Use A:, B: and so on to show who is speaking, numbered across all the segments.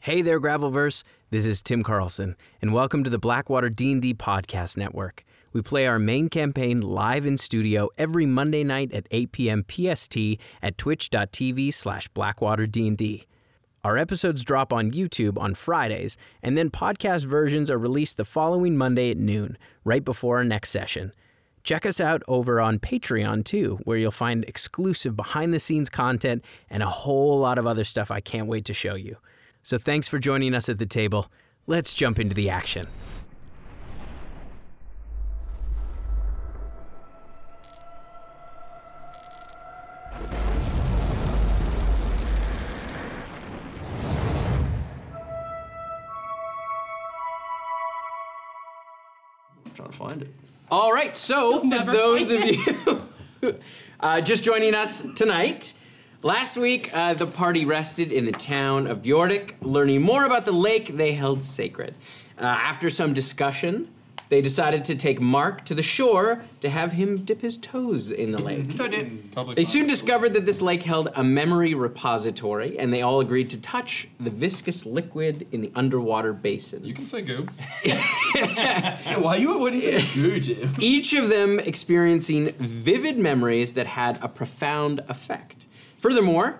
A: Hey there, Gravelverse. This is Tim Carlson, and welcome to the Blackwater D&D Podcast Network. We play our main campaign live in studio every Monday night at 8 p.m. PST at twitch.tv slash blackwaterdnd. Our episodes drop on YouTube on Fridays, and then podcast versions are released the following Monday at noon, right before our next session. Check us out over on Patreon too, where you'll find exclusive behind the scenes content and a whole lot of other stuff I can't wait to show you. So thanks for joining us at the table. Let's jump into the action.
B: trying to find it.
A: All right, so for
C: never
A: those of
C: find
A: you uh, just joining us tonight, last week uh, the party rested in the town of Yordik, learning more about the lake they held sacred. Uh, after some discussion, they decided to take Mark to the shore to have him dip his toes in the lake.
D: Totally
A: They
D: fine.
A: soon discovered that this lake held a memory repository, and they all agreed to touch the viscous liquid in the underwater basin.
D: You can say goop.
B: Yeah, why you what is it? Goo, Jim.
A: each of them experiencing vivid memories that had a profound effect. Furthermore,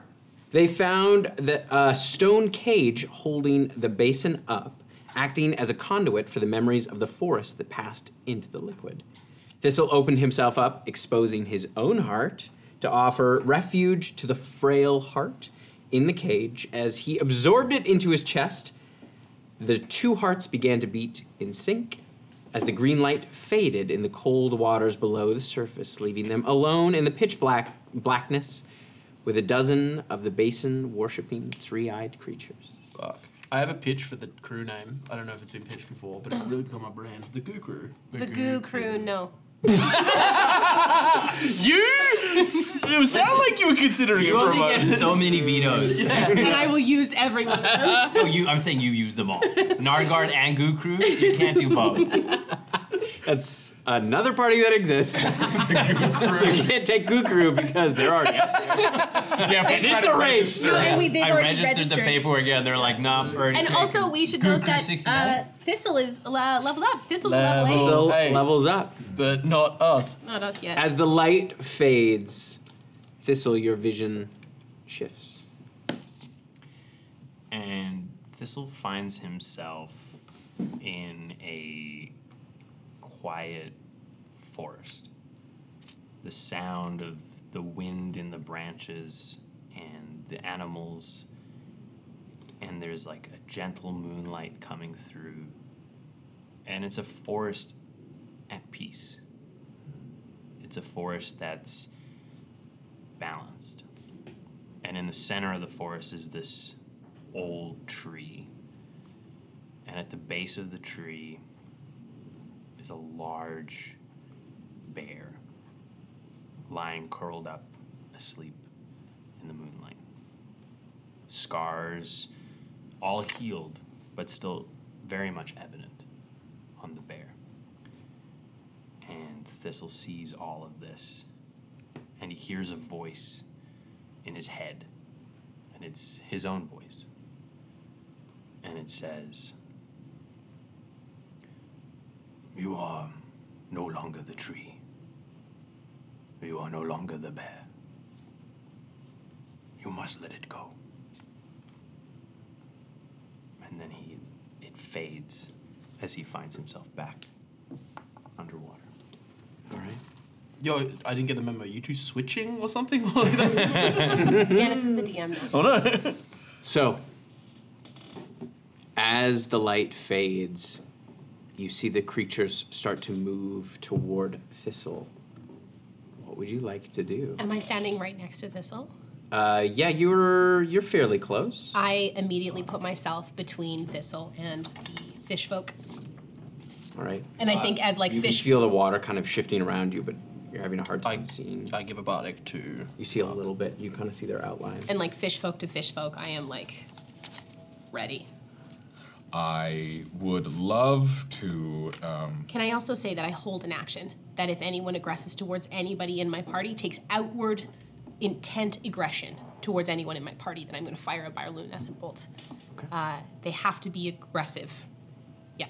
A: they found that a stone cage holding the basin up, acting as a conduit for the memories of the forest that passed into the liquid. Thistle opened himself up, exposing his own heart to offer refuge to the frail heart in the cage. As he absorbed it into his chest, the two hearts began to beat in sync as the green light faded in the cold waters below the surface, leaving them alone in the pitch black blackness with a dozen of the basin worshipping three-eyed creatures.
B: Fuck. I have a pitch for the crew name. I don't know if it's been pitched before, but it's really become my brand. The Goo Crew.
C: The goo crew, no.
B: You? it sound like you were considering
E: You only get so many vetoes.
C: And I will use every one of them.
E: No, you, I'm saying you use them all. Nargard and Gukru, you can't do both.
A: That's another party that exists. you can't take Gukuru because they're already out there.
E: Yeah,
A: And it's a race.
C: and we, they've
E: I
C: already
E: registered, the paperwork. Yeah, they're like, nah, I'm already
C: And
E: taken.
C: also, we should note
E: Goo
C: that
E: 69?
C: uh, Thistle is uh, leveled up. Thistle's level,
B: Level.
C: eight.
A: So
B: Hey.
A: levels up.
B: But not us.
C: Not us yet.
A: As the light fades, Thistle, your vision shifts.
E: and Thistle finds himself in a quiet forest. The sound of the wind in the branches and the animals, and there's like a gentle moonlight coming through. And it's a forest at peace. It's a forest that's balanced and in the center of the forest is this old tree. And at the base of the tree is a large bear lying curled up asleep in the moonlight. Scars all healed, but still very much evident on the bear. And Thistle sees all of this, and he hears a voice in his head, and it's his own voice. And it says, You are no longer the tree. You are no longer the bear. You must let it go. And then he it fades as he finds himself back underwater.
B: All right. Yo, I didn't get the memo. You two switching or something?
C: yeah, this is the DM. now.
A: So, as the light fades, you see the creatures start to move toward Thistle. What would you like to do?
C: Am I standing right next to Thistle?
A: Uh, yeah, you're you're fairly close.
C: I immediately put myself between Thistle and the fish folk.
A: All right.
C: And I think as like
A: You can
C: fish
A: feel the water kind of shifting around you, but you're having a hard time
B: I,
A: seeing.
B: I give a bardic to.
A: You see a little bit. You kind of see their outlines.
C: and like fish folk to fish folk, I am like ready.
D: I would love to. Um,
C: Can I also say that I hold an action that if anyone aggresses towards anybody in my party takes outward intent aggression towards anyone in my party, then I'm going to fire a bioluminescent bolt.
A: Okay.
C: Uh, they have to be aggressive. Yeah.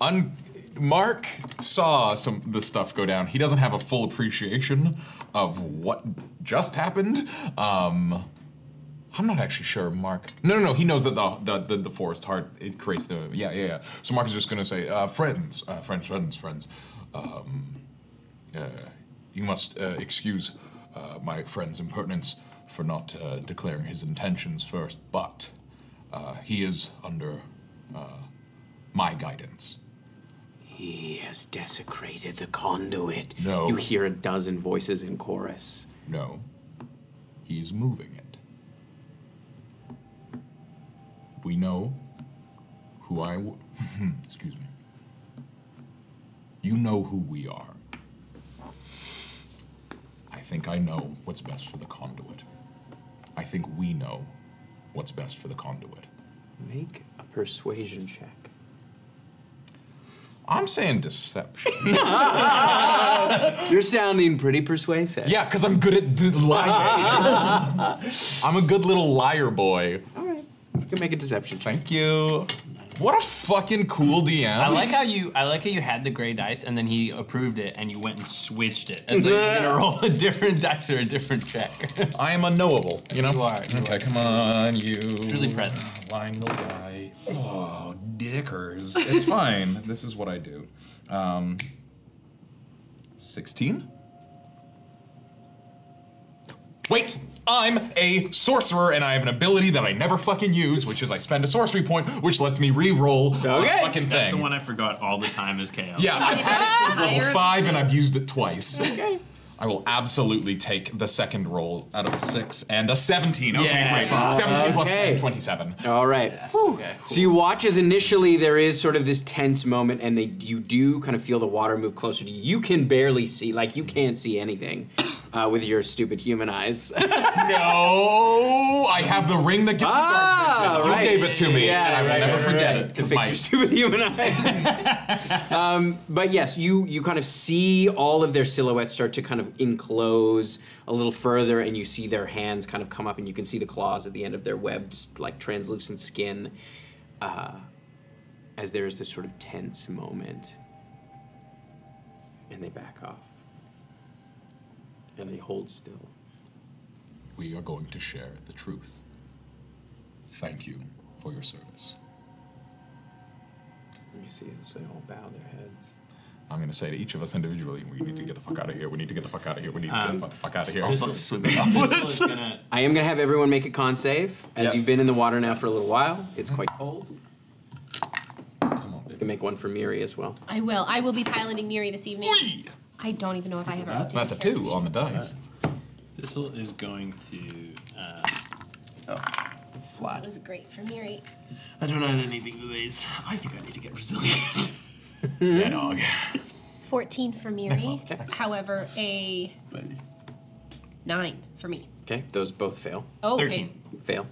D: Un- Mark saw some the stuff go down. He doesn't have a full appreciation of what just happened. Um, I'm not actually sure, Mark. No, no, no. He knows that the the, the, the forest heart it creates the yeah yeah yeah. So Mark is just gonna say, uh, friends, uh, friends, friends, friends. Um, uh, you must uh, excuse uh, my friend's impertinence for not uh, declaring his intentions first, but uh, he is under uh, my guidance.
A: He has desecrated the conduit.
D: No.
A: You hear a dozen voices in chorus.
D: No. He's moving it. We know who I. W- Excuse me. You know who we are. I think I know what's best for the conduit. I think we know what's best for the conduit.
A: Make a persuasion check.
D: I'm saying deception.
A: You're sounding pretty persuasive.
D: yeah, because I'm good at d- lying. I'm a good little liar boy.
A: All right. Let's go make a deception check.
D: Thank you. What a fucking cool DM.
E: I like how you I like how you had the gray dice and then he approved it and you went and switched it. As like you're gonna roll a different dice or a different check.
D: I am unknowable, you know?
E: You are, you
D: okay,
E: are.
D: come on, you.
E: Truly present.
D: Lying the lie. Oh, dickers. It's fine. This is what I do. Um, 16? Wait! I'm a sorcerer and I have an ability that I never fucking use, which is I spend a sorcery point, which lets me re-roll a
A: Okay.
D: fucking thing.
E: That's the one I forgot all the time is KO.
D: yeah, I've had it since level five and I've used it twice.
A: Okay.
D: I will absolutely take the second roll out of a six and a 17. Okay,
E: Yeah,
D: great.
E: fuck.
D: 17 plus
A: Okay.
D: 10, 27.
A: All right. So you watch as initially there is sort of this tense moment, and they you do kind of feel the water move closer to you. You can barely see, like you can't see anything uh, with your stupid human eyes.
D: No, I have the ring that gives me dark
A: Ah,
D: vision. You
A: right.
D: gave it to me,
A: Yeah,
D: and I will
A: right,
D: never
A: right,
D: forget
A: right.
D: it.
A: To
D: 'cause
A: fix
D: my-
A: your stupid human eyes. um, but yes, you you kind of see all of their silhouettes start to kind of enclose a little further, and you see their hands kind of come up, and you can see the claws at the end of their webbed, like translucent skin. Uh, as there is this sort of tense moment, and they back off, and they hold still.
D: we are going to share the truth. Thank you for your service.
A: And you see as they all bow their heads.
D: I'm going to say to each of us individually, we need to get the fuck out of here. We need to get the fuck out of here. We need to get
A: Um,
D: the fu- fuck out of here.
E: This'll- This'll is gonna
A: I am gonna have everyone make a con save, as
D: Yep.
A: you've been in the water now for a little while. It's
C: Mm-hmm.
A: quite cold. You
D: Come on,
A: can
D: baby.
A: make one for Miri as well.
C: I will. I will be piloting Miri this evening. I don't even know if I have updated
D: That's a two on the
C: character
A: Uh,
D: dice.
E: Thistle is going to uh,
B: Oh,
C: sheets. That
B: flat.
C: was great for Miri.
B: I don't add anything to these. I think I need to get resilient.
D: Yeah, dog.
C: 14 for Miri.
D: Excellent. Okay, excellent.
C: However, a
B: but
C: 9 for me.
A: Okay, those both fail.
C: Okay.
E: thirteen.
F: Um,
A: Fail.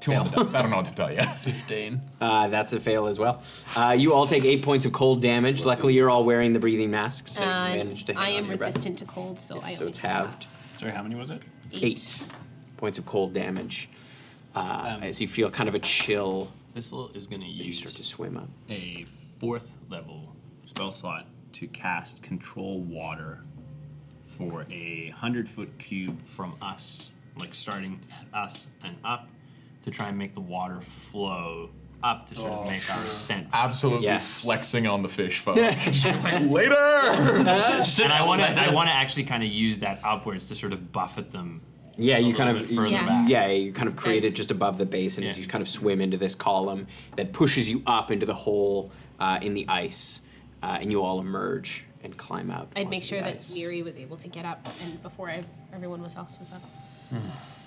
D: Two on the dice. I don't know what to tell you.
B: 15.
A: Uh, that's a fail as well. Uh, you all take eight points of cold damage. Luckily, you're all wearing the breathing masks, so you
C: Um,
A: managed to hang
C: I
A: on
C: am
A: to your breath.
C: resistant to cold, so I
A: So
C: only
A: it's
C: take
A: halved.
E: Sorry, how many was it?
A: Eight points of cold damage. Uh,
E: Um,
A: as you feel kind of a chill,
E: Thistle is gonna
A: you start to
E: use
A: swim up.
E: a fourth level spell slot to cast control water for a hundred foot cube from us, like starting at us and up, to try and make the water flow up to sort of
A: Oh,
E: make our scent.
D: absolutely
A: Yes.
D: flexing on the fish folk. Just like, Later.
E: And I want to, I want to actually kind of use that upwards to sort of buffet them.
A: Yeah, you
E: a
A: kind
E: little
A: of
E: bit further
C: Yeah.
E: back.
A: Yeah, you kind of create it
C: Nice.
A: just above the basin as
E: Yeah.
A: you kind of swim into this column that pushes you up into the hole uh, in the ice, uh, and you all emerge and climb out.
C: I'd
A: onto
C: make sure
A: the
C: that
A: ice.
C: Miri was able to get up and before I, everyone was- else was up.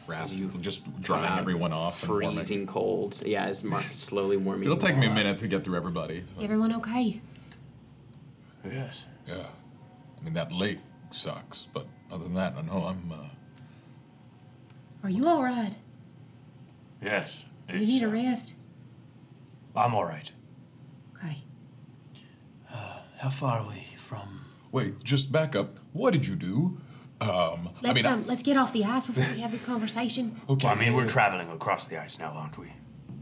D: Raz,
A: You
D: just
A: come
D: drying
A: out
D: everyone off. and warming.
A: Freezing cold. Yeah, as Mark is slowly warming.
D: It'll
A: you
D: take
A: all
D: me a
A: up.
D: minute to get through everybody.
C: Everyone okay?
D: Yes. Yeah. I mean that lake sucks, but other than that, I know I'm. Uh,
G: Are you all right?
E: Yes. uh,
G: You need a rest?
E: I'm all right.
G: Okay.
B: How far are we from
D: wait, just back up. What did you do? Um, I
F: Let's
D: mean, I-
F: um, let's get off the ice before we have this conversation.
D: okay.
E: I mean, we're traveling across the ice now, aren't we?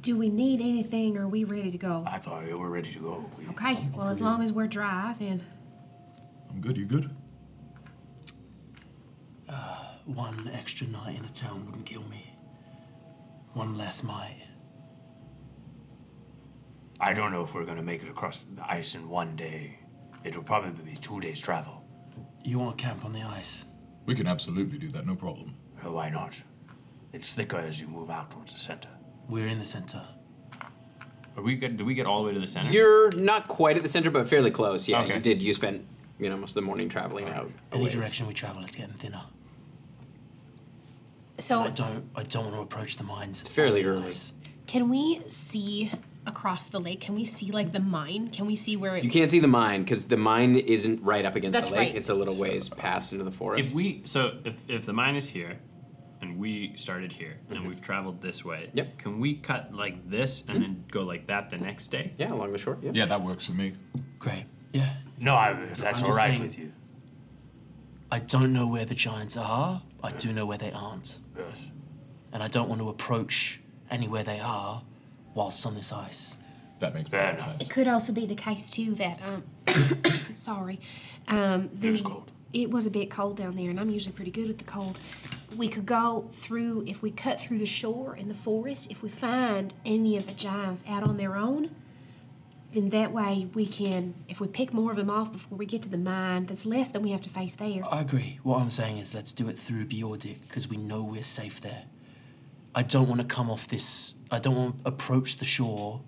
F: Do we need anything? Or are we ready to go?
E: I thought we were ready to go. We-
F: Okay. Well, as long as we're dry, then
D: I'm good. You good?
B: One extra night in a town wouldn't kill me. One less night.
E: I don't know if we're gonna make it across the ice in one day. It'll probably be two days travel.
B: You want to camp on the ice?
D: We can absolutely do that. No problem.
E: Uh, Why not? It's thicker as you move out towards the center.
B: We're in the center.
E: Are we good? Do we get all the way to the center?
A: You're not quite at the center, but fairly close. Yeah,
E: Okay.
A: you did. You spent you know most of the morning traveling out. a
B: Any
A: ways.
B: direction we travel, it's getting thinner. I
G: So,
B: don't. I don't want to approach the mines. It's
A: fairly early.
G: can we see across the lake? Can we see like the mine? Can we see where it?
A: You can't see the mine because the mine isn't right up against
G: That's
A: the lake.
G: right.
A: It's a little ways past into the forest.
E: If we so if if the mine is here, and we started here, and we've traveled this way.
A: Yep.
E: Can we cut like this and then go like that the next day?
A: yeah, along the shore. Yeah.
D: Yeah, that works for me.
B: Great. Yeah.
E: No, I, if that's
B: I'm
E: all
B: just
E: right
B: saying.
E: with you.
B: I don't know where the giants are. I do know where they aren't,
E: Yes.
B: and I don't want to approach anywhere they are, whilst on this ice.
D: That makes
E: Fair
D: perfect
E: enough.
D: sense.
G: Could also be the case too that um, sorry, um, the,
E: It was cold.
G: It was a bit cold down there, and I'm usually pretty good with the cold. We could go through if we cut through the shore and the forest. If we find any of the giants out on their own, then that way we can. If we pick more of them off before we get to the mine, that's less than we have to face there.
B: I agree. What I'm saying is let's do it through Biordic because we know we're safe there. I don't want to come off this. I don't want to approach the shore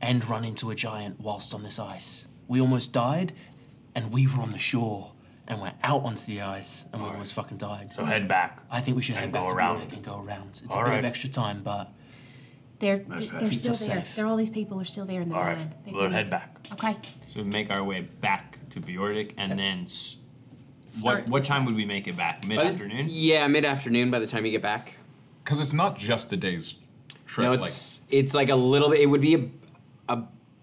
B: and run into a giant whilst on this ice. We almost died, and we were on the shore, and we're out onto the ice, and we almost fucking died.
E: So head back.
B: I think we should head
E: and go
B: back to
E: around.
B: Biordic and go around. It's
E: All
B: a bit
E: right.
B: of extra time, but
G: They're
E: right.
G: they're
E: Keeps
G: still
B: us
G: there.
B: safe.
G: They're all these people are still there in the
E: All
G: mine.
E: right.
G: They
E: We'll
G: can-
E: head back.
G: Okay.
E: So we make our way back to Bjordic and then. S-
G: Start.
E: what, what time would we make it back? Mid
A: By the-
E: afternoon?
A: Yeah, mid afternoon. By the time you get back.
D: Because it's not just a day's trip.
A: No, it's it's like a little bit. It would be a,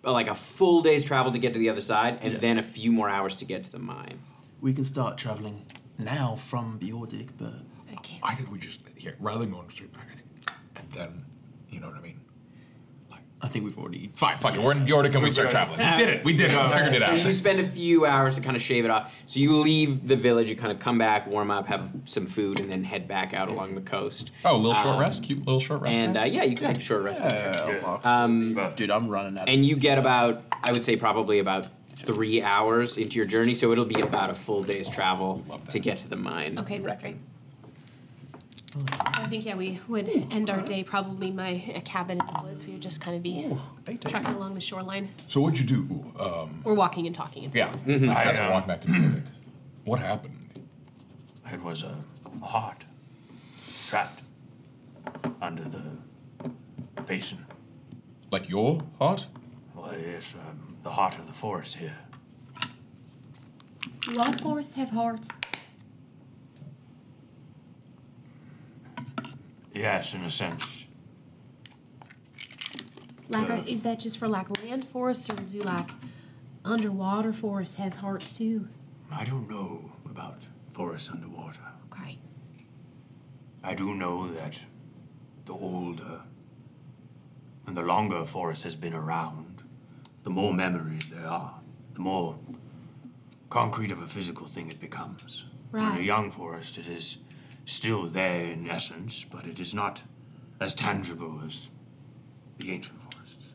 A: a, like a full day's travel to get to the other side, and
B: Yeah.
A: then a few more hours to get to the mine.
B: we can start traveling now from Biordic, but
G: Okay.
D: like, I think we just yeah, rather than going straight back, I think, and then you know what I mean.
B: I think we've already.
D: Fine, fuck it. We're in Yordic and we start traveling. We did it. We did it. We figured it
A: So you
D: out.
A: spend a few hours to kind of shave it off. So you leave the village, you kind of come back, warm up, have some food, and then head back out along the coast.
D: Oh, a little short
A: Um,
D: rest. Cute little short rest.
A: And uh, yeah, you can take a short rest.
B: Um, Dude, I'm running out. of-
A: And you get about, I would say, probably about three hours into your journey. So it'll be about a full day's travel
D: love that.
A: to get to the mine.
G: Okay,
A: you
G: that's
A: reckon.
G: great. I think yeah, we would end our day probably by a cabin in the woods. We would just kind of be trekking along the shoreline.
D: so what'd you do? Um,
G: We're walking and talking. And
D: yeah,
E: Mm-hmm.
D: I guess we're walking back to Yordic. What happened?
E: um, It was a, a heart trapped under the basin.
D: Like your heart?
E: Well, yes, um, the heart of the forest here.
F: do all forests have hearts?
E: Yes, in a sense.
F: Like, are- is that just for like land forests, or do like underwater forests have hearts too?
E: I don't know about forests underwater.
F: Okay.
E: I do know that the older and the longer a forest has been around, the more memories there are, the more concrete of a physical thing it becomes. In a
F: Right.
E: young forest, it is still there in essence, but it is not as tangible as the ancient forests.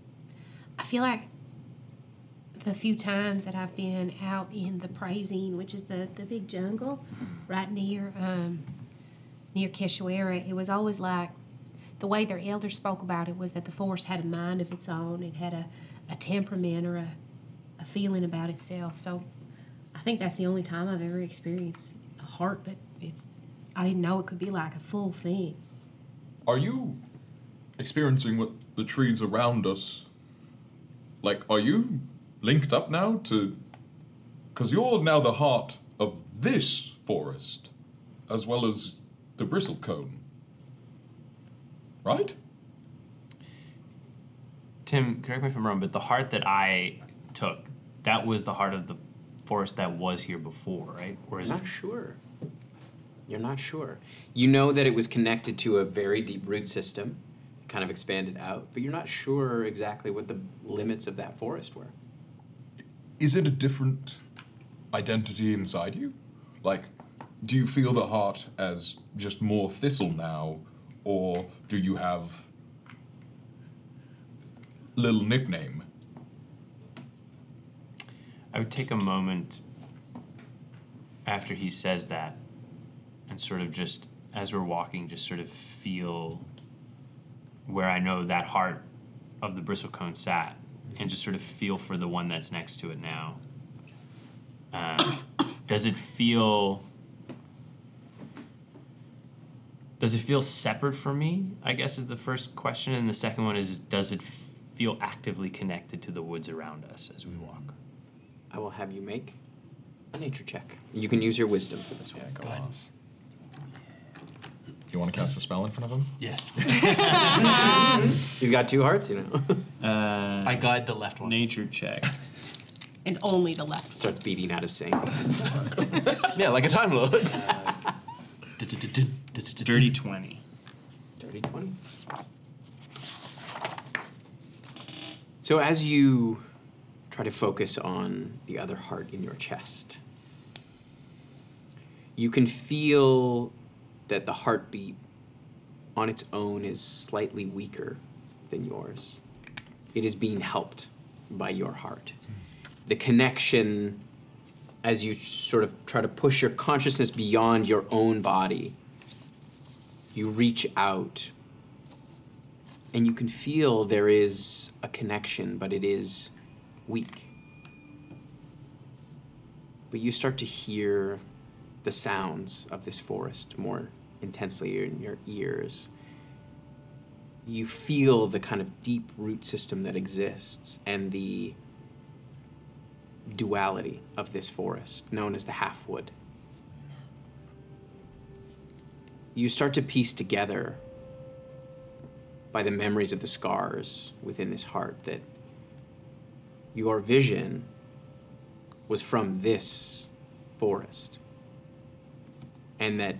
G: I feel like the few times that I've been out in the Praisine, which is the, the big jungle right near um, near Keshuera, it was always like the way their elders spoke about it was that the forest had a mind of its own. It had a, a temperament or a, a feeling about itself. So I think that's the only time I've ever experienced a heart, but it's I didn't know it could be like a full thing.
D: Are you experiencing what the trees around us? Like, are you linked up now to. Because you're now the heart of this forest, as well as the bristlecone. Right?
E: Tim, correct me if I'm wrong, but the heart that I took, that was the heart of the forest that was here before, right? Or is
A: You're
E: it?
A: not sure. You're not sure. You know that it was connected to a very deep root system, kind of expanded out, but you're not sure exactly what the limits of that forest were.
D: Is it a different identity inside you? Like, do you feel the heart as just more thistle now, or do you have little nickname?
E: I would take a moment after he says that and sort of just, as we're walking, just sort of feel where I know that heart of the bristlecone sat and just sort of feel for the one that's next to it now. Um, does it feel. Does it feel separate from me? I guess is the first question. And the second one is Does it feel actively connected to the woods around us as we walk?
A: I will have you make a nature check. You can use your wisdom for this one.
D: go on. You want to cast a spell in front of him?
B: Yes.
A: He's got two hearts, you know.
B: I guide the left one.
E: Nature check.
G: and only the left.
A: Starts beating out of sync.
H: Yeah, like a Time Lord.
E: Dirty 20.
A: Dirty 20. So, as you try to focus on the other heart in your chest, you can feel that the heartbeat on its own is slightly weaker than yours. It is being helped by your heart. The connection, as you sort of try to push your consciousness beyond your own body, you reach out and you can feel there is a connection, but it is weak. But you start to hear the sounds of this forest more intensely in your ears. You feel the kind of deep root system that exists and the duality of this forest, known as the half wood. you start to piece together by the memories of the scars within this heart that your vision was from this forest. And that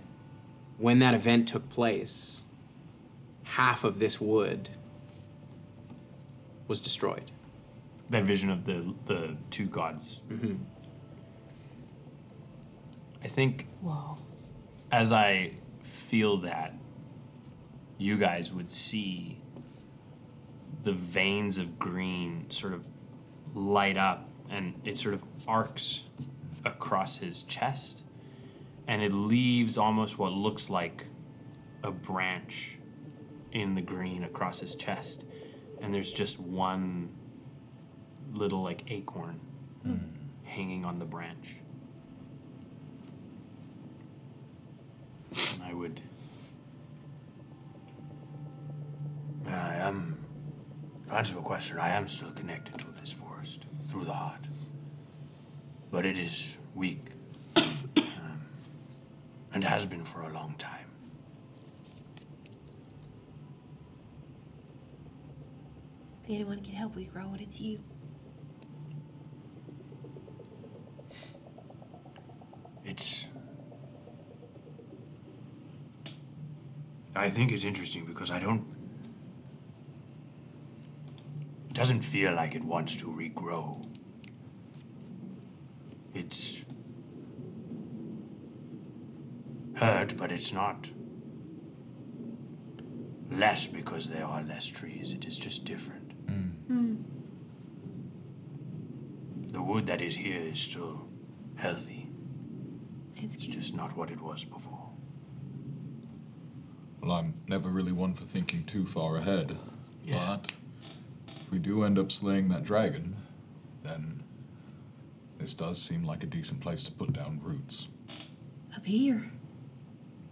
A: when that event took place, half of this wood was destroyed.
E: That vision of the the two gods. I think
G: Whoa.
E: as I feel that, you guys would see the veins of green sort of light up and it sort of arcs across his chest and it leaves almost what looks like a branch in the green across his chest and there's just one little like acorn hanging on the branch and I would. I am. To answer your question, I am still connected to this forest through the heart. But it is weak. um, and has been for a long time.
G: If anyone can help we grow it, it's you.
E: It's. I think it's interesting because I don't. It doesn't feel like it wants to regrow. It's. hurt, but it's not. less because there are less trees. It is just different. The wood that is here is still healthy.
G: It's
E: It's
G: cute.
E: just not what it was before.
D: Well, I'm never really one for thinking too far ahead. But if we do end up slaying that dragon, then this does seem like a decent place to put down roots.
G: Up here.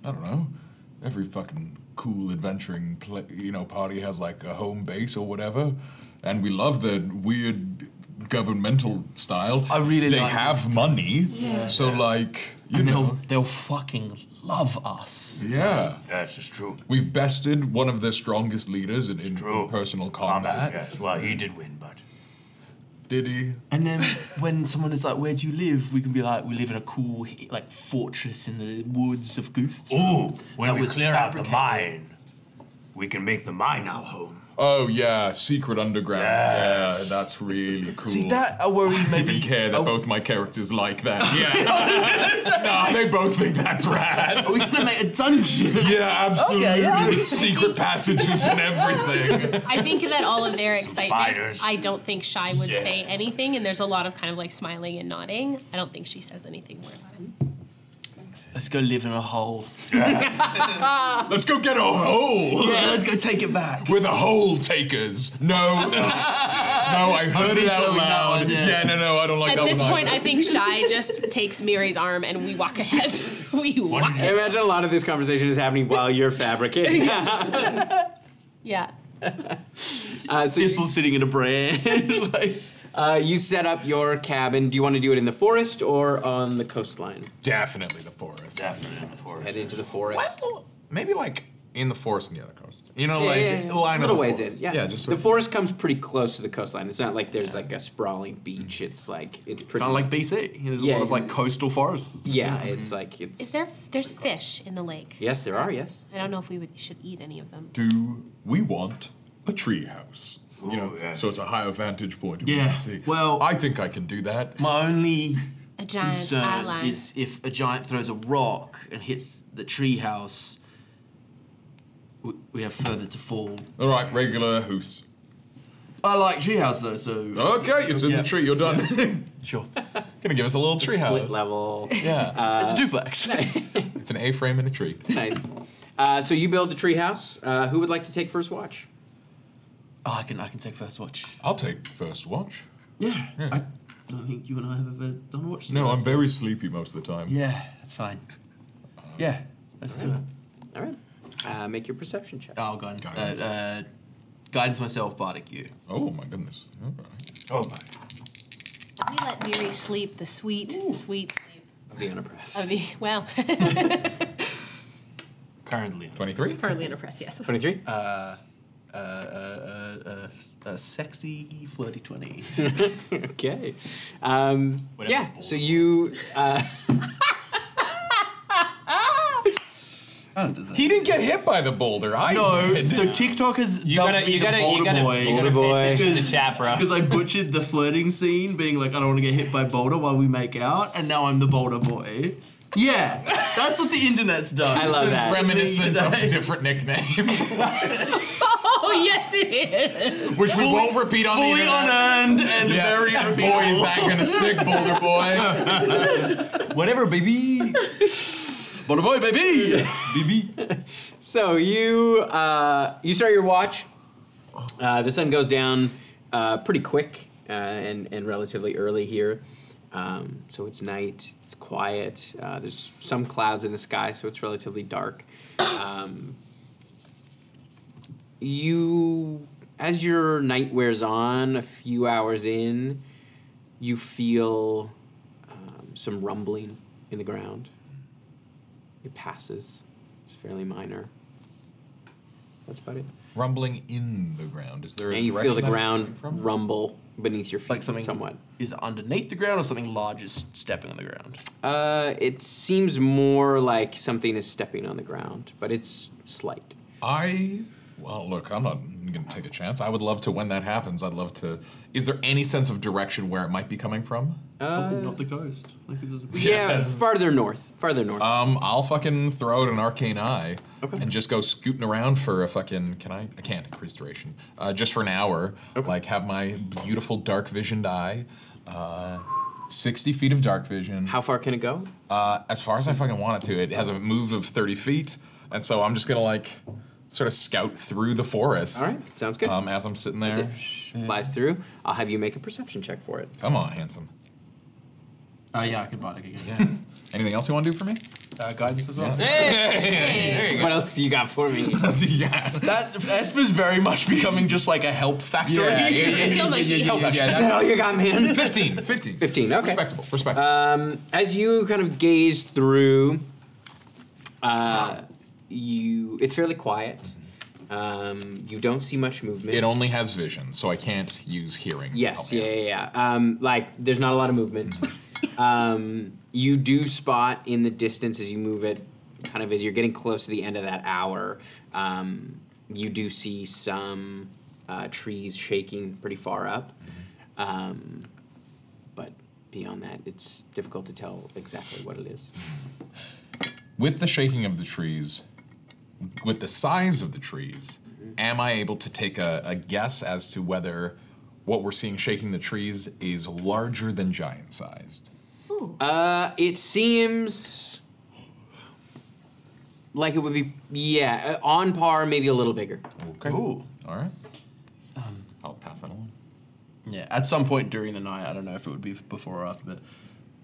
D: I don't know. Every fucking cool adventuring, cl- you know, party has like a home base or whatever, and we love the weird governmental style.
H: I really
D: they
H: like
D: have money, so like you
B: And
D: know,
B: they'll, they'll fucking love us.
D: yeah.
E: Yes, it's true.
D: We've bested one of the strongest leaders in, in
E: True.
D: personal
E: Combat,
D: combat.
E: yes. Well, he did win, but
D: Did he?
B: And then when someone is like, "Where do you live?" we can be like, "We live in a cool like fortress in the woods of Goose."
E: Ooh, when
B: That
E: we
B: was
E: clear out the
B: fabricated.
E: mine, we can make the mine our home.
D: Oh yeah, Secret Underground. Yeah, that's really cool.
B: See that Oh. I worry
D: I don't
B: maybe.
D: even care that
B: are,
D: both my characters like that. Yeah. nah, they both think that's rad.
B: are we gonna make a dungeon?
D: Yeah, absolutely.
B: Okay, yeah.
D: With Secret passages and everything.
G: I think that all of their excitement,
E: spiders.
G: I don't think Shy would
E: Yeah.
G: say anything, and there's a lot of kind of like smiling and nodding. I don't think she says anything more about him.
B: Let's go live in a hole.
D: Let's go get a hole
B: Yeah, let's go take it back.
D: with the hole takers. No, no, No, I heard it
B: been
D: out
B: telling that
D: loud.
B: one, yeah.
D: yeah. no, no, I don't like
G: At
D: that
G: this
D: one.
G: point, I
D: either.
G: think Shy just takes Miri's arm and we walk ahead. we walk.
A: I imagine a lot of this conversation is happening while you're fabricating.
G: Yeah.
A: uh, so
B: Thistle sitting in a branch. like,
A: uh, you set up your cabin. Do you want to do it in the forest or on the coastline?
D: definitely the forest.
E: Definitely in the forest.
A: Head into the forest.
D: Why not? Maybe like in the forest and the other coast. You know,
A: Yeah,
D: like
A: yeah, yeah.
D: line
A: little
D: of the
A: ways
D: forest.
A: in. Yeah,
D: yeah, just
A: oh, the
D: sort of-
A: forest comes pretty close to the coastline. It's not like there's like a sprawling beach. It's like it's pretty.
B: kind of like BC. There's
A: Yeah,
B: a lot of like
A: exactly.
B: coastal forests.
A: yeah, it's like it's.
G: Is there, there's fish in the lake.
A: Yes, there are. Yes.
G: I don't know if we would, should eat any of them.
D: do we want a tree house? You know,
E: Ooh, yeah.
D: so it's a higher vantage point.
B: Yeah,
D: We can see.
B: well-
D: I think I can do that.
B: My only
G: A giant
E: uh,
B: concern
G: eyeliner.
B: is if a giant throws a rock and hits the treehouse, we, we have further to fall.
D: All right, regular hoose.
B: I like treehouse though, so
D: Okay, it's in
B: Yeah.
D: the tree. You're done.
B: sure.
D: Gonna give us a Uh, little tree
A: Split
D: house.
A: level.
D: Yeah,
B: it's a duplex.
D: it's an A-frame and a tree.
A: nice. Uh, so you build the treehouse. Uh, who would like to take first watch?
B: Oh, I can I can take first watch.
D: I'll take first watch.
B: Yeah. I don't think you and I have ever done a watch.
D: No,
B: together,
D: I'm
B: so-
D: very sleepy most of the time.
B: Yeah, that's fine. Yeah, let's do it.
A: All right. Uh, make your perception check.
B: I'll guidance.
D: Guidance.
B: Uh, uh, guidance myself, Bardic you.
D: Oh my goodness. All right.
E: Oh my.
G: We let Miri sleep the sweet, sweet sleep
A: I'll be unimpressed.
G: of the, well,
E: Currently.
D: Twenty-three.
G: currently under press, yes.
A: Twenty-three.
B: Uh, uh, uh, uh, a sexy flirty twenty.
A: okay. Um,
E: Whatever
A: yeah.
E: board.
A: So you. Uh,
B: I don't do that.
D: He didn't get hit by the boulder. I
B: No,
D: did.
B: so TikTok has dubbed me the Boulder Boy.
A: Boulder Boy.
E: the chat, bro.
B: Because I butchered the flirting scene, being like, I don't want to get hit by Boulder while we make out, and now I'm the Boulder Boy. Yeah, that's what the internet's done.
A: I love
B: This is
A: that.
D: reminiscent of
B: today.
D: a different nickname,
G: Oh, yes, it is.
D: which we won't repeat on the
B: Fully
D: internet.
B: unearned and
D: Yeah.
B: very repeatable.
D: Boy, is that gonna stick, Boulder Boy?
B: Whatever, baby. Boulder Boy, baby.
D: BB.
A: So you uh, you start your watch. Uh, the sun goes down uh, pretty quick uh, and and relatively early here. Um, so it's night. It's quiet. Uh, there's some clouds in the sky, so it's relatively dark. Um, you, as your night wears on, a few hours in, you feel um, some rumbling in the ground. It passes. It's fairly minor. That's about it.
D: Rumbling in the ground. Is there? a
A: And you feel the
D: direction that's
A: ground
D: coming from?
A: rumble beneath your feet
B: Like something
A: somewhat.
B: is underneath the ground, or something large is stepping on the ground.
A: Uh, it seems more like something is stepping on the ground, but it's slight.
D: I. Well, look, I'm not going to take a chance. I would love to. When that happens, I'd love to. Is there any sense of direction where it might be coming from?
B: Probably not the coast. Like it doesn't.
A: Yeah, farther north. Farther north.
D: Um, I'll fucking throw out an arcane eye
A: Okay.
D: and just go scooting around for a fucking. Can I? I can't increase duration. Uh, just for an hour. Like have my beautiful dark visioned eye. Uh, 60 feet of dark vision.
A: How far can it go?
D: Uh, as far as I fucking want it to, it has a move of 30 feet, and so I'm just gonna like sort of scout through the forest.
A: All right, sounds good.
D: Um, as I'm sitting
A: As it
D: there,
A: flies through, I'll have you make a perception check for it.
D: come on, handsome.
B: Oh yeah, I can buy it again.
D: Yeah. Anything else you want to do for me?
B: Uh, guidance as well.
A: What else do you got for me?
D: yeah.
B: That Esper's very much becoming just like a help factory.
D: Yeah, yeah, yeah,
G: yeah, yeah, yeah,
B: Help
D: yeah,
B: factory.
D: yeah,
A: That's all you got, man.
D: 15, 15.
A: 15, okay. Uh,
D: Respectable, respectable.
A: as you kind of gaze through, uh, you it's fairly quiet. Um, you don't see much movement.
D: It only has vision, so I can't use hearing. to
A: Yes,
D: help
A: yeah,
D: me
A: yeah,
D: out.
A: yeah. Um, like, there's not a lot of movement. um, you do spot in the distance as you move it, kind of as you're getting close to the end of that hour, um, you do see some uh, trees shaking pretty far up. Um, but beyond that, it's difficult to tell exactly what it is.
D: With the shaking of the trees, with the size of the trees, am I able to take a, a guess as to whether what we're seeing shaking the trees is larger than giant sized?
A: Uh, it seems like it would be, yeah, uh, on par, maybe a little bigger.
D: Okay. All right. I'll pass that along.
H: Yeah, at some point during the night, I don't know if it would be before or after, but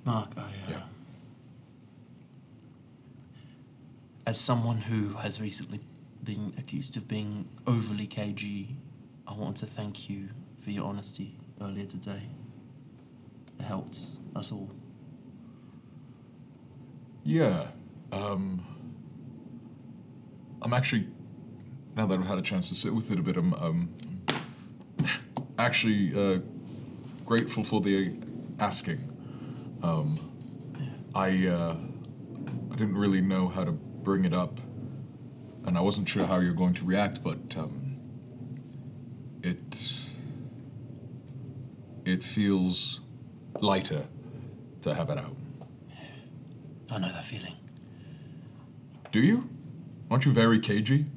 B: Mark, I, uh, as someone who has recently been accused of being overly cagey, I want to thank you for your honesty earlier today. It helped. That's all.
D: Yeah. Um, I'm actually, now that I've had a chance to sit with it a bit, I'm um, actually uh, grateful for the asking. Um, I, uh, I didn't really know how to bring it up, and I wasn't sure how you're going to react, but um, it it feels lighter to have it out.
B: I know that feeling.
D: Do you? Aren't you very cagey?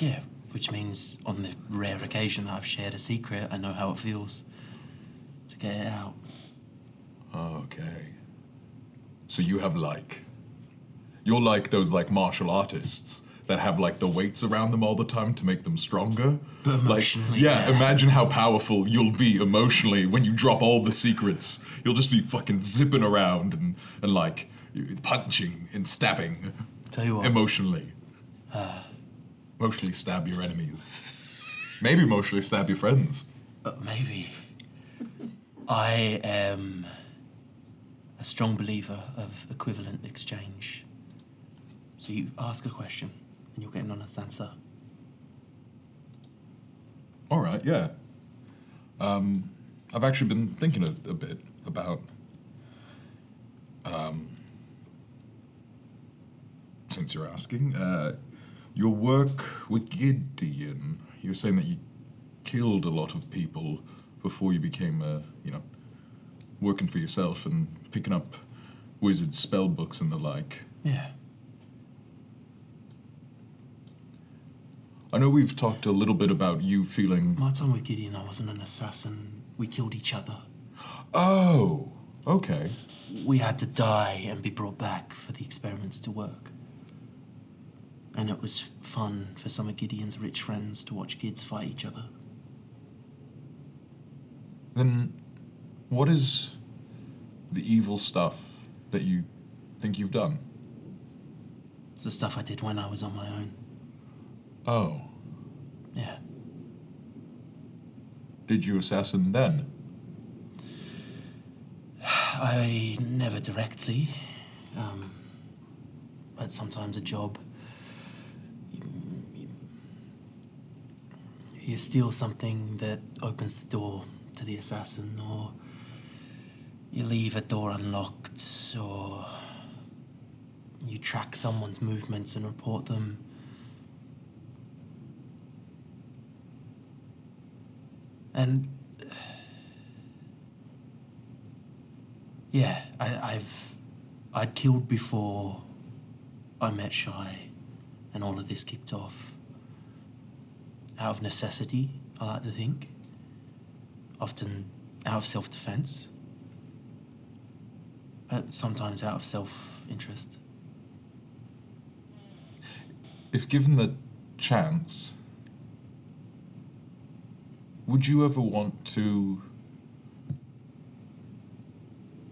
B: Yeah, which means on the rare occasion that I've shared a secret, I know how it feels to get it out.
D: Okay. So you have like. You're like those like martial artists that have like the weights around them all the time to make them stronger.
B: But
D: Like,
B: emotionally,
D: yeah,
B: yeah.
D: imagine how powerful you'll be emotionally when you drop all the secrets. You'll just be fucking zipping around and, and like punching and stabbing
B: Tell you what,
D: emotionally. Emotionally stab your enemies. Maybe emotionally stab your friends.
B: uh, maybe I am a strong believer of equivalent exchange. So you ask a question and you'll get an honest answer.
D: All right, yeah. Um, I've actually been thinking a, a bit about um, since you're asking uh, your work with Gideon. You were saying that you killed a lot of people before you became, uh, you know, working for yourself and picking up wizard spell books and the like.
B: Yeah.
D: I know we've talked a little bit about you feeling.
B: My time with Gideon, I wasn't an assassin. We killed each other.
D: Oh, okay.
B: We had to die and be brought back for the experiments to work. And it was fun for some of Gideon's rich friends to watch kids fight each other.
D: Then what is the evil stuff that you think you've done?
B: It's the stuff I did when I was on my own.
D: Oh,
B: Yeah.
D: did you assassin then?
B: I never directly. Um, but sometimes a job. You, you steal something that opens the door to the assassin, or you leave a door unlocked, or you track someone's movements and report them. And Yeah, I, I've I'd killed before I met Shy, and all of this kicked off. Out of necessity, I like to think. Often out of self-defense, but sometimes out of self-interest.
D: If given the chance, would you ever want to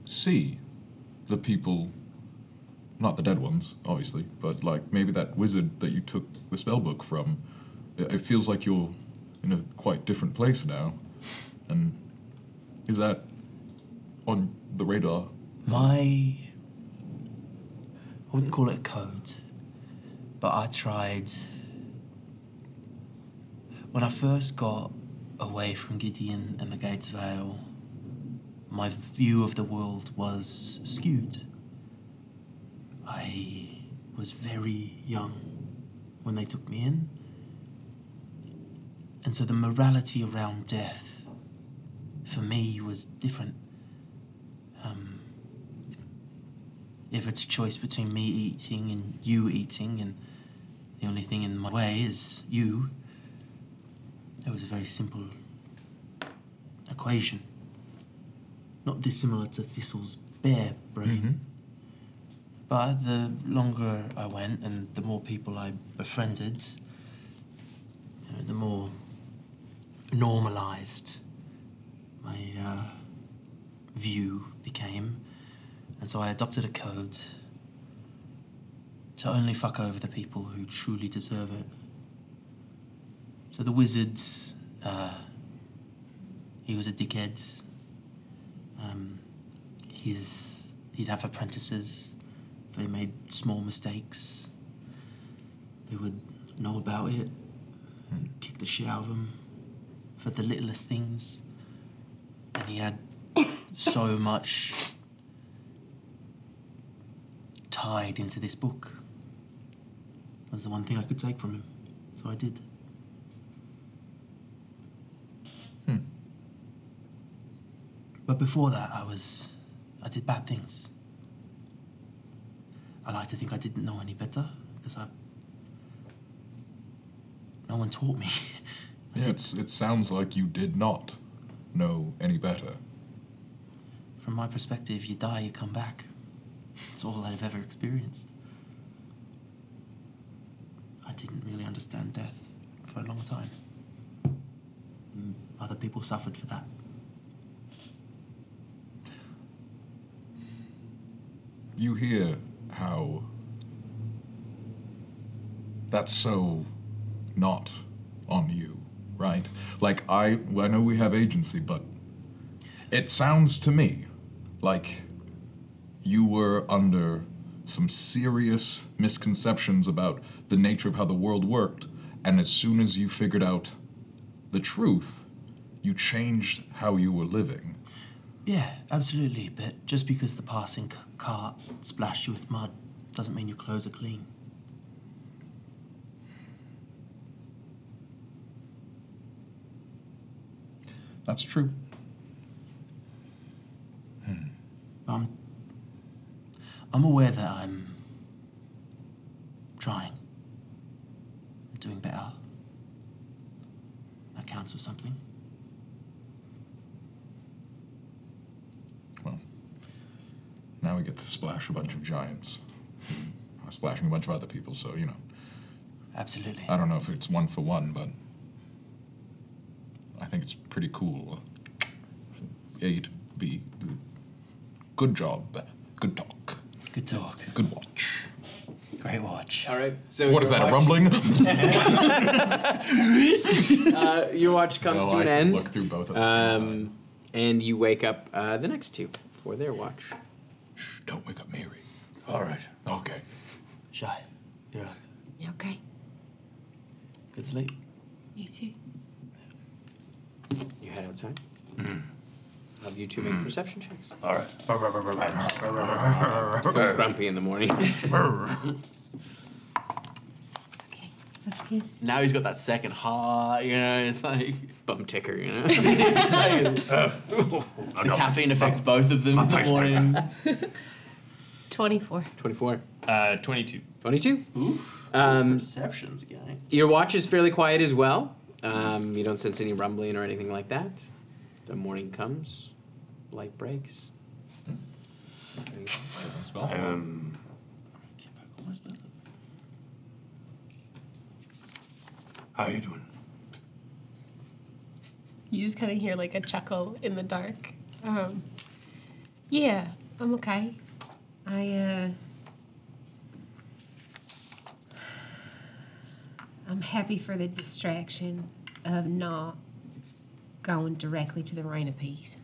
D: see the people, not the dead ones, obviously, but like maybe that wizard that you took the spellbook from? It it feels like you're in a quite different place now. And is that on the radar?
B: My. I wouldn't call it a code, but I tried When I first got away from Gideon and the Gates Vale, my view of the world was skewed. I was very young when they took me in. And so the morality around death for me was different. Um, if it's a choice between me eating and you eating, and the only thing in my way is you, it was a very simple equation. Not dissimilar to Thistle's bear brain. But the longer I went and the more people I befriended, you know, the more normalized my uh, view became. And so I adopted a code to only fuck over the people who truly deserve it. So the wizards, uh, he was a dickhead. Um, his, he'd have apprentices. If they made small mistakes, they would know about it, kick the shit out of them for the littlest things. And he had so much tied into this book. Was the one thing I could take from him, so I did. But before that, I was. I did bad things. I like to think I didn't know any better, because I. No one taught me. I
D: Yeah,
B: did
D: it's, it sounds like you did not know any better.
B: From my perspective, you die, you come back. It's all I've ever experienced. I didn't really understand death for a long time. Mm, Other people suffered for that.
D: You hear how that's so not on you, right? Like I I know we have agency, but it sounds to me like you were under some serious misconceptions about the nature of how the world worked, and as soon as you figured out the truth, you changed how you were living.
B: Yeah, absolutely, but just because the passing c- cart splashed you with mud doesn't mean your clothes are clean.
D: That's true.
B: I'm. I'm aware that I'm. trying. I'm doing better. That counts for something.
D: Well, now we get to splash a bunch of giants. I'm splashing a bunch of other people, so, you know.
B: Absolutely.
D: I don't know if it's one for one, but I think it's pretty cool. A to B. Good job. Good talk.
B: Good talk.
D: Good watch.
B: Great watch.
A: All right. So
D: what is
A: your
D: that, a
A: watch-
D: rumbling?
A: Uh, your watch comes
D: No,
A: to
D: I
A: an
D: can
A: end.
D: look through both at the same
A: um, and you wake up uh, the next two for their watch.
D: Shh, don't wake up Mary. All right. Okay.
B: Shy, you're up.
C: Okay.
B: Good sleep.
C: You too.
A: You head outside.
D: Mm-hmm.
A: Have you two make
D: Mm.
A: perception checks.
E: All right.
A: Goes grumpy in the morning.
C: Okay. That's good.
H: Now he's got that second heart, you know, it's like
A: Bum ticker, you know.
H: the caffeine affects both of them in the morning.
C: 24.
A: 24.
E: Uh, 22.
A: 22. Um,
H: Perceptions, gang.
A: your watch is fairly quiet as well. Um, you don't sense any rumbling or anything like that. The morning comes, light breaks.
D: Hmm. Spell
E: Um, how you doing?
G: You just kind of hear like a chuckle in the dark. Um, yeah,
C: I'm okay. I, uh. I'm happy for the distraction of not going directly to the rain of peace.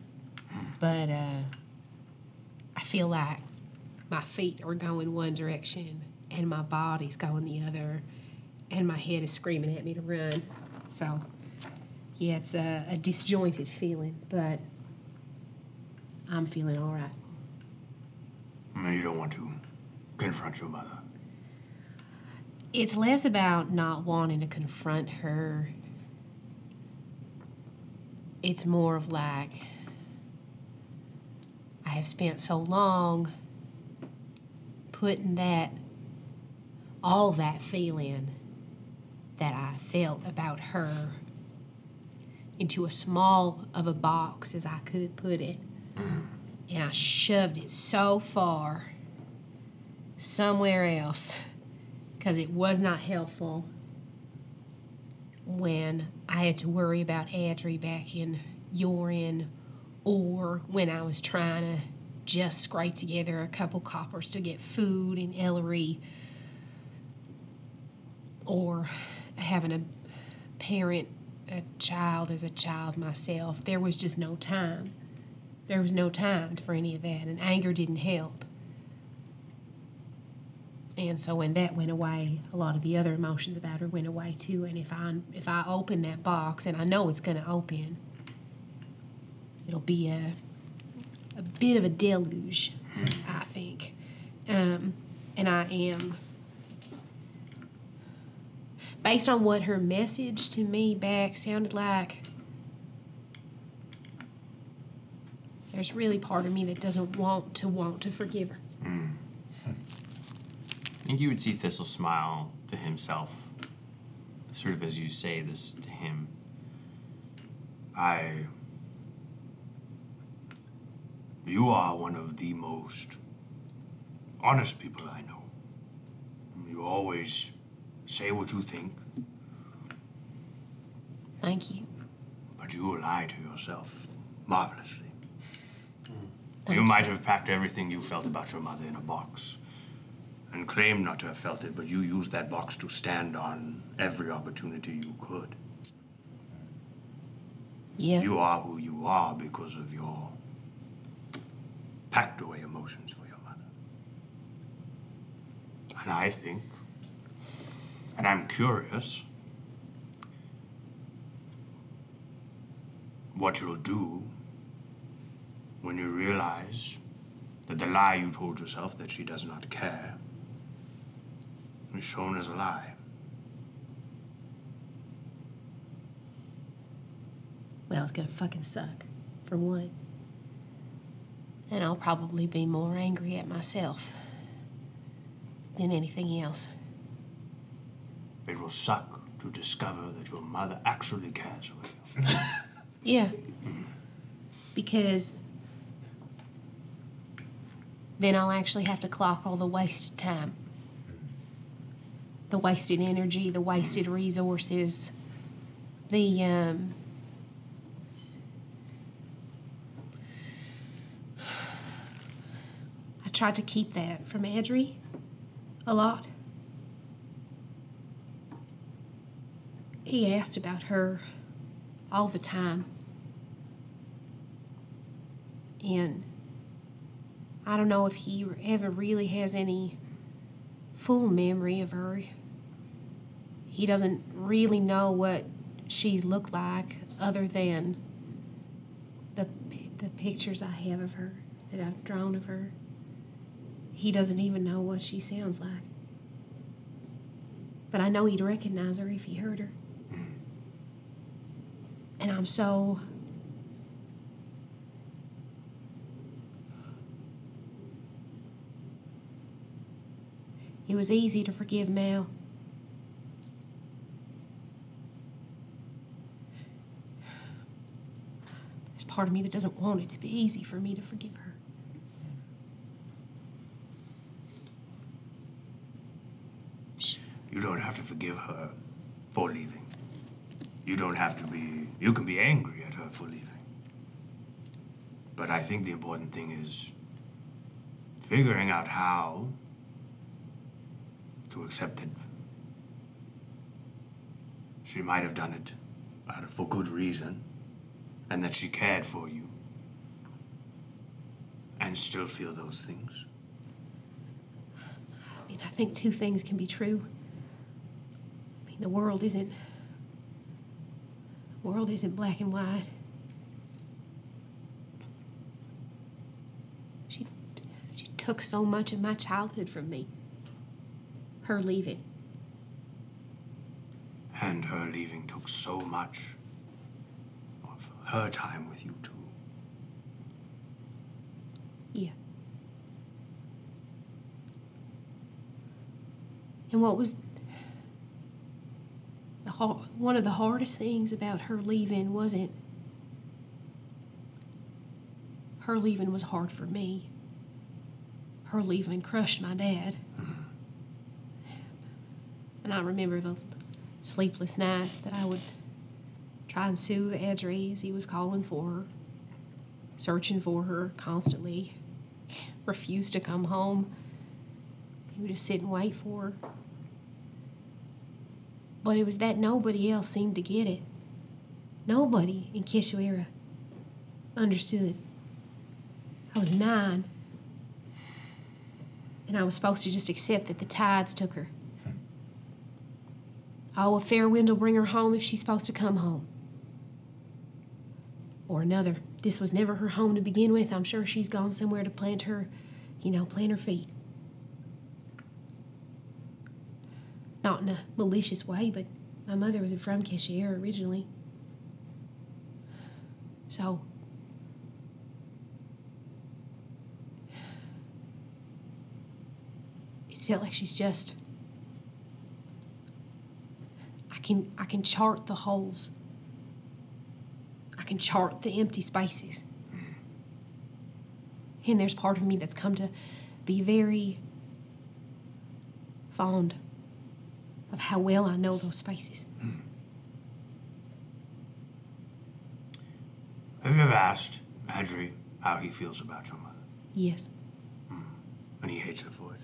C: But, uh. I feel like my feet are going one direction and my body's going the other and my head is screaming at me to run. So
G: Yeah, it's a, a disjointed feeling, but I'm feeling all right.
E: No, you don't want to confront your mother.
G: It's less about not wanting to confront her. It's more of like, I have spent so long putting that, all that feeling that I felt about her into as small of a box as I could put it. And I shoved it so far somewhere else because it was not helpful when I had to worry about Adri back in urine or when I was trying to just scrape together a couple coppers to get food in Ellery or having a parent a child as a child myself there was just no time there was no time for any of that and anger didn't help and so when that went away, a lot of the other emotions about her went away too. And if I if I open that box, and I know it's going to open, it'll be a a bit of a deluge, I think. Um, and I am based on what her message to me back sounded like. There's really part of me that doesn't want to want to forgive her.
E: I think you would see Thistle smile to himself, sort of as you say this to him. I. You are one of the most honest people I know. You always say what you think,
G: Thank you.
E: but you lie to yourself marvelously. You might have packed everything you felt about your mother in a box and claimed not to have felt it, but you used that box to stand on every opportunity you could.
G: Yeah.
E: You are who you are because of your packed away emotions for your mother. And I think, and I'm curious, what you'll do when you realize that the lie you told yourself that she does not care is shown as a lie.
G: Well, it's gonna fucking suck, for one. And I'll probably be more angry at myself than anything else.
E: It will suck to discover that your mother actually cares for you.
G: Yeah. Because then I'll actually have to clock all the wasted time, the wasted energy, the wasted resources, the, um, I tried to keep that from Adri a lot. He asked about her all the time. And I don't know if he ever really has any full memory of her. He doesn't really know what she's looked like other than the pi- the pictures I have of her that I've drawn of her. He doesn't even know what she sounds like. But I know he'd recognize her if he heard her and I'm so It was easy to forgive Mel. There's part of me that doesn't want it to be easy for me to forgive her.
E: You don't have to forgive her for leaving. You don't have to be, you can be angry at her for leaving. But I think the important thing is figuring out how to accept it. She might have done it out of, for good reason, and that she cared for you, and still feel those things.
G: I mean, I think two things can be true. I mean, the world isn't world isn't black and white. She, she took so much of my childhood from me. Her leaving.
E: And her leaving took so much of her time with you too.
G: Yeah. And what was the har one of the hardest things about her leaving wasn't her leaving was hard for me. Her leaving crushed my dad. And I remember the sleepless nights that I would try and soothe Edry as he was calling for her searching for her constantly, refused to come home. He would just sit and wait for her. But it was that nobody else seemed to get it. Nobody in Kishuera understood. I was nine, and I was supposed to just accept that the tides took her. Oh, a fair wind will bring her home if she's supposed to come home or another. This was never her home to begin with. I'm sure she's gone somewhere to plant her, you know, plant her feet. Not in a malicious way, but my mother was from Kashir originally. So. It's felt like she's just. I can I can chart the holes I can chart the empty spaces. And there's part of me that's come to be very fond of how well I know those spaces.
E: Have you ever asked Adri how he feels about your mother?
G: Yes,
E: And he hates her for it.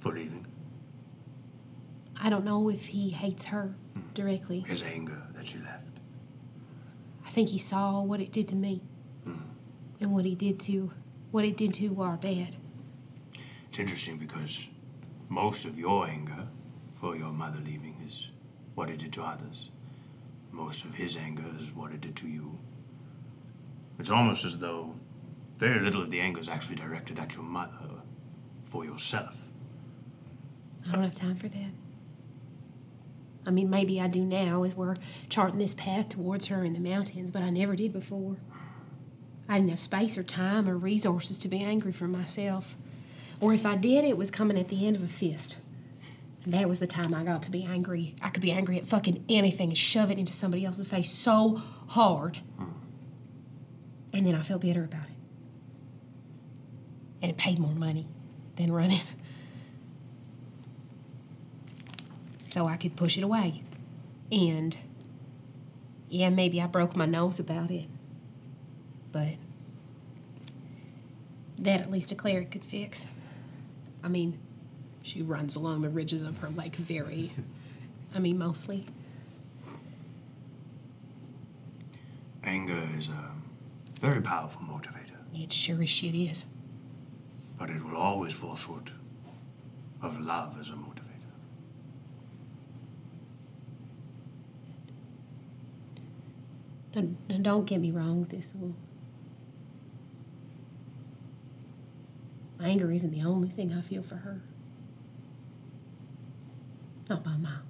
E: For leaving.
G: I don't know if he hates her directly.
E: His anger that she left.
G: I think he saw what it did to me and what he did to what it did to our dad.
E: It's interesting because most of your anger for your mother leaving is what it did to others. Most of his anger is what it did to you. It's almost as though very little of the anger is actually directed at your mother for yourself.
G: I don't have time for that. I mean, maybe I do now as we're charting this path towards her in the mountains, but I never did before. I didn't have space or time or resources to be angry for myself. Or if I did, it was coming at the end of a fist. And that was the time I got to be angry. I could be angry at fucking anything and shove it into somebody else's face so hard. And then I felt bitter about it. And it paid more money than running. so I could push it away. And yeah, maybe I broke my nose about it, but that at least a cleric could fix. I mean, she runs along the ridges of her lake very, I mean, mostly.
E: Anger is a very powerful motivator,
G: It sure as shit is.
E: but it will always fall short of love as a motivator.
G: Now, now don't get me wrong, this will. Anger isn't the only thing I feel for her. Not by mile.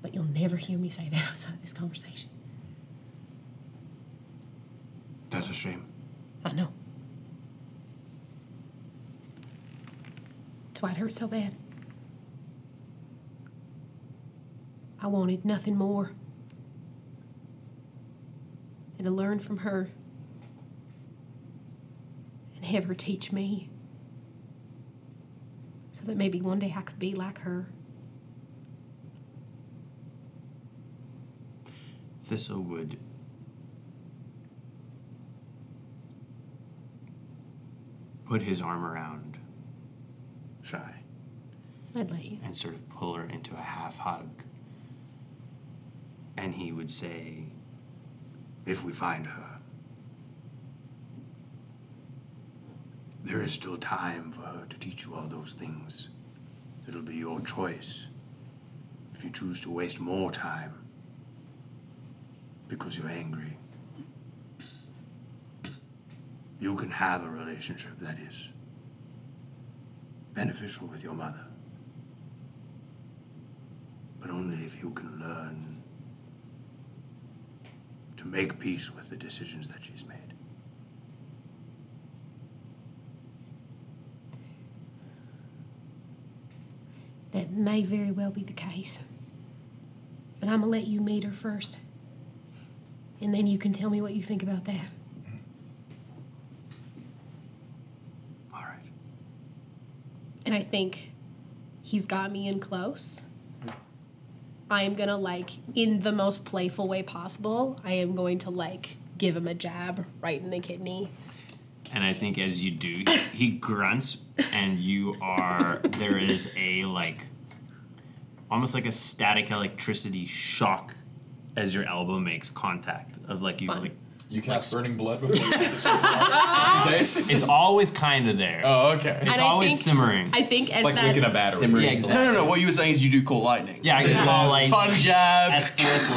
G: But you'll never hear me say that outside this conversation.
E: That's a shame.
G: I know. That's why it hurt so bad. I wanted nothing more than to learn from her and have her teach me so that maybe one day I could be like her.
E: Thistle would put his arm around Shy
G: I'd let you.
E: and sort of pull her into a half hug. And he would say, If we find her, there is still time for her to teach you all those things. It'll be your choice if you choose to waste more time because you're angry, you can have a relationship that is beneficial with your mother. But only if you can learn to make peace with the decisions that she's made.
G: That may very well be the case. But I'm going to let you meet her first. And then you can tell me what you think about that.
E: All right.
G: And I think he's got me in close. I am going to, like, in the most playful way possible, I am going to, like, give him a jab right in the kidney.
I: And I think as you do, he, he grunts, and you are there is a like almost like a static electricity shock as your elbow makes contact of like you like
D: You cast burning blood before you this.
I: it's always kind of there.
D: Oh, okay.
I: it's
G: And I
I: always
G: think-
I: simmering.
G: I think as
D: It's like
G: that.
D: licking a battery.
A: Simmering.
I: yeah,
B: No,
I: exactly.
B: no, no. What you were saying is you do call lightning.
I: Yeah, I can call like
B: Fun
I: at
B: jab.
I: fourth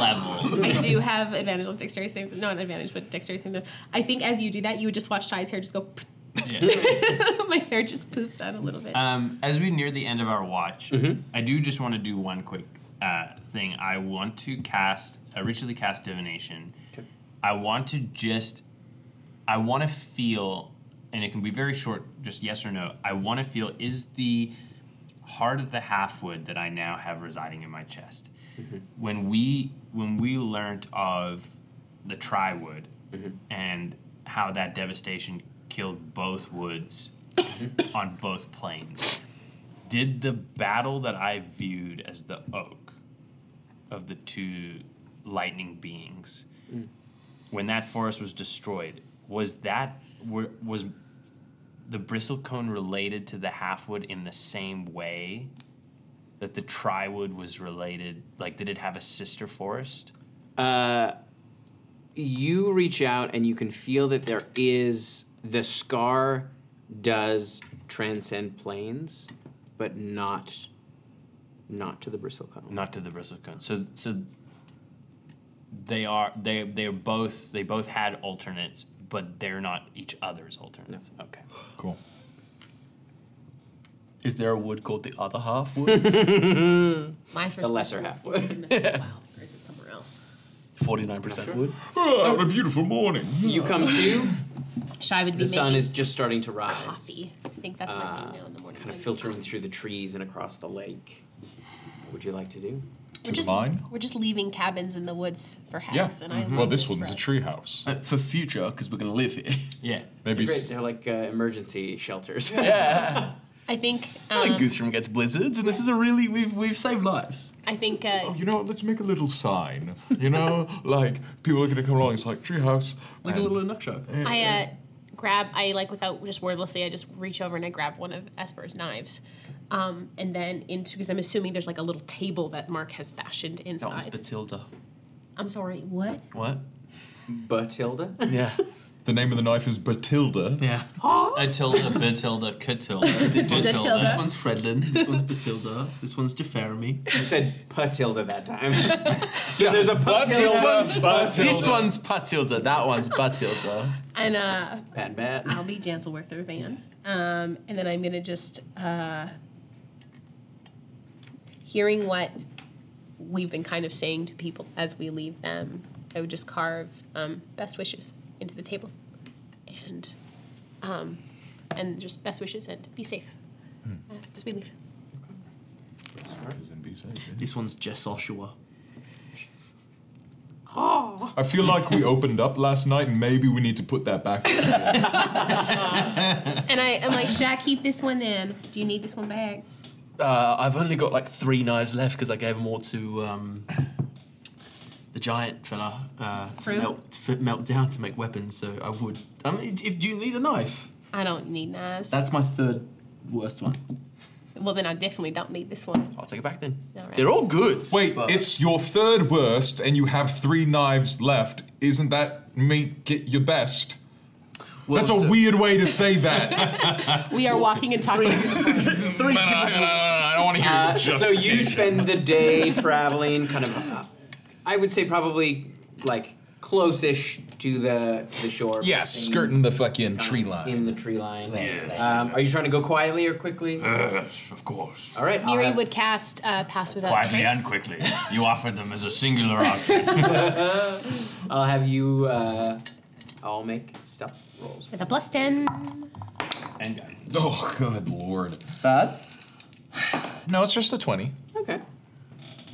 I: level.
G: I do have advantage on dexterity saving not an advantage, but dexterity saving throw. I think as you do that, you would just watch Ty's hair just go. My hair just poofs out a little
A: Uh,
G: bit.
I: Um, as we near the end of our watch, I do just want to do one quick uh, thing. I want to cast a ritually cast divination. I want to just, I want to feel, and it can be very short, just yes or no. I want to feel is the heart of the halfwood that I now have residing in my chest. When we when we learnt of the triwood and how that devastation killed both woods on both planes. Did the battle that I viewed as the oak of the two lightning beings, when that forest was destroyed, was that were, was the bristlecone related to the halfwood in the same way that the triwood was related? Like, did it have a sister forest?
A: you reach out and you can feel that there is the scar does transcend planes, but not not to the bristlecone.
I: Not to the bristlecone. So so they are they they're both they both had alternates, but they're not each other's alternates. Okay.
D: Cool.
B: Is there a wood called the other half wood?
G: My first
A: The lesser
G: question
A: halfway.
G: was, is it in the wild or is it somewhere else?
B: 49% wood.
D: Oh, what a beautiful morning.
A: You come to,
G: Shy would be
A: the sun
G: making
A: is just starting to rise.
G: coffee. I think that's what you know in the morning.
A: Kind of filtering through the trees and across the lake. What would you like to do?
D: To the vine?
G: We're just leaving cabins in the woods for
D: Yeah. Mm-hmm.
G: hacks, and I love
D: well, this
G: this
D: one's a
G: road.
D: tree house.
B: Uh, For future, because we're going to live here.
I: Yeah.
D: Maybe
A: Great,
D: s-
A: they're like uh, emergency shelters.
G: I think.
B: like
G: Um,
B: Guthrum gets blizzards, and this is a really we've we've saved lives.
G: I think. Uh,
D: Oh, you know, what, let's make a little sign. You know, like people are gonna come along. It's like tree house.
B: Like a
D: and-
B: little Nuckshock.
G: I uh, grab. I like without just wordlessly. I just reach over and I grab one of Esper's knives, um, and then into because I'm assuming there's like a little table that Mark has fashioned
B: That one's
G: inside.
B: Batilda.
G: I'm sorry. What?
B: What?
A: Batilda?
B: Yeah.
D: The name of the knife is Batilda.
B: Yeah.
I: Atilda, Batilda, Catilda,
B: This
I: Batilda.
B: one's Fredlin. This one's Batilda. This one's Defermi.
A: You said Patilda that time. so there's a Patilda.
B: This one's This one's Patilda. That one's Batilda.
G: And uh,
A: Bad bat.
G: I'll be gentle with her then. Um, and then I'm gonna just uh, hearing what we've been kind of saying to people as we leave them. I would just carve um, best wishes into the table, and um, and just best wishes and be safe uh, as we leave.
B: This one's Jess Oshua.
D: I feel like we opened up last night, and maybe we need to put that back.
G: And I, I'm like, should I keep this one then? Do you need this one back?
B: Uh, I've only got like three knives left because I gave them all to um, the giant fella uh, to
G: True.
B: melt, f- melt down to make weapons. So I would. I mean, if do you need a knife,
G: I don't need knives.
B: that's my third worst one.
G: Well, then I definitely don't need this one.
B: I'll take it back then.
G: All right.
B: They're all good.
D: Wait,
B: but-
D: it's your third worst, and you have three knives left. Isn't that make it your best? That's a weird way to say that.
G: We are walking and talking.
D: Three I don't want to hear
A: Uh,
D: your
A: so you
D: justification.
A: spend the day traveling, kind of. Uh, I would say probably like close-ish to the the shore.
D: Yeah,
A: Thing,
D: skirting the fucking
A: uh,
D: tree
A: In
D: line.
A: the tree line.
E: Yes.
A: Um, are you trying to go quietly or quickly?
E: Uh, Yes, of course.
A: All right. I'll
G: Miri
A: have-
G: would cast uh, Pass Without
E: Quietly
G: Trace.
E: and quickly. You offered them as a singular option.
A: I'll have you. Uh, I'll make stuff rolls.
G: With a plus 10.
E: and guidance.
D: Oh, good lord.
B: Bad.
D: No, it's just a 20.
A: Okay.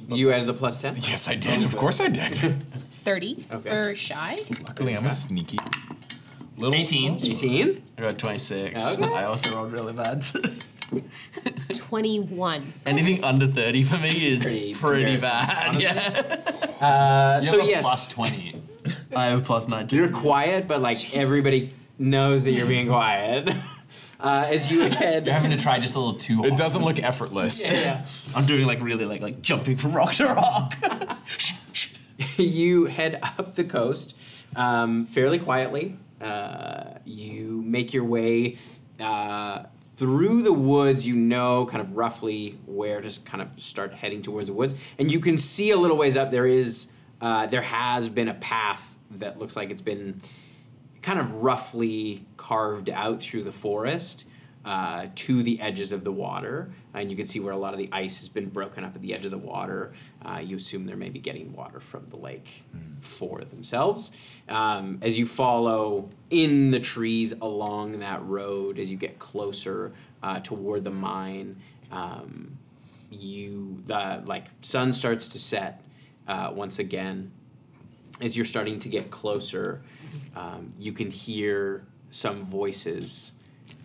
A: You added the plus ten.
D: Yes, I did. Of course I did.
G: 30
A: Okay.
G: for Shy.
D: Luckily, I'm a sneaky. Little
E: 18.
A: Eighteen.
B: I got 26.
A: Okay.
B: I also rolled really bad.
G: 21.
B: Anything under 30 for me is
A: Pretty
B: pretty,
A: embarrassing,
B: bad. Yeah.
A: Uh,
E: You
A: so
E: have a
A: yes,
E: plus 20.
B: I have a plus 19.
A: you're quiet, but like everybody knows that you're being quiet. Uh, as you head.
E: You're having to try just a little too hard.
D: It doesn't look effortless.
A: Yeah.
B: I'm doing like really like like jumping from rock to rock.
A: you head up the coast um, fairly quietly. Uh, you make your way uh, through the woods. You know kind of roughly where to s- kind of start heading towards the woods, and you can see a little ways up. There is uh, there has been a path that looks like it's been kind of roughly carved out through the forest uh, to the edges of the water. And you can see where a lot of the ice has been broken up at the edge of the water. Uh, you assume they're maybe getting water from the lake for themselves. Um, as you follow in the trees along that road, as you get closer uh, toward the mine, um, you the like sun starts to set uh, once again as you're starting to get closer, um, you can hear some voices.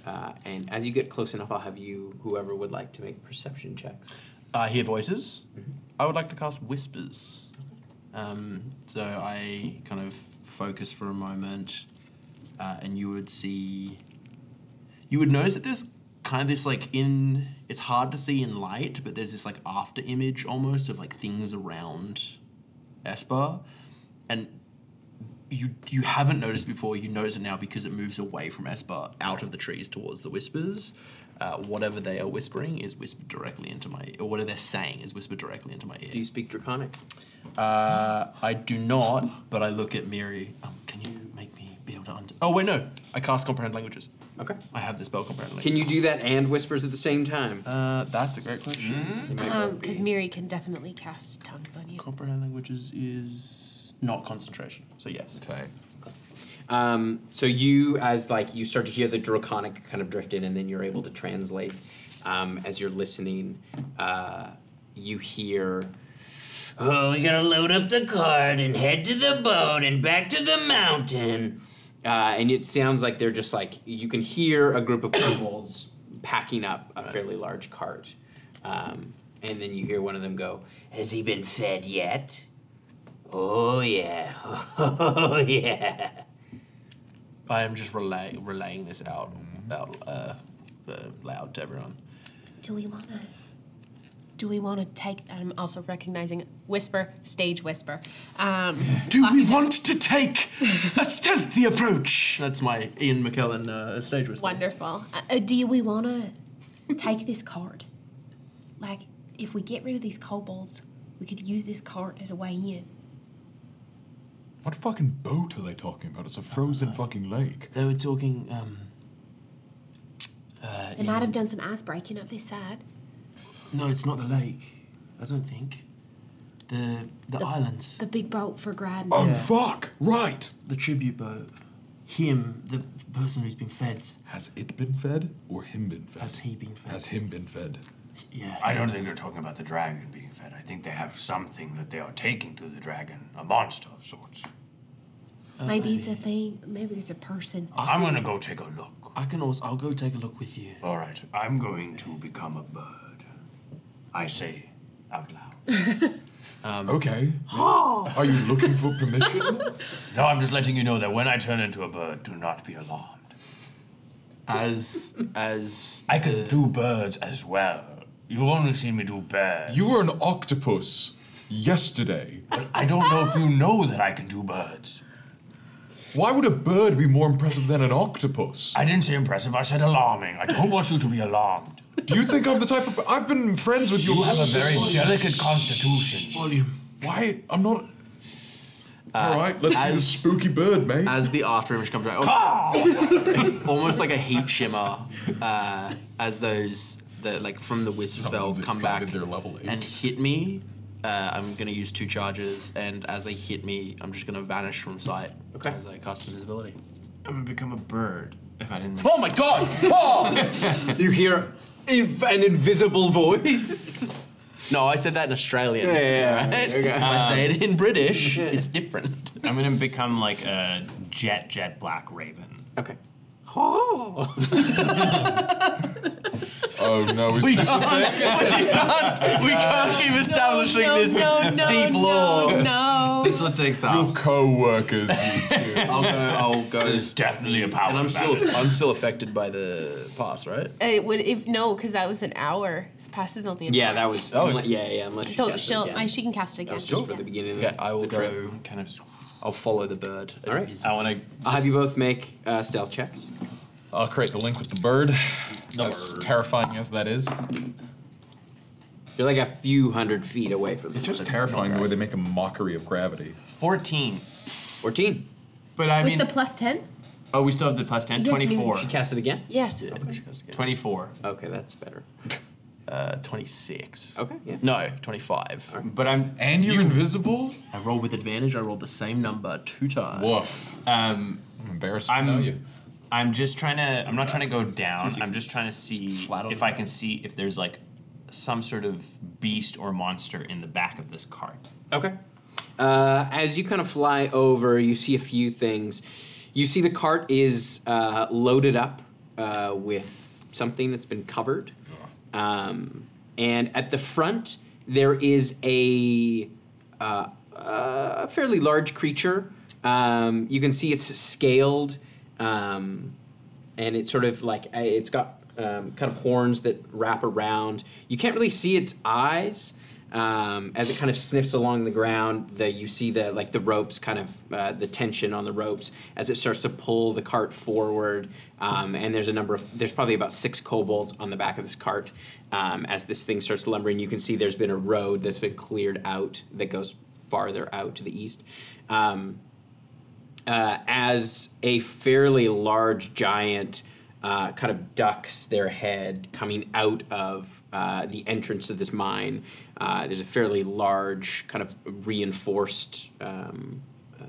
A: Uh, and as you get close enough, I'll have you, whoever would like to make perception checks.
B: I uh, hear voices. I would like to cast whispers. Um, so I kind of focus for a moment, uh, and you would see. You would notice that there's kind of this like in. It's hard to see in light, but there's this like after image almost of like things around Esper, and you you haven't noticed before. You notice it now because it moves away from Esper, out of the trees towards the whispers. Uh, whatever they are whispering is whispered directly into my ear, or whatever they're saying is whispered directly into my
A: Do
B: ear.
A: you speak Draconic?
B: Uh, I do not, but I look at Miri. Um, can you make me be able to under? Oh wait, no. I cast comprehend languages.
A: Okay.
B: I have the spell comprehend
A: Can
B: languages.
A: you do that and whispers at the same time?
B: uh, that's a great question.
A: It might both
G: Because
A: be-
G: um, Miri can definitely cast tongues on you.
B: Comprehend languages is not concentration, so yes.
D: Okay.
A: Um, so you, as like you start to hear the draconic kind of drift in, and then you're able to translate. Um, as you're listening, uh, you hear Oh, we gotta load up the cart and head to the boat and back to the mountain. Uh, and it sounds like they're just like you can hear a group of kobolds packing up a fairly large cart, um, and then you hear one of them go, "Has he been fed yet?" Oh yeah, oh yeah.
B: I am just relay- relaying this out, out uh, uh, loud to everyone.
G: Do we want to? Do we want to take? I'm also recognizing whisper, stage whisper. Um,
B: Do we want to take a stealthy approach? That's my Ian McKellen uh, stage whisper.
G: wonderful. Uh, uh, do we want to take this card? Like, if we get rid of these kobolds, we could use this card as a way in.
D: What fucking boat are they talking about? It's a frozen fucking lake.
B: They were talking. Um, uh,
G: They might have done some ice breaking up this side.
B: no, it's not the lake. I don't think. The the, island,
G: The big boat for grinding.
D: Oh, fuck! Right!
B: the tribute boat. Him, the person who's been fed.
D: Has it been fed or him been fed?
B: Has he been fed?
D: Has him been fed?
B: Yeah.
E: I don't think they're talking about the dragon being fed. I think they have something that they are taking to the dragon, a monster of sorts.
G: Maybe it's a thing. Maybe it's a person.
E: I'm gonna go take a look.
B: I can also. I'll go take a look with you.
E: All right, I'm going to become a bird. I say out loud.
D: Um, okay. Are you looking for permission?
E: no, I'm just letting you know that when I turn into a bird, do not be alarmed.
B: As as
E: I can do birds as well. You've only seen me do birds.
D: you were an octopus yesterday.
E: I don't know if you know that I can do birds.
D: Why would a bird be more impressive than an octopus?
E: I didn't say impressive, I said alarming. I don't want you to be alarmed.
D: Do you think I'm the type of? I've been friends with you.
E: You have a very delicate constitution.
B: Volume.
D: Why? I'm not. All right, let's see the spooky bird, mate.
B: As the after image comes out, oh, almost like a heat shimmer, uh, as those that like from the wizard spell
D: Someone's
B: come back
D: excited they're level eight.
B: and hit me. Uh, I'm gonna use two charges, and as they hit me, I'm just gonna vanish from sight
A: Okay.
B: as I cast invisibility.
I: I'm gonna become a bird if I didn't.
B: Oh my god! Oh!
A: You hear inv- an invisible voice.
B: no, I said that in Australian.
A: Yeah, yeah, yeah.
B: right?
A: Okay. Um,
B: If I say it in British, it's different.
I: I'm gonna become like a jet, jet black raven.
A: okay. Oh.
D: Oh no, is this a thing?
B: we can't keep establishing this deep lore.
G: No.
I: This will take
D: Your
I: some.
D: co-workers, you two.
B: I'll go. I'll go.
I: There's definitely a power.
B: And I'm still.
I: imbalance.
B: I'm still affected by the pass, right?
G: It would if no, because that was an hour. Passes only an
A: Yeah,
G: hour.
A: that was.
B: Oh.
A: unle- yeah, yeah. Unless you
G: So
A: cast it
G: she'll
A: again.
G: I, she can cast it again.
A: It's just for the beginning.
B: Yeah, I will go.
I: kind of.
B: I'll follow the bird.
A: All right.
I: I want to
A: I'll have you both make uh, stealth checks.
D: I'll create the link with the bird. as
I: bird.
D: terrifying as that is.
A: You're like a few hundred feet away from this.
D: It's just terrifying the way they make a mockery of gravity.
I: 14.
A: 14.
I: But I
G: With
I: mean,
G: the plus ten?
I: oh, we still have the plus 10.
G: You guys mean-
I: 24.
A: She cast it again.
G: Yes.
I: 24.
A: Okay, that's better.
B: Uh, 26.
A: Okay, yeah.
B: No, 25.
I: But I'm
D: And you're invisible?
B: I roll with advantage. I roll the same number two times.
D: Woof.
I: um
D: I'm embarrassed
I: I'm-
D: to know you.
I: I'm just trying to I'm not trying to go down.
B: sixes.
I: I'm just trying to see
B: Flat on
I: if
B: the
I: I
B: ground.
I: can see if there's like some sort of beast or monster in the back of this cart.
A: Okay. Uh, as you kind of fly over, you see a few things. You see the cart is uh, loaded up uh, with something that's been covered. Um, and at the front, there is a uh, a fairly large creature. Um, you can see it's scaled, um, and it's sort of like uh, it's got um, kind of horns that wrap around. You can't really see its eyes um, as it kind of sniffs along the ground. The you see the like the ropes kind of uh, the tension on the ropes as it starts to pull the cart forward. Um, and there's a number of there's probably about six kobolds on the back of this cart um, as this thing starts lumbering. You can see there's been a road that's been cleared out that goes farther out to the east. Um, uh, as a fairly large giant uh, kind of ducks their head coming out of uh, the entrance to this mine. Uh, there's a fairly large kind of reinforced um, uh,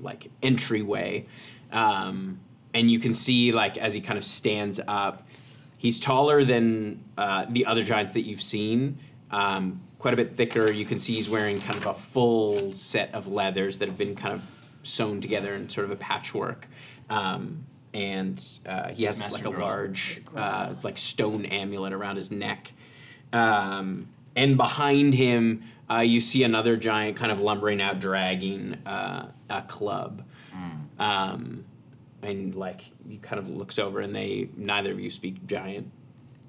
A: like entryway, um, and you can see like as he kind of stands up, he's taller than uh, the other giants that you've seen. Um, quite a bit thicker. You can see he's wearing kind of a full set of leathers that have been kind of sewn together in sort of a patchwork. Um, and uh, he has
I: Master
A: like a
I: Grog.
A: large uh, like stone amulet around his neck. Um, and behind him, uh, you see another giant kind of lumbering out, dragging uh, a club. Um, and like he kind of looks over, and they neither of you speak giant.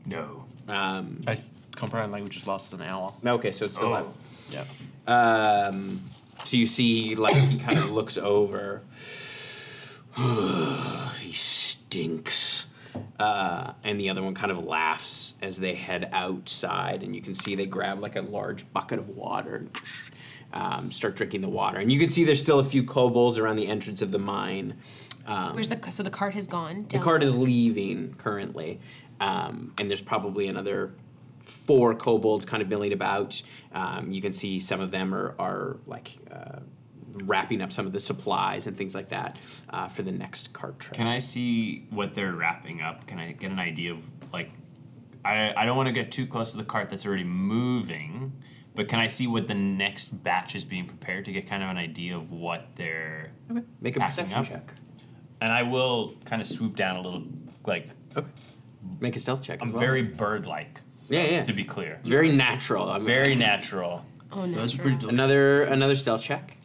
I: No.
A: Um,
B: I s- comprehend languages lasts an hour.
A: okay, so it's still out.
B: Yeah.
A: Um, so you see, like, he kind of looks over. he stinks. Uh, and the other one kind of laughs as they head outside, and you can see they grab like a large bucket of water and um, start drinking the water. And you can see there's still a few kobolds around the entrance of the mine. Um,
G: Where's the so the cart has gone
A: the
G: down.
A: card is leaving currently, um, and there's probably another four kobolds kind of milling about. Um, you can see some of them are, are like uh, wrapping up some of the supplies and things like that uh, for the next cart trip.
I: Can I see what they're wrapping up? Can I get an idea of like I I don't want to get too close to the cart that's already moving, but can I see what the next batch is being prepared to get kind of an idea of what they're
A: Make a
I: packing
A: perception
I: up?
A: check.
I: And I will kind of swoop down a little like
A: Okay. Make a stealth check.
I: I'm
A: as well.
I: very bird-like
A: yeah yeah
I: to be clear.
A: very natural. I'm
I: Very natural.
G: oh no.
B: Those are pretty delicious.
A: another another stealth check.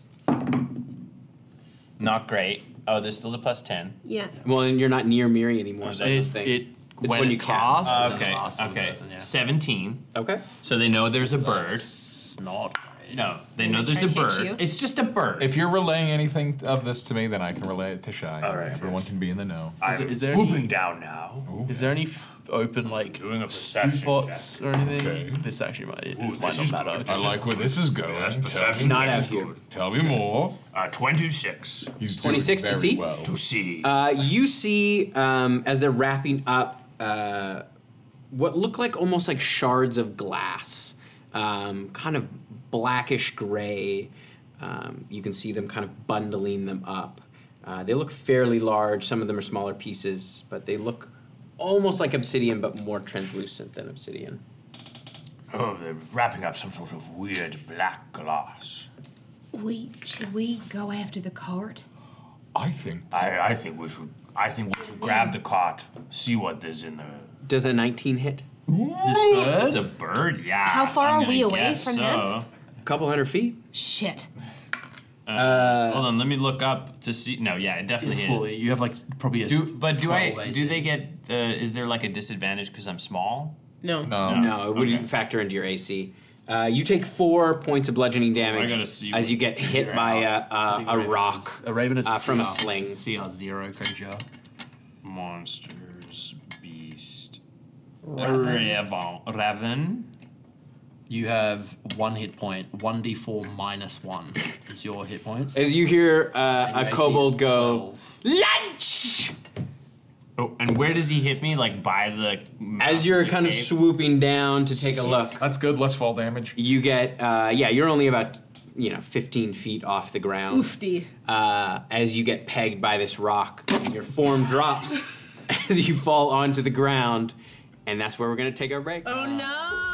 I: Not great. Oh, there's still the plus 10.
G: Yeah.
A: Well, and you're not near Miri anymore.
I: Was
A: so
I: that-
A: that's the
B: It,
A: thing.
B: it when,
A: when you
B: it casts.
I: Uh,
B: and
I: okay.
B: casts in
I: Okay.
B: person, yeah.
I: 17.
A: okay.
I: So they know there's a bird.
B: It's not great.
I: No, they know there's a
G: trying to hit
I: bird.
G: you.
I: It's just a bird.
D: If you're relaying anything of this to me, then I can relay it to Shy.
E: All right,
D: Everyone
E: yes.
D: can be in the know.
E: I'm
B: it- is there
E: swooping
B: any-
E: down now.
B: Is there any f- open like
E: Doing a
B: stew
E: perception
B: pots
E: check.
B: or anything?
D: Okay.
B: This actually might, it
E: Ooh,
B: might
E: this is
B: not
E: good.
B: matter.
D: I like where this is going.
E: That's
D: Tell
E: perception.
D: me,
A: Not
E: check
A: out
E: is
A: here.
E: good.
D: tell me more.
E: Uh, 26
D: He's doing
A: 26 to
D: very
A: see?
D: well.
E: to see.
A: Uh, you see, um, as they're wrapping up, uh, what look like almost like shards of glass, um, kind of blackish gray. Um, you can see them kind of bundling them up. Uh, they look fairly large. Some of them are smaller pieces, but they look almost like obsidian, but more translucent than obsidian.
E: oh, they're wrapping up some sort of weird black glass.
J: We should we go after the cart?
D: I think
E: I, I think we should. I think we should grab the cart, see what there's in there.
A: Does a 19 hit?
I: it's a bird, yeah.
J: How far
I: I'm
J: are
I: gonna
J: we away
I: guess
J: from them?
I: so.
A: A couple hundred feet?
J: Shit.
I: Hold on, let me look up to see. No, yeah, it definitely
B: Fully,
I: is.
B: you have like probably a
I: Do but do I?
B: Probably
I: Do they
B: so.
I: get? Uh, is there like a disadvantage because I'm small?
G: No.
D: no.
A: No, it wouldn't
I: Okay.
A: factor into your AC. Uh, you take four points of bludgeoning damage
I: gotta see
A: as
I: what-
A: you get hit by a, a, a rock.
B: A raven is
A: uh,
B: a
A: from a
B: CR.
A: sling.
B: CR zero creature.
I: Monsters, beast, raven, raven.
B: You have one hit point. One d four minus one is your hit points.
A: As you hear
B: And your
A: uh, a
B: AC is
A: kobold go,
B: 12.
A: lunch!
I: Oh, and where does he hit me? Like by the. mouth
A: As you're
I: the
A: kind of
I: cave?
A: swooping down to take a look,
D: That's good. Less fall damage.
A: you get, uh, yeah, you're only about, you know, 15 feet off the ground.
G: Oofty.
A: uh, as you get pegged by this rock. Your form drops as you fall onto the ground, and that's where we're gonna take our break.
G: Oh no.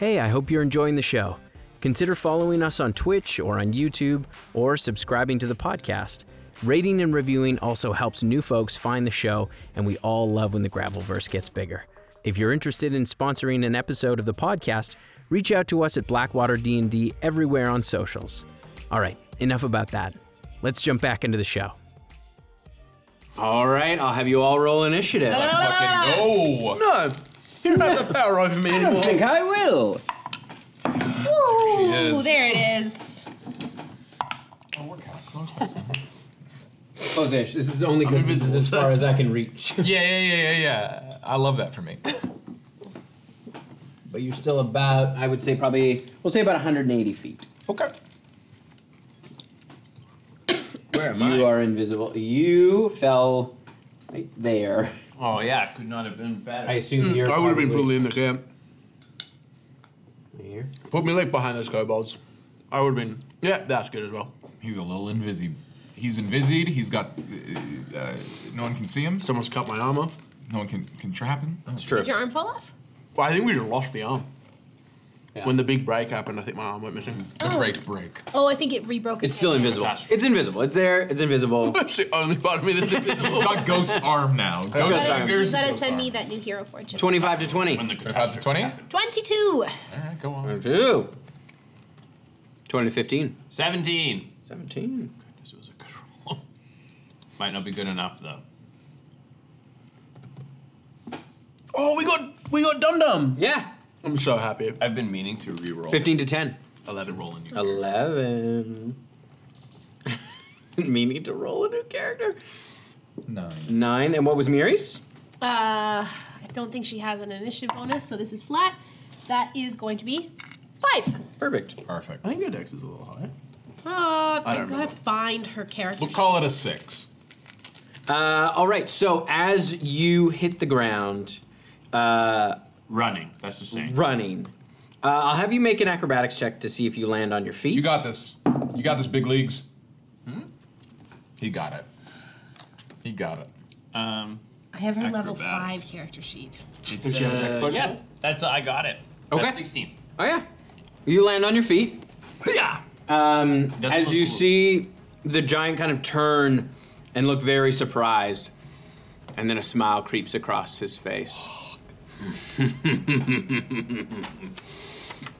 A: Hey, I hope you're enjoying the show. Consider following us on Twitch or on YouTube or subscribing to the podcast. Rating and reviewing also helps new folks find the show, and we all love when the Gravelverse gets bigger. If you're interested in sponsoring an episode of the podcast, reach out to us at Blackwater D&D everywhere on socials. All right, enough about that. Let's jump back into the show. All right, I'll have you all roll initiative.
D: Fucking go.
B: No, you don't have the power over me anymore.
A: I will.
D: Yes.
G: Ooh, Oh, there it is.
A: Oh, Zish, this is only because this is as far as I can reach.
D: Yeah, yeah, yeah, yeah, yeah. I love that for me.
A: but you're still about, I would say probably, we'll say about 180 feet.
D: Okay.
I: Where am
A: You are invisible. You fell right there.
I: Oh yeah, could not have been better.
A: I assume
D: Hmm.
A: you're.
B: I would have been
A: probably
B: fully in the camp.
A: here.
B: Put me like behind those kobolds. I would have been. Yeah, that's good as well.
D: He's a little invisible. He's invisied. He's got. Uh, uh, no one can see him. So
B: Someone's cut my arm off.
D: no one can Oh. can trap him.
A: It's true.
G: Did your arm fall off?
B: Well, I think we just lost the arm.
A: Yeah.
B: When the big break happened, I think my arm went missing.
D: The great break.
G: Oh, I think it rebroke.
A: It's still invisible.
I: Catastrophe.
A: It's invisible. It's there. It's invisible.
B: That's the only part of me that's invisible.
D: got ghost arm now. Ghost
A: Ghost arm.
D: fingers.
G: You gotta
D: ghost
G: send
D: arm.
G: me that new hero fortune.
A: Twenty-five to twenty.
E: When the
D: About to
E: catastrophe
D: twenty. All
E: happened.
G: 22.
A: Ah,
D: right, go on.
A: Two. Twenty to fifteen.
I: Seventeen.
A: Seventeen.
I: This was a good roll. Might not be good enough though.
B: Oh, we got we got Dum Dum.
A: Yeah.
B: I'm so happy.
I: I've been meaning to re-roll.
A: Fifteen to ten.
B: Eleven roll.
I: Rolling you.
A: Eleven. Meaning to roll a new character.
D: Nine.
A: Nine. And what was Miri's?
G: Uh, I don't think she has an initiative bonus, so this is flat. That is going to be five.
A: Perfect.
D: Perfect.
B: I think your dex is a little high.
G: Uh,
B: I don't
G: I've got to
B: remember.
G: find her character.
D: We'll call it a six.
A: Uh, all right. So as you hit the ground, uh,
I: Running. That's just saying.
A: running, uh, I'll have you make an acrobatics check to see if you land on your feet.
D: You got this. You got this, big leagues. Hmm? He got it. He got it.
I: Um,
G: I have her level five
I: Acrobatics.
G: character sheet.
I: it's
B: she have a dex
I: uh,
B: bonus?
I: yeah. That's I got it.
A: Okay.
I: That's Sixteen.
A: Oh yeah, you land on your feet.
B: Yeah.
A: Um,
I: Doesn't
A: as
I: look
A: you
I: cool.
A: see the giant kind of turn and look very surprised, and then a smile creeps across his face.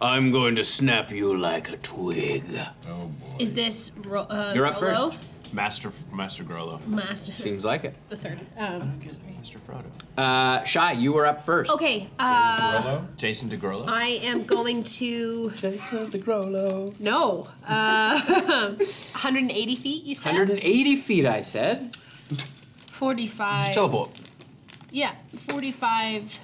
A: I'm going to snap you like a twig.
D: Oh boy.
G: Is this ro- uh,
A: You're up
G: Rolo?
A: first.
E: Master Master Grolo.
G: Master.
A: Seems like it.
G: The third. Um,
E: Master Frodo.
A: Uh, Shy, you were up first.
G: okay. Uh,
D: Hello?
E: Jason DeGrolo.
A: Ah.
G: I am going to
H: Jason DeGrolo.
G: no. Uh, 180 feet. You said.
A: 180 feet, I said.
G: 45.
H: Just teleport.
G: Yeah, 45,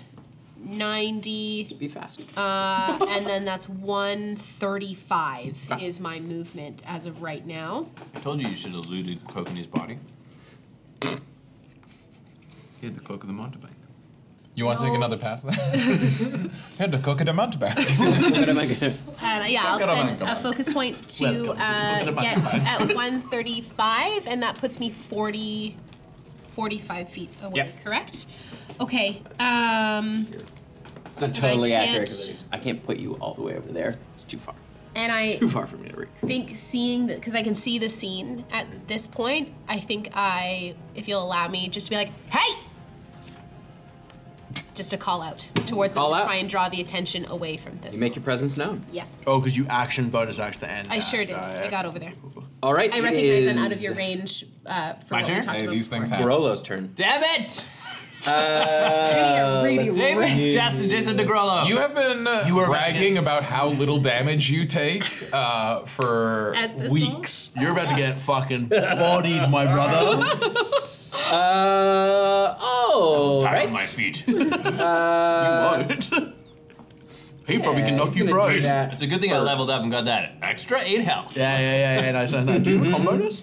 G: 90,
A: Be fast.
G: uh, and then that's 135
A: Okay.
G: is my movement as of right now.
E: I told you you should have looted Kokanee's body.
I: He had the cloak of the mountebank.
D: You want to take
G: No.
D: another pass? Had to cook it a mountebank.
A: what am I gonna?
G: And uh, yeah, I'll
D: Welcome,
G: spend a
D: welcome.
G: focus point to uh, get at 135, and that puts me 40, 45 feet away,
A: Yep.
G: correct? Okay, um,
A: It's not totally
G: I
A: accurate. 'cause
G: can't-
A: I can't put you all the way over there. It's too far.
G: and I
A: Too far for me to reach.
G: think seeing that because I can see the scene at this point, I think I, if you'll allow me, just to be like, hey, just to call out towards
A: Call
G: them to
A: out.
G: try and draw the attention away from this.
A: You make your presence known.
G: yeah,
H: Oh, because you action bonus action to end.
G: I sure
H: dash,
G: did.
H: right?
G: I got over there.
A: All right.
G: I
A: it
G: recognize I'm out of
A: is
G: your range uh, for
E: My
G: what we
E: turn?
G: talked
D: hey,
G: about.
D: these things happen.
A: Barolo's turn.
E: Damn it!
A: Uh, let's see.
E: Jason, Jason DeGrolo.
D: You have been uh,
H: You were-
D: bragging about how little damage you take uh, for
G: As this
D: weeks.
H: You're about to get fucking bodied, my brother.
A: Uh, oh,
I: Back
A: right.
I: on my feet.
D: Uh,
H: Won't. he probably can knock
A: he's
H: you
A: gonna
H: broke.
A: do
H: Yeah,
A: that
E: it's a good thing I
A: first.
E: leveled up and got that extra eight health.
H: yeah, yeah, yeah. Nice, nice, nice. Do you have a combo bonus?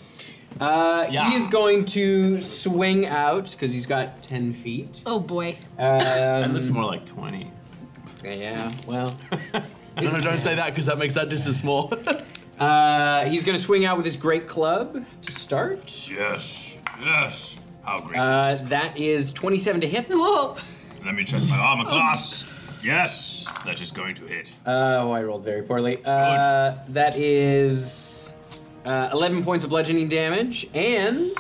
A: Uh,
E: Yeah.
A: He is going to swing out because he's got 10 feet.
G: Oh boy.
E: That
A: Um,
E: looks more like 20.
A: yeah, well.
H: No, no, don't say that because that makes that distance more.
A: Uh, he's going to swing out with his great club to start.
I: yes, yes. How great
A: Uh,
I: is
A: that is 27 to hit. Uh,
G: Whoa.
I: this? Let me check my armor class. Yes, that is going to hit.
A: oh, I rolled very poorly. Uh, that is uh, 11 points of bludgeoning damage and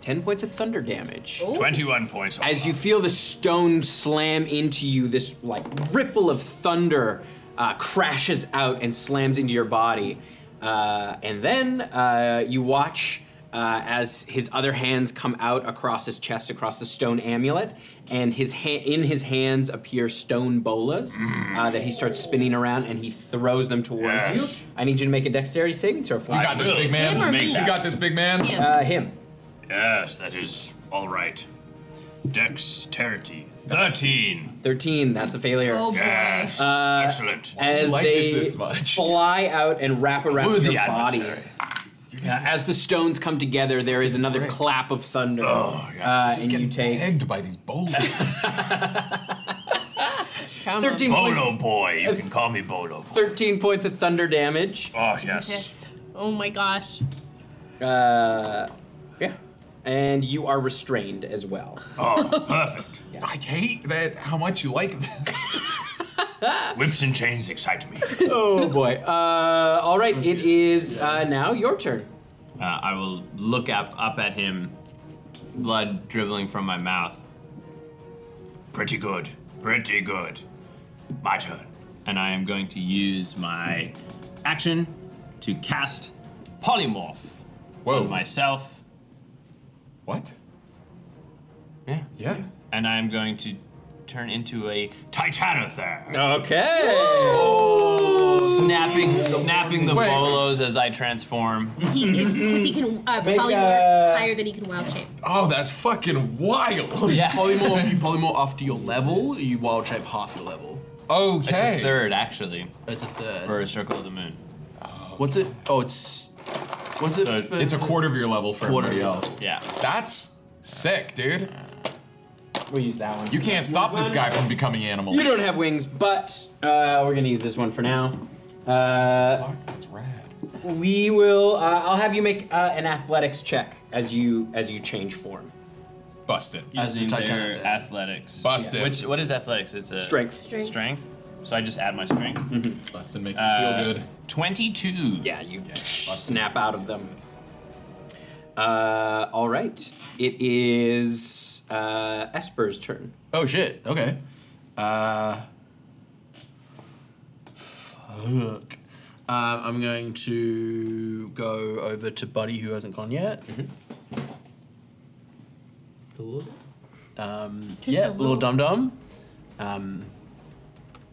A: 10 points of thunder damage.
I: 21 points.
A: As you feel the stone slam into you, this like ripple of thunder uh, crashes out and slams into your body. Uh, and then uh, you watch uh, as his other hands come out across his chest, across the stone amulet, and his ha- in his hands appear stone bolas uh, that he starts spinning around and he throws them towards
I: Yes.
A: you. I need you to make a dexterity saving throw for
D: You
A: me.
D: got this
I: will.
D: big man.
G: Him or me?
D: You got this big man.
G: Yeah.
A: Uh, him.
I: Yes, that is all right. Dexterity. 13.
A: 13, that's a failure.
G: Oh boy.
I: Yes. Excellent.
A: as
D: like
A: they
D: this this much.
A: fly out and wrap around
I: We're the
A: your body.
I: adversary.
A: Uh, as the stones come together, there is another clap of thunder,
I: Oh, yes.
A: uh, and
D: Just
A: you
D: getting
A: take
D: pegged by these boulders.
G: Come on.
A: thirteen points.
I: Bolo boy. You can call me Bolo boy.
A: Thirteen points of thunder damage.
I: Oh, yes.
G: Yes. Oh my gosh.
A: Uh, yeah, and you are restrained as well.
I: Oh, perfect.
D: I hate that how much you like this.
I: Whips and chains excite me.
A: Oh boy! Uh, all right, it is uh, now your turn.
E: Uh, I will look up up at him, blood dribbling from my mouth,
I: Pretty good. Pretty good. My turn.
E: and I am going to use my action to cast polymorph
D: Whoa.
E: on myself.
D: What?
E: Yeah.
D: Yeah.
E: And I am going to turn into a
I: Titanother.
A: Okay. Oh.
E: snapping snapping the
D: Wait.
E: bolos as I transform.
G: He is because he can uh,
A: Make,
G: polymorph
A: uh,
G: higher than he can wild shape.
D: Oh, that's fucking wild.
H: Yeah. Polymorph. You polymorph after your level. You wild shape half your level.
E: It's
D: Okay.
E: a third actually
H: That's a third.
E: for a circle of the moon.
H: What's it? Oh, it's. What's it?
E: So
H: for-
D: It's a quarter of your level for
H: Quarter.
D: everybody else.
E: Yeah.
D: That's sick, dude.
A: We'll use that one.
D: You can't stop this guy from becoming animal.
A: You don't have wings, but uh, we're gonna use this one for now. Uh,
D: Fuck, that's rad.
A: We will. Uh, I'll have you make uh, an athletics check as you as you change form.
D: Busted.
H: As a
E: Using their
H: Titanother.
E: athletics.
D: Busted.
E: Which what is athletics? It's a
A: Strength.
E: Strength. So I just add my strength.
D: Busted makes
E: Uh,
D: you feel good.
E: Twenty-two.
A: Yeah, you snap out of them. Uh, all right. It is uh, Esper's turn.
H: Oh shit. Okay. Uh. Fuck. Um, I'm going to go over to Buddy, who hasn't gone yet. Um, yeah, little dum dum. Um,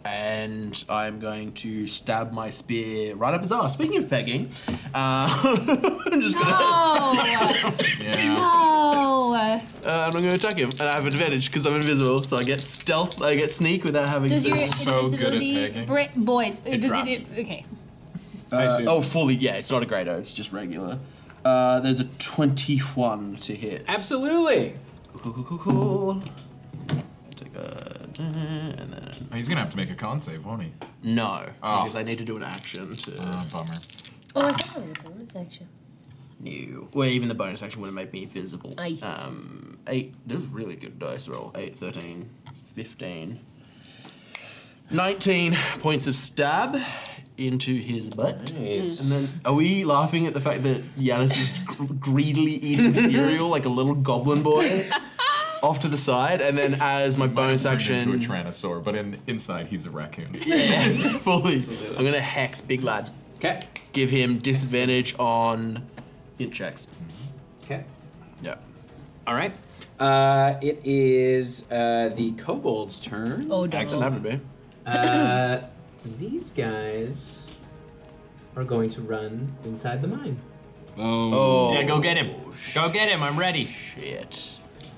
H: and I'm going to stab my spear right up his ass. Speaking of pegging, uh, I'm just gonna.
G: Oh. No.
H: Uh, and I'm gonna attack him, and I have advantage because I'm invisible, so I get stealth, I get sneak without having.
G: Does
H: to-
G: your
D: So good at
G: invisibility,
D: pegging.
G: Brit, boys? does
D: drops.
G: it? Okay.
H: Uh, oh, fully, yeah. It's not a grado. It's just regular. Uh, there's a 21 to hit.
A: Absolutely.
H: Cool, cool, cool, cool. Take a, and then
D: Oh, He's gonna have to make a con save, won't he?
H: no,
D: Oh.
H: because I need to do an action to
D: Ah, bummer.
K: Oh, I thought it was a bonus action.
H: new. Well, even the bonus action would have made me visible.
K: Nice.
H: Um, eight. That was really good dice roll. 8, 13, 15, 19 points of stab into his butt.
A: Nice.
H: And then, are we laughing at the fact that Yanis is gr- greedily eating cereal like a little goblin boy off to the side? And then, as my bonus
D: Turned into a
H: action,
D: tyrannosaur, but in, inside he's a raccoon.
H: fully, I'm gonna hex Big Lad,
A: Okay.
H: give him disadvantage on int checks.
A: Okay.
H: Yeah.
A: All right. Uh, it is uh, the kobold's turn.
K: Oh, no.
H: Doesn't have to be.
A: Uh, these guys are going to run inside the mine.
D: Oh,
E: Yeah, go get him. Go get him. I'm ready.
H: Shit.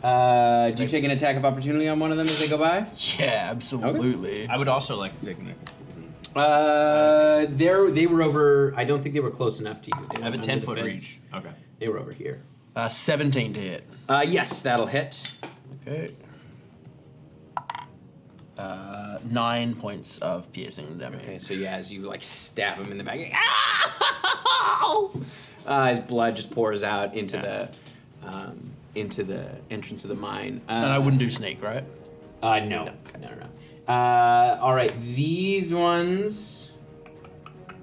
A: Uh, do you take an attack of opportunity on one of them as they go by?
H: Yeah, absolutely.
E: I would also like to take an.
A: Uh, they're, they were over. I don't think they were close enough to you. They
E: I have a
A: went under
E: ten
A: the
E: foot
A: fence.
E: reach. Okay.
A: They were over here.
H: Uh, 17 to hit.
A: Uh, yes, that'll hit.
H: Okay. Uh, nine points of piercing damage.
A: Okay, so yeah, as you like stab him in the back, ah! uh, his blood just pours out into the um, into the entrance of the mine. Uh,
H: And I wouldn't do sneak, right?
A: Uh, no. No, no, no. Uh, all right, these ones. Uh,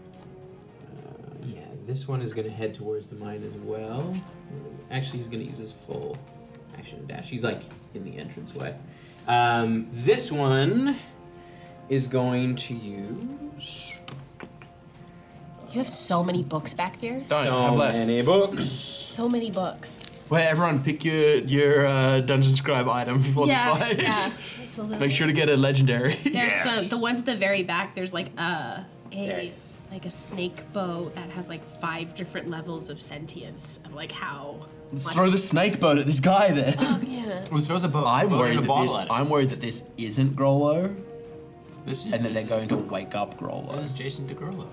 A: yeah, this one is going to head towards the mine as well. Actually, he's going to use his full action and dash. He's like in the entrance way. Um, this one is going to use.
K: You have so many books back there.
H: Don't
A: so
H: have less.
A: many books.
K: So many books.
H: Wait, everyone, pick your your uh, dungeon scribe item before the
G: Yeah.
H: fight.
G: Yeah. Absolutely.
H: Make sure to get a legendary.
G: There's
I: Yes.
G: some the ones at the very back. There's like a
A: There it
G: a
A: is.
G: like a snake bow that has like five different levels of sentience of like how.
H: Let's throw the snake boat at this guy then.
G: Yeah.
B: We throw the boat.
H: I'm
B: boat
H: worried
B: and a
H: that
B: bottle
H: this
B: at it.
H: I'm worried that this isn't Grollo,
E: This is.
H: and that they're
E: this
H: going to wake up Grollo.
E: is Jason DeGurlo.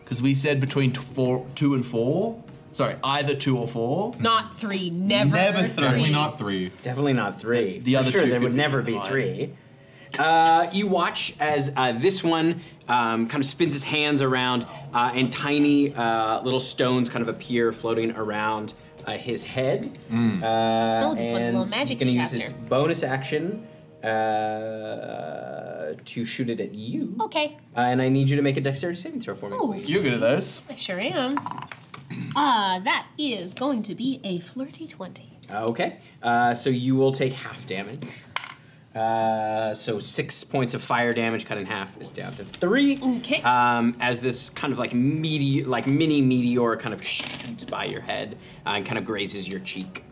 H: Because we said between t- four, two and four. Sorry, either two or four.
G: Not three. Never.
H: Never three.
D: definitely not three.
A: Definitely not three.
H: The
A: For
H: other
A: sure,
H: two
A: there
H: could
A: would
H: be
A: never be
H: combined.
A: three. Uh, you watch as uh, this one um, kind of spins his hands around, uh, and tiny uh, little stones kind of appear floating around uh, his head. Uh,
K: Oh, this one's a
A: and
K: little magic
A: He's going to use his
K: caster.
A: bonus action uh, to shoot it at you.
K: Okay, Oh,
A: Uh, and I need you to make a dexterity saving throw for me.
K: Ooh.
A: please.
H: You're good at those.
K: I sure am.
G: Uh,
K: Ah, that is going to be a flirty 20.
A: Uh, okay. Uh, so you will take half damage. Uh, so six points of fire damage cut in half is down to three.
G: Okay.
A: Um, as this kind of like meteor, like mini meteor, kind of shoots by your head uh, and kind of grazes your cheek.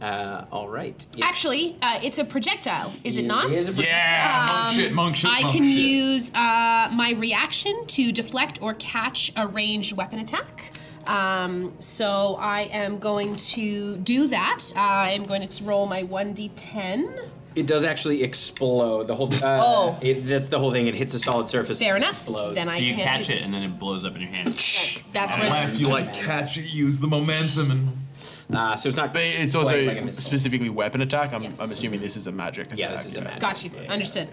A: Uh, all right. It
G: Actually, uh, it's a projectile. Is it not?
A: is a pro-
D: Yeah, monk shit, monk shit,
G: I
D: monk
G: can
D: shit.
G: use uh, my reaction to deflect or catch a ranged weapon attack. Um, so I am going to do that. I am going to roll my 1d10.
A: It does actually explode. The whole. Uh,
G: Oh.
A: It, that's the whole thing. It hits a solid surface.
G: Fair enough.
A: Explodes.
G: Then I
E: So you
G: can't
E: catch
G: do-
E: it and then it blows up in your hand.
G: That's where
D: Unless you like catch it, use the momentum, and
A: Uh, so it's not.
H: But it's
A: quite
H: also
A: like a missile.
H: specifically weapon attack. I'm,
G: Yes.
H: I'm assuming this is a magic.
A: Yeah,
H: attack,
A: this is a magic.
G: Got you.
A: Yeah, yeah,
G: Understood.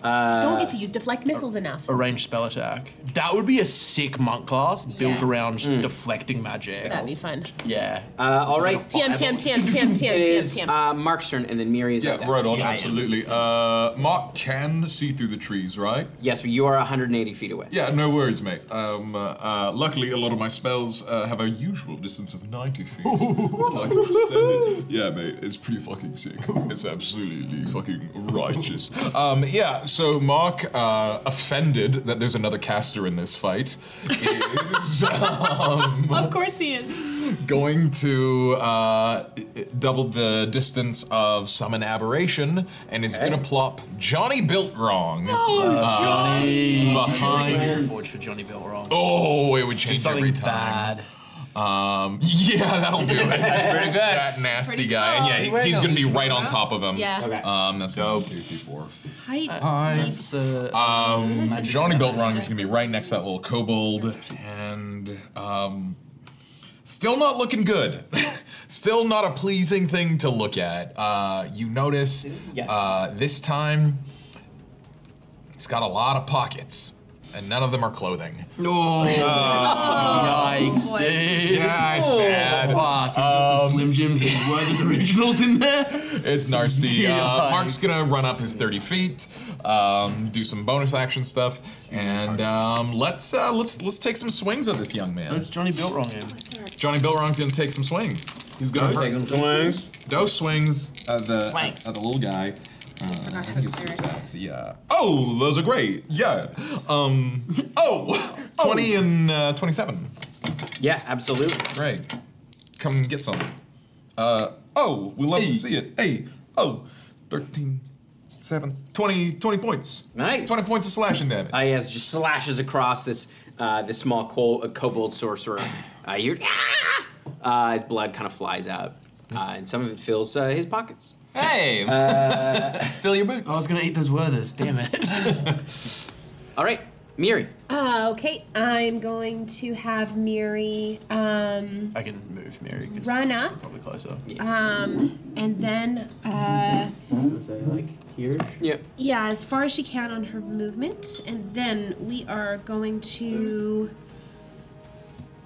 K: Don't get to use deflect missiles enough.
H: A ranged spell attack. That would be a sick monk class built
G: Yeah.
H: around deflecting magic.
G: That'd be fun.
H: Yeah.
A: Uh, all right.
G: TM, TM, TM, TM,
A: It
G: TM,
A: is
G: TM, TM.
A: uh, Mark's turn, and then Miri is. up
D: yeah,
A: next.
D: right on,
E: I am.
D: absolutely. Uh, Mark can see through the trees, right?
A: Yes, but you are 180 feet away.
D: Yeah, no worries, mate. Um, uh, uh, luckily, a lot of my spells uh, have a usual distance of 90 feet. Like I've said. yeah, mate, it's pretty fucking sick. It's absolutely fucking righteous. Um, yeah, so Mark, uh, offended that there's another caster in this fight, is um,
G: Of course he is.
D: going to uh, double the distance of Summon Aberration and is going to plop Johnny Built Wrong.
G: Oh, Johnny.
D: Behind.
H: Forge for Johnny Bill wrong.
D: Oh, it would
H: Do
D: change
H: something
D: every time.
H: bad.
D: Um, yeah, that'll do it.
E: Pretty good.
D: That nasty
G: Pretty
D: guy. And
G: close.
D: yeah, he- he's going to be right on top of him.
G: Yeah. Okay.
D: Um, that's going to be 2d4.
C: Height.
H: It's a
D: Um, Johnny Beltrong is going to be right next to that little kobold, and um, still not looking good. still not a pleasing thing to look at. Uh, you notice uh, this time he's got a lot of pockets, and none of them are clothing.
H: no. Yikes,
G: Oh, boy.
H: dude.
D: Yeah, it's bad.
B: Oh.
H: Fuck, he got some Slim Jims and Werther's originals in there.
D: It's nasty. Uh,
H: Yikes.
D: Mark's gonna run up his 30 feet, um, do some bonus action stuff, and um, let's uh, let's let's take some swings at this young man.
H: That's Johnny Bill wrong him.
D: Johnny Belrong didn't take some swings. He's gonna hurt.
A: Swings.
D: Dose swings at the
E: Swanks.
D: at the little guy. Uh, I
C: how
D: think
C: to
D: it's two
C: do it.
D: attacks. Yeah. Oh, those are great. Yeah. Um. Oh, 20 and uh, 27.
A: Yeah, absolutely.
D: Great. Come get some. Uh. Oh, we love to see it. Hey. Oh, 13, 7, 20, 20 points.
A: Nice.
D: 20 points of slashing damage.
A: Uh, he has just slashes across this uh, this small col- uh, kobold sorcerer. Uh, you uh, his blood kind of flies out, uh, and some of it fills uh, his pockets.
E: Hey. Fill your boots.
H: I was gonna eat those Werther's, damn it.
A: All right, Miri.
G: Uh, okay, I'm going to have Miri um,
H: I can move Mary because
G: Run up.
H: probably closer.
G: um, and then uh,
A: Yep.
G: yeah, as far as she can on her movement, and then we are going to.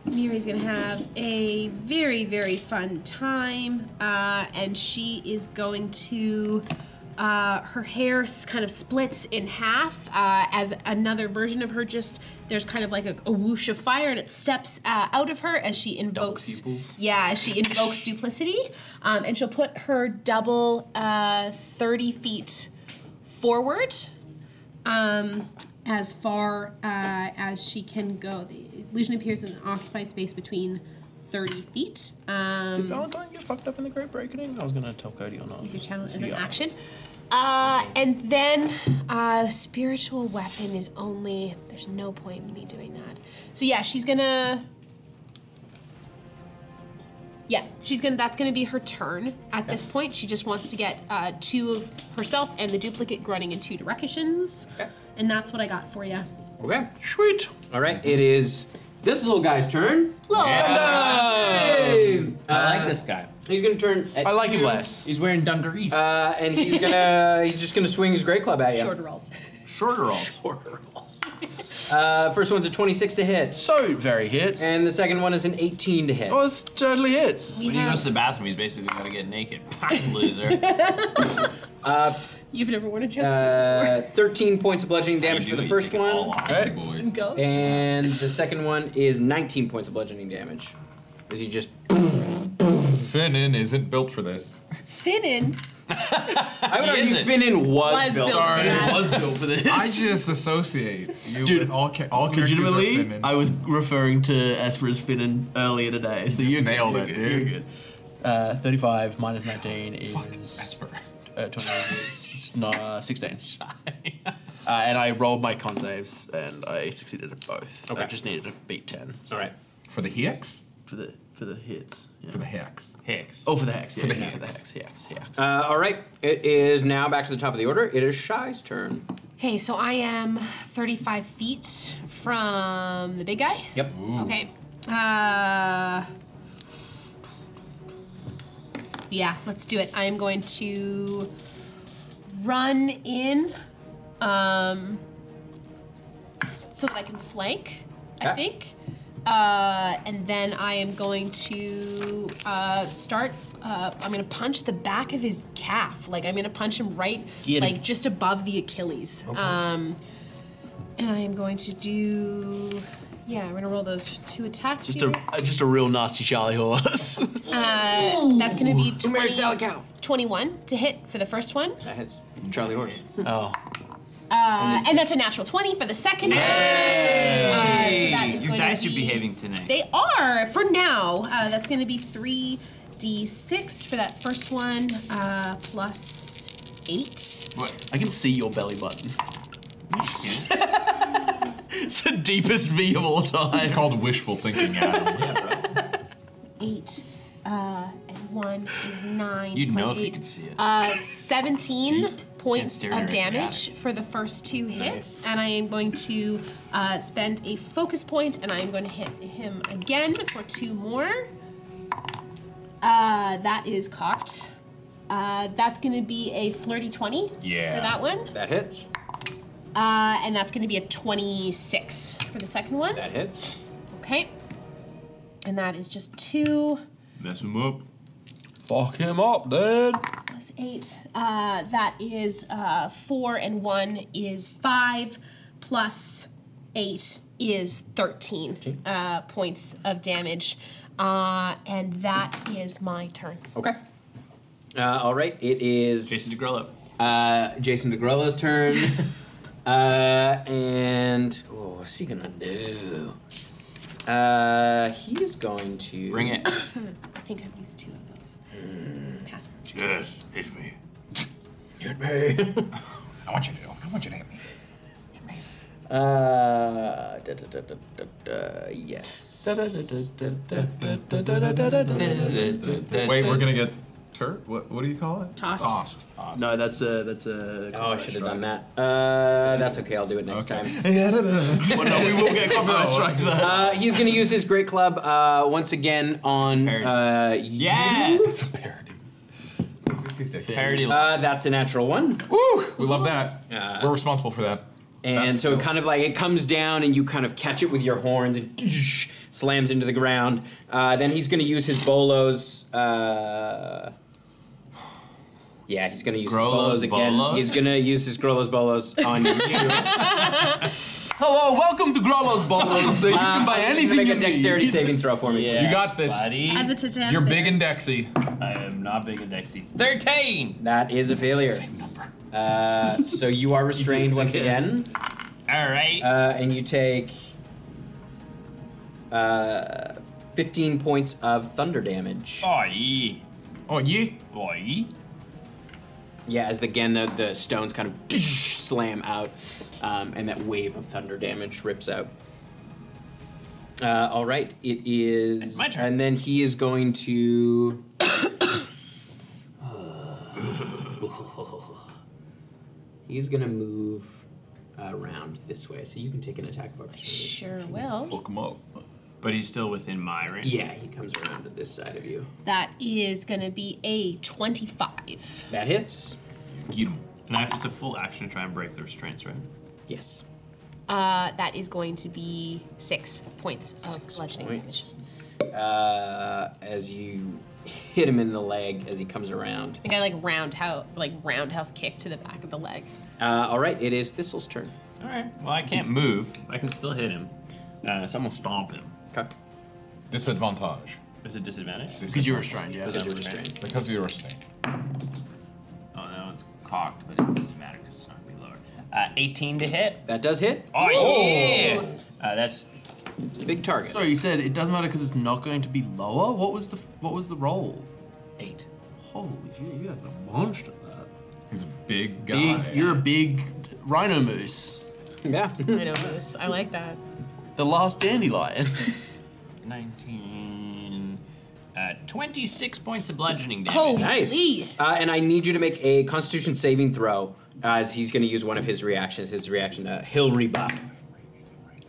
G: Miri's gonna have a very very fun time, uh, and she is going to. Uh, her hair s- kind of splits in half uh, as another version of her just there's kind of like a, a whoosh of fire and it steps uh, out of her as she invokes yeah as she invokes duplicity um, and she'll put her double uh, 30 feet forward um, as far uh, as she can go. The illusion appears in an occupied space between 30 feet. Um,
H: Valentine get fucked up in the Great Breaking? I was gonna tell Cody or not.
G: use your channel as an
H: Yeah.
G: action. Uh, and then uh, spiritual weapon is only. There's no point in me doing that. So yeah, she's gonna. Yeah, she's gonna. That's gonna be her turn at this point. She just wants to get uh, two of herself and the duplicate running in two directions, and that's what I got for you.
A: Okay.
H: Sweet.
A: All right. It is this little guy's turn.
G: Look,
A: Hey.
E: I
A: Uh,
E: like this guy.
A: He's gonna turn. At
H: I like him
A: you,
H: less.
E: He's wearing dungarees.
A: Uh, and he's gonna he's just gonna swing his great club at you.
G: shorter rolls.
E: Shorter rolls.
A: Uh, first one's a 26 to hit,
H: So very hits.
A: and the second one is an 18 to hit.
H: oh, it's totally hits.
G: Uh,
E: When he goes to the bathroom, he's basically got to get naked. Loser.
G: You've never worn a jumpsuit
A: Uh, 13 points of bludgeoning damage for the first one.
D: Hey, boy.
G: before. Go.
A: And the second one is 19 points of bludgeoning damage. As you just,
D: Finnan isn't built for this.
G: Finnan
A: I would
E: He
A: argue
E: isn't.
A: Finnan was,
G: was built
A: built.
G: for that.
H: was built for this.
D: I just associate you
H: Dude,
D: with all, ca- all characters are
H: Legitimately,
D: Finnan.
H: I was referring to Esper's Finnan earlier today, so you
D: nailed it,
H: You're
D: dude.
H: good. Uh, 35 minus 19 is
D: Esper.
H: uh, 20 is it's not, uh, 16. Uh, and I rolled my con saves and I succeeded at both. I
A: Okay.
H: just needed to beat 10 so
A: All right.
D: For the hex?
H: for the for the hits. yeah.
D: For the hex.
E: Hicks.
H: oh, for the hex. Yeah,
D: the
H: yeah, for the
D: hex.
H: hex. Hex. Hex.
A: Uh, all right. It is now back to the top of the order. It is Shy's turn.
G: Okay, so I am 35 feet from the big guy.
A: Yep.
G: Okay. Uh, yeah, let's do it. I am going to run in um, so that I can flank, I
A: Yeah.
G: think. Uh, and then I am going to uh, start. Uh, I'm gonna punch the back of his calf. Like I'm gonna punch him right,
H: Get him.
G: like just above the Achilles. Um, and I am going to do. Yeah, we're gonna roll those two attacks.
H: just
G: here.
H: a uh, just a real nasty Charlie horse.
G: Uh, that's gonna be 20,
A: Salicow?
G: 21 to hit for the first one.
A: That hits Charlie Horse.
H: oh,
G: Uh, and that's a natural 20 for the second one. Uh, so that is
E: Your
G: going
E: dice
G: to
E: are
G: be,
E: behaving tonight.
G: They are for now. Uh, that's going to be 3d6 for that first one, uh, plus 8.
H: I can see your belly button. it's the deepest V of all time.
D: It's called wishful thinking, Adam.
G: 8. Uh, and 1 is 9.
E: You'd
G: plus
E: know if you
G: eight.
E: could see it.
G: Uh, 17 points
E: Interior
G: of damage
E: dramatic.
G: for the first two hits, and I am going to uh, spend a focus point, and I am going to hit him again for two more. Uh, that is cocked. Uh, that's going to be a flirty 20
D: Yeah.
G: for that one,
A: That hits.
G: uh, and that's going to be a 26 for the second one.
A: That hits.
G: Okay. And that is just two.
E: Mess him up.
H: Fuck him up, dude.
G: plus eight. Uh, that is uh, four, and one is five, plus eight is 13 uh, points of damage. Uh, and that is my turn.
A: Okay. Uh, all right. It is
E: Jason DeGrello.
A: uh, Jason DeGrello's turn. uh, and oh, what's he gonna do? Uh, he is going to
E: Bring it.
G: I think I've used two of those. Pass.
I: Yes, it's me.
A: Hit me.
D: I want you to. I want you to hit me.
A: Uh, da, da, da, da, da, da, yes.
D: Wait, we're gonna get turd. What? What do you call it?
G: Tossed.
D: Tossed.
H: No, that's a that's a.
A: Oh, I should have done that. Uh, that's okay. I'll do it next time.
H: Well, no, we will get
D: Oh,
H: copyright strike though.
A: Uh, he's going to use his great club uh, once again on
E: It's a
A: uh, you.
E: Yes!
D: Parody.
E: Parody line.
A: Uh, that's a natural one,
D: Woo! We love that. We're responsible for that.
A: and
D: That's
A: so it
D: dope.
A: kind of like it comes down, and you kind of catch it with your horns and slams into the ground. Uh, then he's going to use his bolos. Uh, yeah, he's going to use
E: Grolos,
A: his bolos again.
E: bolos?
A: He's going to use his grolos bolos on you.
H: Hello, welcome to Grollo's Bottles. so you can buy anything
A: Make
H: you
A: a dexterity
H: need.
A: saving throw for me.
E: Yeah,
D: You got this.
E: buddy.
G: Hesitant.
D: You're big and dexy.
E: I am not big at Dexy. 13!
A: That is a failure.
E: number.
A: Uh, so you are restrained once again.
E: Alright.
A: Uh, and you take uh, 15 points of thunder damage.
E: Oh, yeah.
D: Oh, ye.
E: Oh, yeah.
A: Yeah, as the, again the, the stones kind of slam out, um, and that wave of thunder damage rips out. Uh, all right, it is.
E: my turn.
A: And then he is going to. He's gonna move around this way, so you can take an attack of opportunity.
G: Sure will.
D: Fuck 'em up.
E: But he's still within my range.
A: Yeah, he comes around to this side of you.
G: That is going to be a 25.
A: That hits.
D: Get 'em.
E: And I, it's a full action to try and break the restraints, right?
A: Yes.
G: Uh, that is going to be six points of bludgeoning damage.
A: Points. Uh, as you hit him in the leg as he comes around.
G: I think I like roundhouse, like roundhouse kick to the back of the leg.
A: Uh, all right, it is Thistle's turn.
E: Alright. Well, I can't move. I can still hit him. Uh, so I'm gonna stomp him.
A: Okay.
D: Disadvantage.
E: Is it disadvantage?
H: Because you're restrained, yeah.
A: Because you're
E: okay.
A: restrained.
D: Because of your restraint.
E: Oh, that one's cocked, but it doesn't matter because it's not gonna be lower. Uh, 18 to hit.
A: That does hit.
E: Oh, yeah! Uh, that's
A: Big target.
H: So you said it doesn't matter because it's not going to be lower. What was the what was the roll?
E: eight.
H: Holy shit, you got a monster that.
D: He's a big guy.
H: Big, you're a big rhino moose.
A: Yeah.
G: I know, Moose. I like that.
H: The last dandelion.
E: 19. Uh, 26 points of bludgeoning damage.
G: Oh,
A: nice. Uh, and I need you to make a Constitution saving throw uh, as he's going to use one of his reactions. His reaction, uh, he'll rebuff.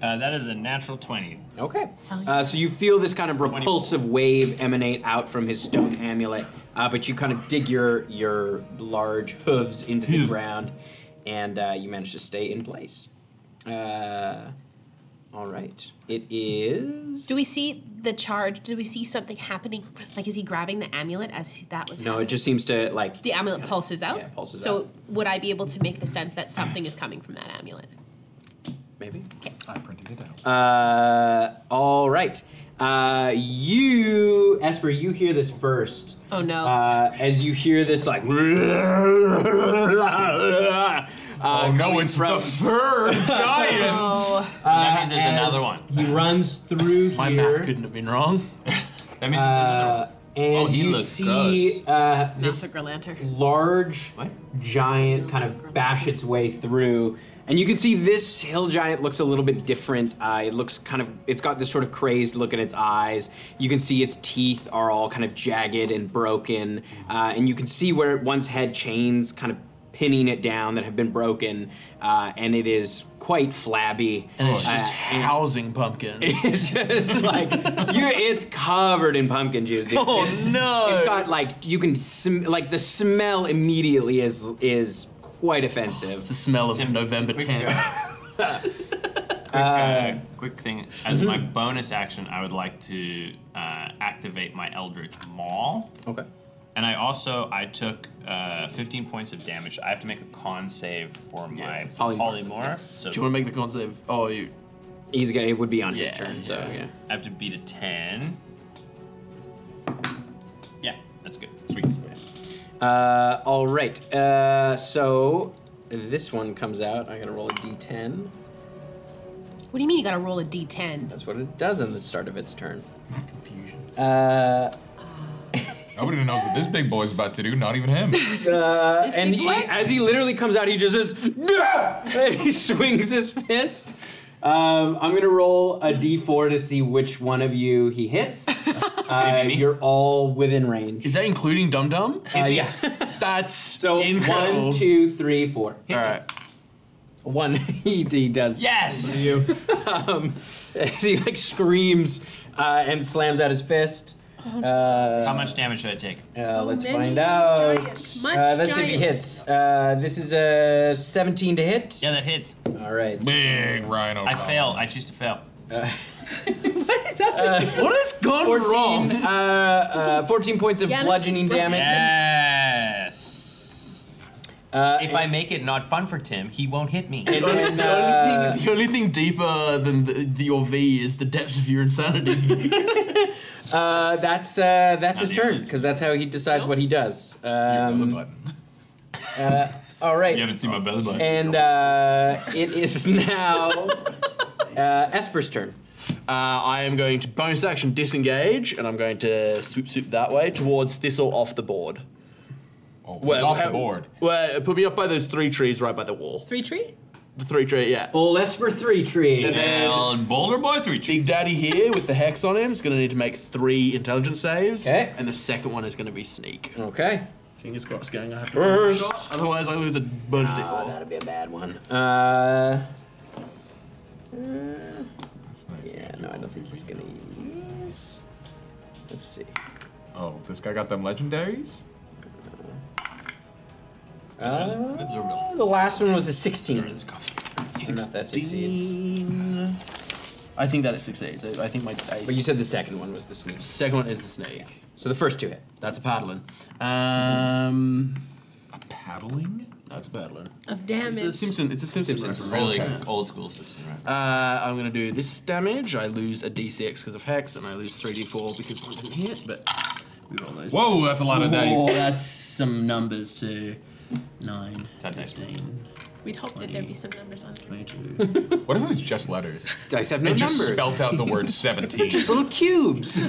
E: Uh, that is a natural 20.
A: Okay.
G: Oh,
A: Uh, so you feel this kind of repulsive wave emanate out from his stone amulet, uh, but you kind of dig your your large hooves into the ground, and uh, you manage to stay in place. Uh, all right. It is.
G: Do we see the charge? Do we see something happening? Like, is he grabbing the amulet as he- that was?
A: No,
G: happening?
A: it just seems to like.
G: the amulet pulses out.
A: Yeah, it pulses
G: so
A: out.
G: would I be able to make the sense that something is coming from that amulet?
A: Maybe.
D: I printed it out.
A: Uh, all right. Uh, you, Esper, you hear this first.
G: Oh no!
A: Uh, as you hear this, like, uh, Uh,
D: oh no,
A: coming
D: it's
A: from- uh,
D: the third giant.
E: that means there's
A: as
E: another one.
A: He runs through
H: My
A: here.
H: math couldn't have been wrong.
E: That means there's another
A: Uh,
E: one.
A: and
E: Oh, he
A: you
E: looks
A: see
E: gross.
A: uh, this
L: Massacre lantern.
A: large giant kind of bash its way through. And you can see this hill giant looks a little bit different. Uh, it looks kind of, it's got this sort of crazed look in its eyes. You can see its teeth are all kind of jagged and broken. Uh, and you can see where it once had chains kind of pinning it down that have been broken. Uh, and it is quite flabby.
H: And it's
A: Uh,
H: just
A: and-
H: housing pumpkins.
A: it's just like you, it's covered in pumpkin juice, dude.
H: Oh,
A: It's-
H: no.
A: It's got like you can sm- like the smell immediately is is quite offensive.
H: Oh, the smell of November
E: Quick,
H: 10th.
E: uh, quick, uh, quick thing. As my bonus action, I would like to uh, activate my Eldritch Maul.
A: Okay.
E: And I also I took uh, 15 points of damage. I have to make a con save for my
A: polymorph.
E: polymorph. So
H: Do you want to make the con save? Oh, you.
A: He's gonna, it would be on his
H: Yeah,
A: turn, so yeah.
E: I have to beat a 10. Yeah, that's good. Sweet.
A: Uh, all right. Uh, so this one comes out. I gotta roll a d10.
G: What do you mean you gotta roll a d10?
A: That's what it does in the start of its turn. Confusion. Uh,
D: Nobody knows what this big boy's about to do. Not even him.
A: Uh, and he, as he literally comes out, he just says, "Gah!" and he swings his fist. Um, I'm gonna roll a d4 to see which one of you he hits. Uh, you're all within range.
H: Is that including Dum Dum?
A: Uh, yeah.
H: That's
A: So
H: incredible.
A: one, two, three, four.
H: All right.
A: One he, he does. to
E: Yes!
A: You. Um, as he like screams uh, and slams out his fist.
G: Um,
A: Uh,
E: How much damage did I take?
A: Uh, let's
L: many
A: find out.
L: giants.
G: Much
A: uh, let's see if he
G: giants.
A: hits. Uh, this is a 17 to hit.
E: Yeah, that hits.
A: All right.
D: big rhino.
E: I fail. I choose to fail.
H: What has gone wrong?
A: Uh, uh, 14 points of
G: this is
A: bludgeoning
G: brilliant.
A: damage.
E: Yes.
A: Uh,
E: If I make it not fun for Tim, he won't hit me.
A: and then,
H: the, only
A: uh,
H: thing, the only thing deeper than the, the, your V is the depths of your insanity.
A: uh, that's uh, that's his
E: Not even.
A: turn because that's how he decides what he does.
D: Belly
A: Um,
D: button.
A: all right,
D: You haven't seen my belly button.
A: and uh, it is now uh, Esper's turn.
H: uh, I am going to bonus action disengage, and I'm going to swoop swoop that way towards Thistle off the board.
D: oh, he's
H: Well,
D: off the
H: how-
D: board.
H: Well, put me up by those three trees right by the wall.
L: Three tree?
H: The three tree, yeah.
A: Old Esper three
H: And
A: tree.
H: then
E: Well, Boulder Boy 3
H: Big Daddy here with the hex on him is going to need to make three intelligence saves,
A: Okay.
H: and the second one is going to be sneak.
A: Okay.
H: Fingers crossed, gang. I have to. roll a shot, Otherwise, I lose a bunch of
A: Oh,
H: d4.
A: that'd be a bad one. Uh,
D: That's nice.
A: yeah, no, I don't think he's gonna use. Let's see.
D: Oh, this guy got them legendaries.
A: Uh,
E: Those are real.
A: the last one was a 16.
E: This coffee.
A: Enough that succeeds.
H: I think that it succeeds. I I think my I-
A: But you said the second one was the sneak.
H: second one is the snake.
A: So the first two hit.
H: That's a paddling. Um,
D: Paddling.
H: that's a paddling.
C: of
H: It's a
C: damage.
H: Simpson. It's a Simpson.
A: Simpson.
H: reference.
E: Really
D: Okay.
E: old school system, right?
H: Uh, I'm gonna do this damage. I lose a d6 because of hex, and I lose 3d4 because one didn't hit. But we roll those.
D: Whoa, Oh, that's a lot of
H: Whoa,
D: dice.
H: that's some numbers too. Nine.
E: That dice roll.
H: 15,
L: We'd hope that there'd be some numbers on it.
H: 22.
D: What if it was just letters?
A: Dice have no
D: It just
A: numbers.
D: spelt out the word 17.
A: just little cubes.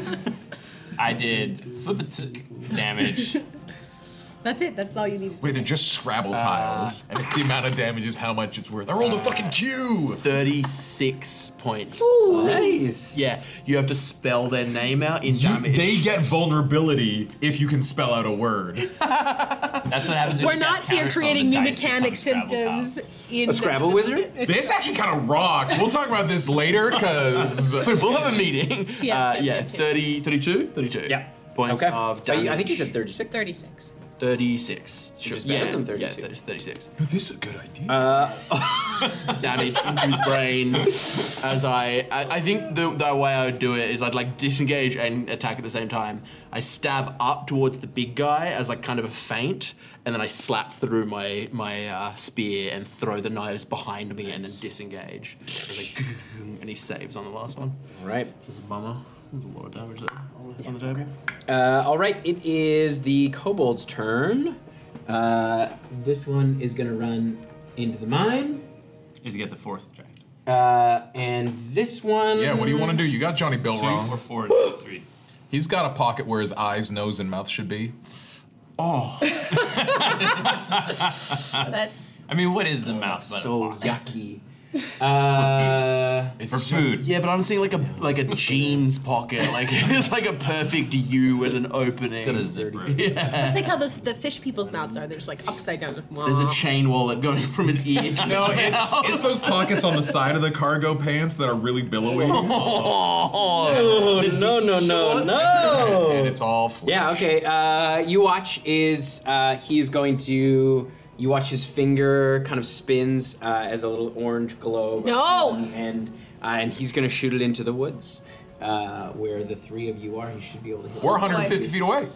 E: I did flippertick damage.
L: That's it. That's all you need.
D: Wait, they're just Scrabble
H: Uh.
D: tiles, and it's the amount of damage is how much it's worth. I rolled a fucking Q.
H: 36 points.
A: nice.
H: Yeah, you have to spell their name out in
D: You,
H: damage.
D: they get vulnerability if you can spell out a word.
E: That's what happens. when
L: We're
E: you cast
L: not here
E: Counterspell,
L: creating
E: the
L: new
E: dice become
L: mechanic
E: Scrabble tiles.
L: symptoms in
A: A Scrabble wizard?
D: This actually kind of rocks. We'll talk about this later, because
H: we'll have a meeting. uh, yeah, 30, 32? 32.
A: Yeah.
H: Points
A: okay.
H: of
A: Are
H: damage.
A: you- I think you said 36.
L: 36.
H: 36. Sure.
A: is better
H: yeah,
A: than
H: Yeah,
A: 32.
H: 30, 36.
D: this is a good idea.
H: damage into his brain as I, I I think the, the way I would do it is I'd like disengage and attack at the same time. I stab up towards the big guy as like kind of a feint, and then I slap through my my uh, spear and throw the knives behind me and then disengage. It's like, and he saves on the last one.
A: All right.
H: It's a bummer. There's a lot of damage there on the- on the table.
A: Uh, all right. It is the kobold's turn. Uh, this one is going to run into the mine.
E: Is get the fourth giant.
A: Uh, and this one.
D: Yeah, what do you want to do? You got Johnny Bill
E: Two
D: wrong.
E: or four, it's three.
D: He's got a pocket where his eyes, nose, and mouth should be. Oh,
L: That's
E: I mean, what is the mouth? But
A: So
E: a pocket?
A: yucky. Uh,
D: for food.
H: Yeah, but I'm seeing like a like a jeans pocket. Like it's like a perfect U and an opening.
E: Got a zipper.
L: it's like how those the fish people's mouths are. They're just like upside down. Just,
H: There's a chain wallet going from his ear. to
D: No,
H: his
D: it's,
H: mouth.
D: it's those pockets on the side of the cargo pants that are really billowy.
A: oh, no, no, no, no.
D: And it's all flesh.
A: Yeah, okay. Uh, you watch is uh, he is going to. You watch his finger kind of spins uh, as a little orange globe.
L: No!
A: appears on the end, uh, and he's going to shoot it into the woods, uh, where the three of you are. He should be able to. hit
D: We're
A: it.
D: 150 feet away.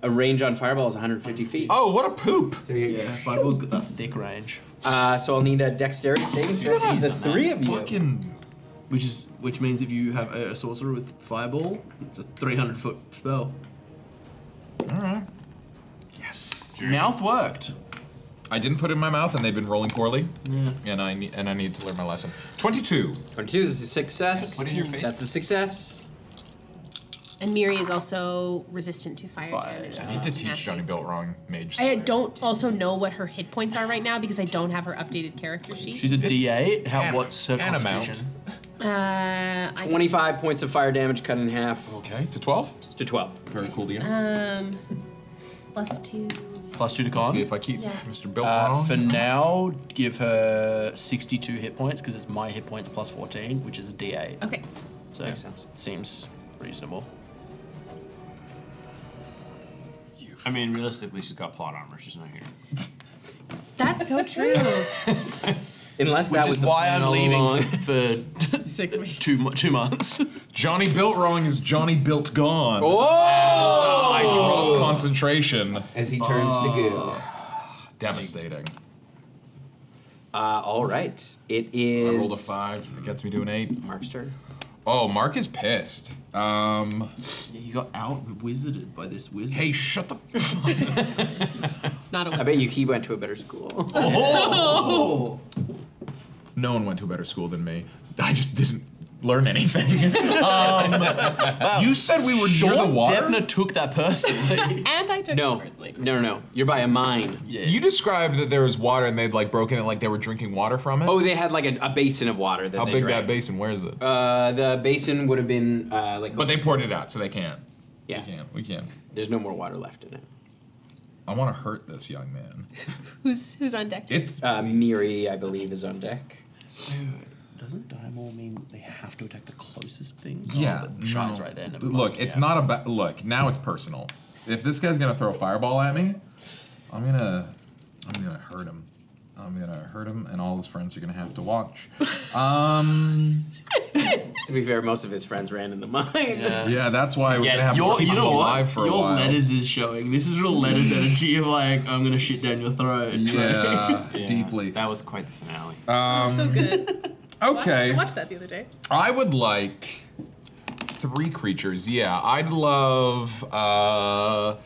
A: A range on fireball is 150 feet.
D: Oh, what a poop!
A: So, you-
H: Yeah, Fireball's got that thick range,
A: uh, so I'll need a dexterity saving throw. The three of you.
D: Fucking.
H: which is which means if you have a, a sorcerer with Fireball, it's a 300 foot spell.
D: All right. Yes.
H: Mouth worked.
D: I didn't put it in my mouth, and they've been rolling poorly. And I ne- and I need to learn my lesson. 22.
A: 22 is a success.
D: Put it in your face.
A: That's a success.
G: And Miri is also resistant to fire.
H: Fire.
G: damage.
D: I need to teach Johnny Bill wrong mage.
G: I
D: slayer.
G: don't also know what her hit points are right now because I don't have her updated character sheet.
H: She's a D8. How
D: An-
H: what's her
D: an amount.
H: constitution?
G: uh, I,
A: 25 points of fire damage cut in half
D: Okay, to 12.
A: to 12.
D: Very cool deal.
G: um,
K: Plus two.
H: Plus two to
D: See
H: con.
D: if I keep Mr. Bill
H: Uh,
D: wrong.
H: for now, give her 62 hit points because it's my hit points plus 14, which is a D8.
G: okay.
H: So
A: Makes sense.
H: seems reasonable.
E: I mean, realistically, she's got plot armor. She's not here.
G: That's so true.
A: Unless
H: Which
A: that
H: is
A: was the
H: why
A: plan
H: I'm
A: all
H: leaving
A: along.
H: for
L: six weeks.
H: two mo- two months.
D: Johnny Built Wrong is Johnny Built Gone.
A: Oh!
D: I drop concentration.
A: As he turns to goo. Uh,
D: Devastating.
A: Uh, all right. It
D: I
A: is.
D: rolled a five. That gets me to an eight.
A: Mark's turn.
D: Oh, Mark is pissed. Um,
H: you got out wizarded by this wizard.
D: hey, shut the. F-
G: Not a
A: I bet you he went to a better school.
D: no one went to a better school than me. I just didn't learn anything. Um, you said we were near the
H: Sean
D: water.
H: Debner took that personally.
L: And I took
A: No,
L: it personally.
A: no, no, no. You're by a mine.
D: You described that there was water and they'd like broken it like they were drinking water from it.
A: Oh, they had like a, a basin of water. That
D: how
A: they
D: big
A: drank.
D: that basin? Where is it?
A: Uh, the basin would have been uh, like.
D: but they poured it out, so they can't.
A: yeah,
D: We can't. We can't.
A: there's no more water left in it.
D: I want to hurt this young man.
G: Who's who's on deck?
D: It's
A: Uh, Miri, I believe, is on deck.
H: Doesn't Diamore mean that they have to attack the closest thing?
D: yeah.
H: oh, Shine's
D: no.
H: right there. Never mind.
D: Look, it's
H: Yeah.
D: not about. Look, now it's personal. If this guy's gonna throw a fireball at me, I'm gonna, I'm gonna hurt him. I'm gonna hurt him, and all his friends are gonna have to watch. Um,
A: To be fair, most of his friends ran in the mine.
D: yeah, that's why we're gonna have to
H: Your,
D: keep
H: you know
D: him alive
H: what?
D: for a
H: your
D: while.
H: letters is showing. This is real letters energy of like, I'm gonna shit down your throat.
D: yeah,
E: Yeah,
D: deeply.
E: That was quite the finale.
L: so good.
D: um, Okay.
L: I watched that the other day.
D: I would like three creatures. Yeah, I'd love uh,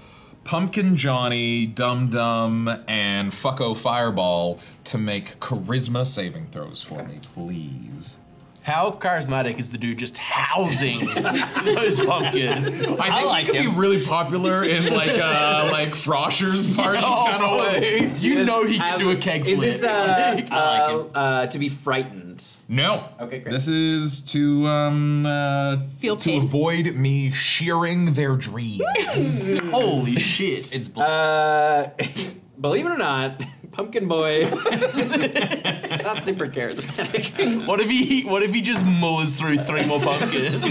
D: Pumpkin Johnny, Dum Dum, and Fucko Fireball to make charisma saving throws for me, please.
H: How charismatic is the dude just housing those pumpkins?
D: I think he could be really popular in like uh, like Frosher's party kind of way.
H: You know he
A: Have-
H: can do a keg
A: Is
H: flip.
A: this uh,
E: I
A: uh,
E: like
A: uh, to be frightened?
D: No.
A: Okay, great.
D: This is to um uh,
G: Feel
D: to
G: pain.
D: avoid me shearing their dreams.
H: Holy shit.
E: It's bl-
A: Uh, believe it or not, Pumpkin Boy. not super charismatic.
H: What if he what if he just mullers through three more pumpkins?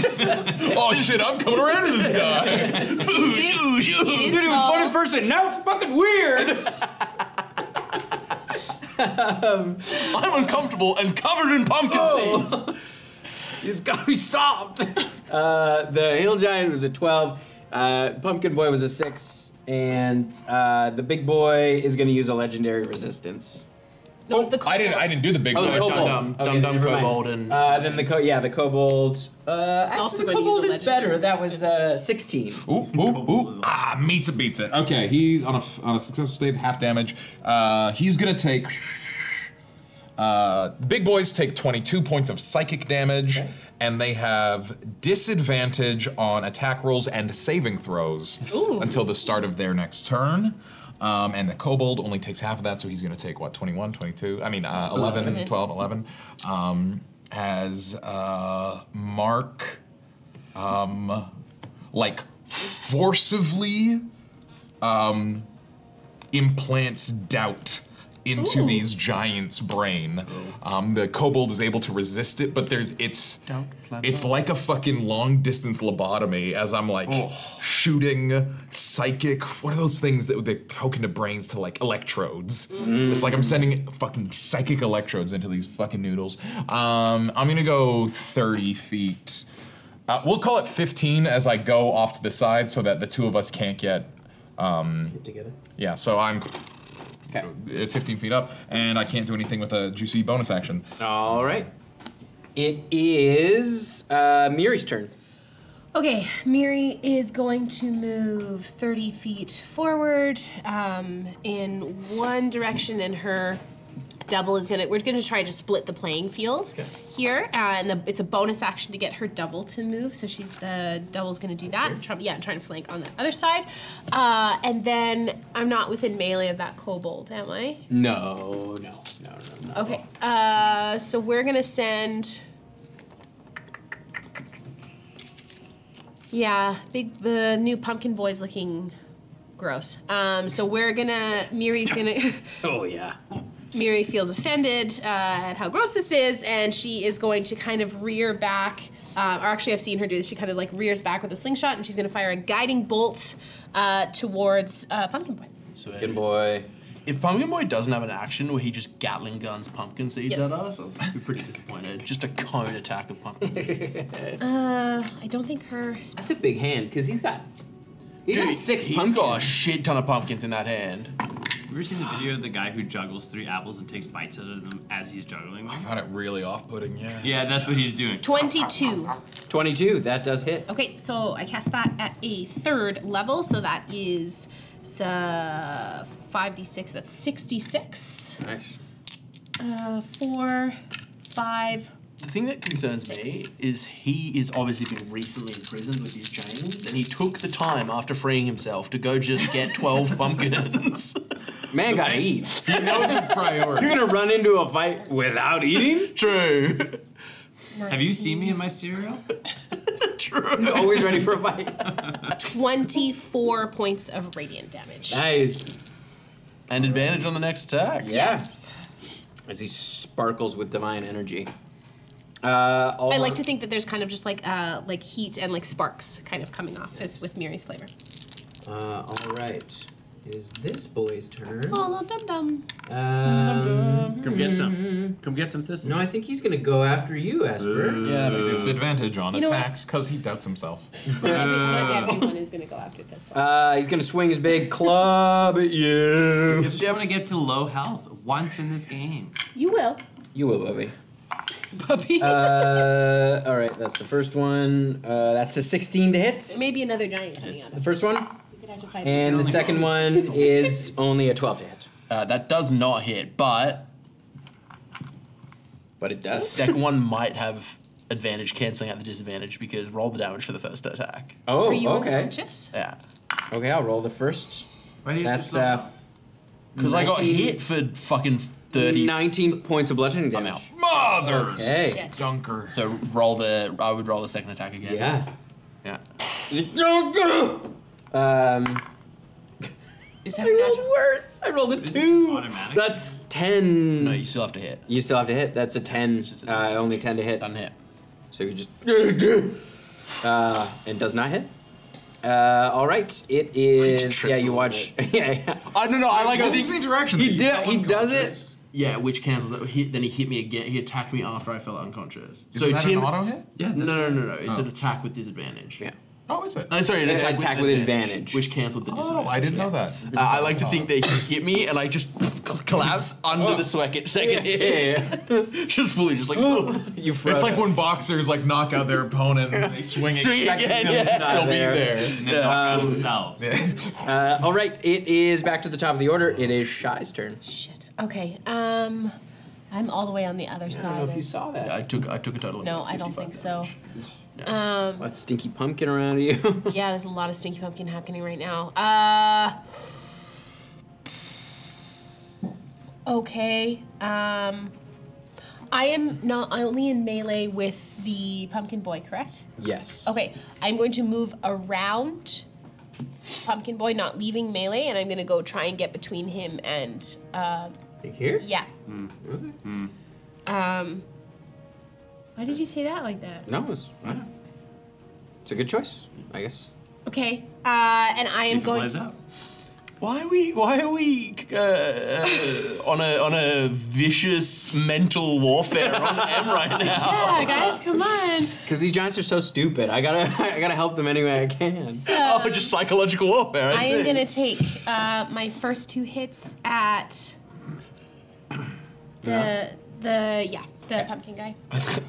D: oh shit! I'm coming around to this guy.
H: Oosh, oosh, oosh.
A: Dude, it was fun at first, and now it's fucking weird.
H: I'm uncomfortable and covered in pumpkin seeds.
A: it's Oh. gotta be stopped. Uh, the hill giant was a twelve. Uh, Pumpkin Boy was a six, and uh, the big boy is gonna use a legendary resistance.
D: Oh, I didn't. I didn't do the
G: Oh,
D: big
H: the
D: boy.
H: kobold.
D: Dum-dum.
H: Dum-dum. Dum-dum
A: never mind.
H: kobold and-
A: Uh, then the co- yeah, the kobold. Uh, actually,
L: also
A: the
L: gonna use a
A: kobold is
L: legendary
A: better. That was uh, sixteen.
D: Ooh, ooh, ooh. Ah, meets it, beats it. Okay, he's on a, on a successful save, half damage. Uh, he's gonna take Uh, big boys take 22 points of psychic damage, and they have disadvantage on attack rolls and saving throws
G: Ooh.
D: until the start of their next turn. Um, and the kobold only takes half of that, so he's going to take what, 21, 22? I mean, uh, 11,
G: Eleven.
D: 12, 11. Um, as uh, Mark, um, like, forcibly um, implants doubt into
G: Ooh.
D: these giants' brain. Um, the kobold is able to resist it, but there's it's it's like a fucking long distance lobotomy. As I'm like shooting psychic. What are those things that they poke into brains to like electrodes?
E: Mm.
D: It's like I'm sending fucking psychic electrodes into these fucking noodles. Um, I'm gonna go 30 feet. Uh, we'll call it 15 as I go off to the side so that the two of us can't get um,
A: together.
D: Yeah, so I'm uh, 15 feet up, and I can't do anything with a juicy bonus action.
A: All right. It is uh, Miri's turn.
G: Okay, Miri is going to move 30 feet forward um, in one direction, and her double is gonna. We're gonna try to split the playing field here, uh, and the, it's a bonus action to get her double to move. So she, the double's gonna do that. Try, yeah, trying to flank on the other side, uh, and then I'm not within melee of that kobold, am I?
A: No, no, no, no, no.
G: Okay. Uh, so we're gonna send. Yeah, big the new pumpkin boy's looking gross. Um, so we're gonna Miri's gonna
A: Oh yeah.
G: Miri feels offended uh, at how gross this is, and she is going to kind of rear back. Um, or actually, I've seen her do this. She kind of like rears back with a slingshot, and she's gonna fire a guiding bolt uh, towards uh, Pumpkin Boy.
A: Pumpkin boy.
H: If Pumpkin Boy doesn't have an action where he just Gatling guns pumpkin seeds
G: Yes.
H: at us, I'd be pretty disappointed. Just a cone attack of pumpkin seeds.
G: Uh, I don't think her.
A: That's a big hand because he's got. He's got six
H: he's
A: pumpkins.
H: got a shit ton of pumpkins in that hand.
E: Have you ever seen the video of the guy who juggles three apples and takes bites out of them as he's juggling them? I
D: found it really off-putting. Yeah.
E: Yeah, that's what he's doing.
G: Twenty-two.
A: 22. That does hit.
G: Okay, so I cast that at a third level, so that is uh, 5d6, that's 66.
A: Nice.
G: Uh, 4, 5.
H: The thing that concerns me is he is obviously been recently imprisoned with these chains, and he took the time after freeing himself to go just get 12 pumpkins.
A: Man gotta eat.
H: He knows his priority.
A: You're gonna run into a fight without eating?
H: True.
E: Have you seen me in my cereal?
A: He's always ready for a fight.
G: 24 points of radiant damage.
A: Nice.
H: And advantage on the next attack.
A: Yes. As he sparkles with divine energy. Uh, all
G: I like to think that there's kind of just like uh, like heat and like sparks kind of coming off as with Miri's flavor.
A: Uh, all right. It is this boy's turn.
G: Oh, little dum dum.
A: Um,
E: Come get some. Come get some thistle.
A: No, I think he's gonna go after you, Esper.
D: Yeah, there's disadvantage on
G: You know what?
D: attacks because he doubts himself.
G: everyone is gonna go after this.
A: Uh, he's gonna swing his big club at you.
E: I just want to get to low health once in this game.
G: You will,
A: You will, Bobby.
G: puppy.
A: Uh, all right, that's the first one. Uh, that's a 16 to hit.
G: Maybe another giant coming out.
A: The first one,
G: We could have to fight.
A: and the second one is only a 12 to hit,
H: Uh, that does not hit, but
A: but it does.
H: second one might have advantage canceling out the disadvantage because roll the damage for the first attack.
A: Oh,
G: Were you
A: okay.
G: unconscious?
H: Yeah.
A: Okay, I'll roll the first.
E: Why do you
A: That's
E: have to
A: uh,
E: slow-
H: Because I got
A: 19
H: hit for fucking 30.
A: 19 points of bludgeoning
H: I'm out.
A: damage.
D: Mother
A: Okay.
G: Shit.
D: dunker.
H: So roll the. I would roll the second attack again.
A: Yeah.
H: Yeah.
A: Um,
G: Is
A: I
G: that a
A: rolled
G: natural?
A: worse. I rolled a
E: Is it
A: two.
E: automatic?
A: That's 10.
H: No, you still have to hit.
A: You still have to hit. That's a 10.
H: just a-
A: Uh, only 10 to hit.
H: Doesn't hit.
A: So you just. Uh, and does not hit. Uh, all right. It is.
H: trips
A: Yeah,
H: a
A: you
H: little
A: watch. yeah, yeah.
H: I don't know. I like.
D: What was the interaction?
A: He
D: that you
A: did-
D: fell
A: he does it.
D: unconscious?
H: Yeah, which cancels that hit. Then he hit me again. He attacked me after I fell unconscious.
D: Is that an auto hit?
H: Yeah. No, no, no, no. It's an attack with disadvantage.
A: Yeah.
D: Oh, is it?
H: No, sorry, an
A: An
H: attack,
A: attack
H: with,
A: with
H: advantage,
A: advantage.
H: which canceled the
D: Oh,
H: disadvantage.
D: I didn't know that.
H: Uh, I like to think they hit me and I just cl- collapse under
A: Oh.
H: the second second hit. just fully, just like
A: You froze.
D: It's like when boxers like knock out their opponent and they swing,
H: Swing
D: expecting
H: again,
D: them
H: yeah.
D: to still
A: There.
D: be
E: And then knock out themselves.
D: there.
A: Uh, all right. It is back to the top of the order. It is Shy's turn.
G: Shit. Okay. Um, I'm all the way on the other side.
A: know if you saw that.
H: I took I took a total. of
G: No,
H: about
G: I don't
H: 55
G: think so.
A: Um, what stinky pumpkin around you?
G: Yeah, there's a lot of stinky pumpkin happening right now. Uh, okay. Um, I am not only in melee with the pumpkin boy, correct?
A: yes.
G: Okay, I'm going to move around pumpkin boy, not leaving melee, and I'm going to go try and get between him and uh,
A: Here?
G: yeah.
H: Hmm.
G: Um,
C: Why did you say that like that?
A: No, it's I don't- it's a good choice, I guess.
G: okay, uh, and I am going. to-
H: Why are we? Why are we uh, on a on a vicious mental warfare on M right now?
G: Yeah, guys, come on.
A: Because these giants are so stupid. I gotta, I gotta help them any way I can.
H: oh, just psychological warfare. I,
G: I
H: see.
G: am gonna take uh, my first two hits at the the yeah the pumpkin guy.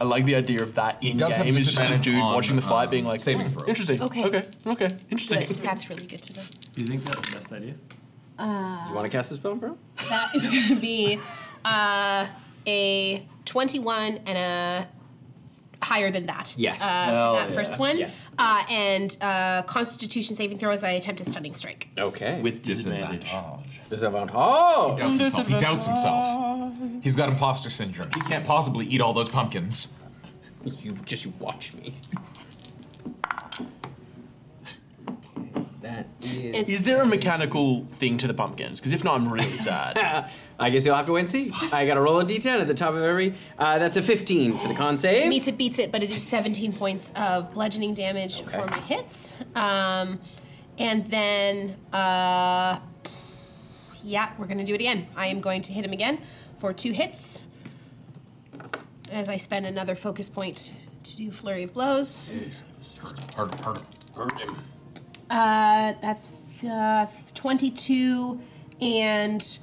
H: I like the idea of that in
D: does have
H: game. It's just a
D: disadvantage
H: dude
D: on,
H: watching the fight,
D: um,
H: being like,
D: saving
H: "Hmm,
D: throws."
H: interesting.
G: Okay.
H: okay, okay, interesting."
G: Good. That's really good to know.
E: Do you think that's the best idea?
A: You want to cast a spell, bro?
G: That is gonna be uh, a twenty-one and a higher than that.
A: Yes.
G: Uh,
H: Hell
G: for that
H: yeah.
G: first one.
A: Yeah.
G: Uh, and uh, Constitution saving throw as I attempt a stunning strike.
A: Okay.
H: With disadvantage.
A: disadvantage. Oh,
D: Doubts himself. He doubts himself. He's got imposter syndrome. He can't possibly eat all those pumpkins.
A: you just you watch me. That is.
G: It's
H: Is there a mechanical thing to the pumpkins? Because if not, I'm really sad.
A: I guess you'll have to wait and see. I gotta roll a d10 at the top of every. Uh, that's a 15 for the con save.
G: Meets it, beats it, but it is 17 points of bludgeoning damage for my hits. Um, and then, uh, yeah, we're going to do it again. I am going to hit him again for two hits as I spend another focus point to do Flurry of Blows.
D: Hurt, hurt.
G: Uh, that's uh, 22 and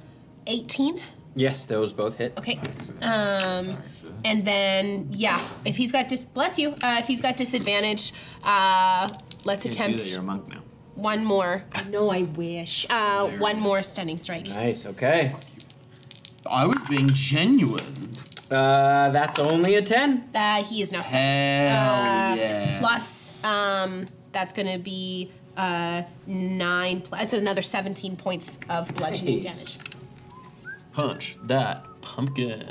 G: 18.
A: Yes, those both hit.
G: Okay. Um, and then yeah, if he's got dis bless you, uh, if he's got disadvantage, uh, let's attempt
E: You're a monk now.
G: one more. I know I wish. Uh, one more stunning strike.
A: Nice. Okay.
H: I was being genuine.
A: Uh, that's only a 10.
G: Uh, he is now stunned. Uh,
H: Hell yeah.
G: Plus, um, that's gonna be uh, nine. Plus, that's another seventeen points of bludgeoning
A: Nice.
G: damage.
H: Punch that pumpkin.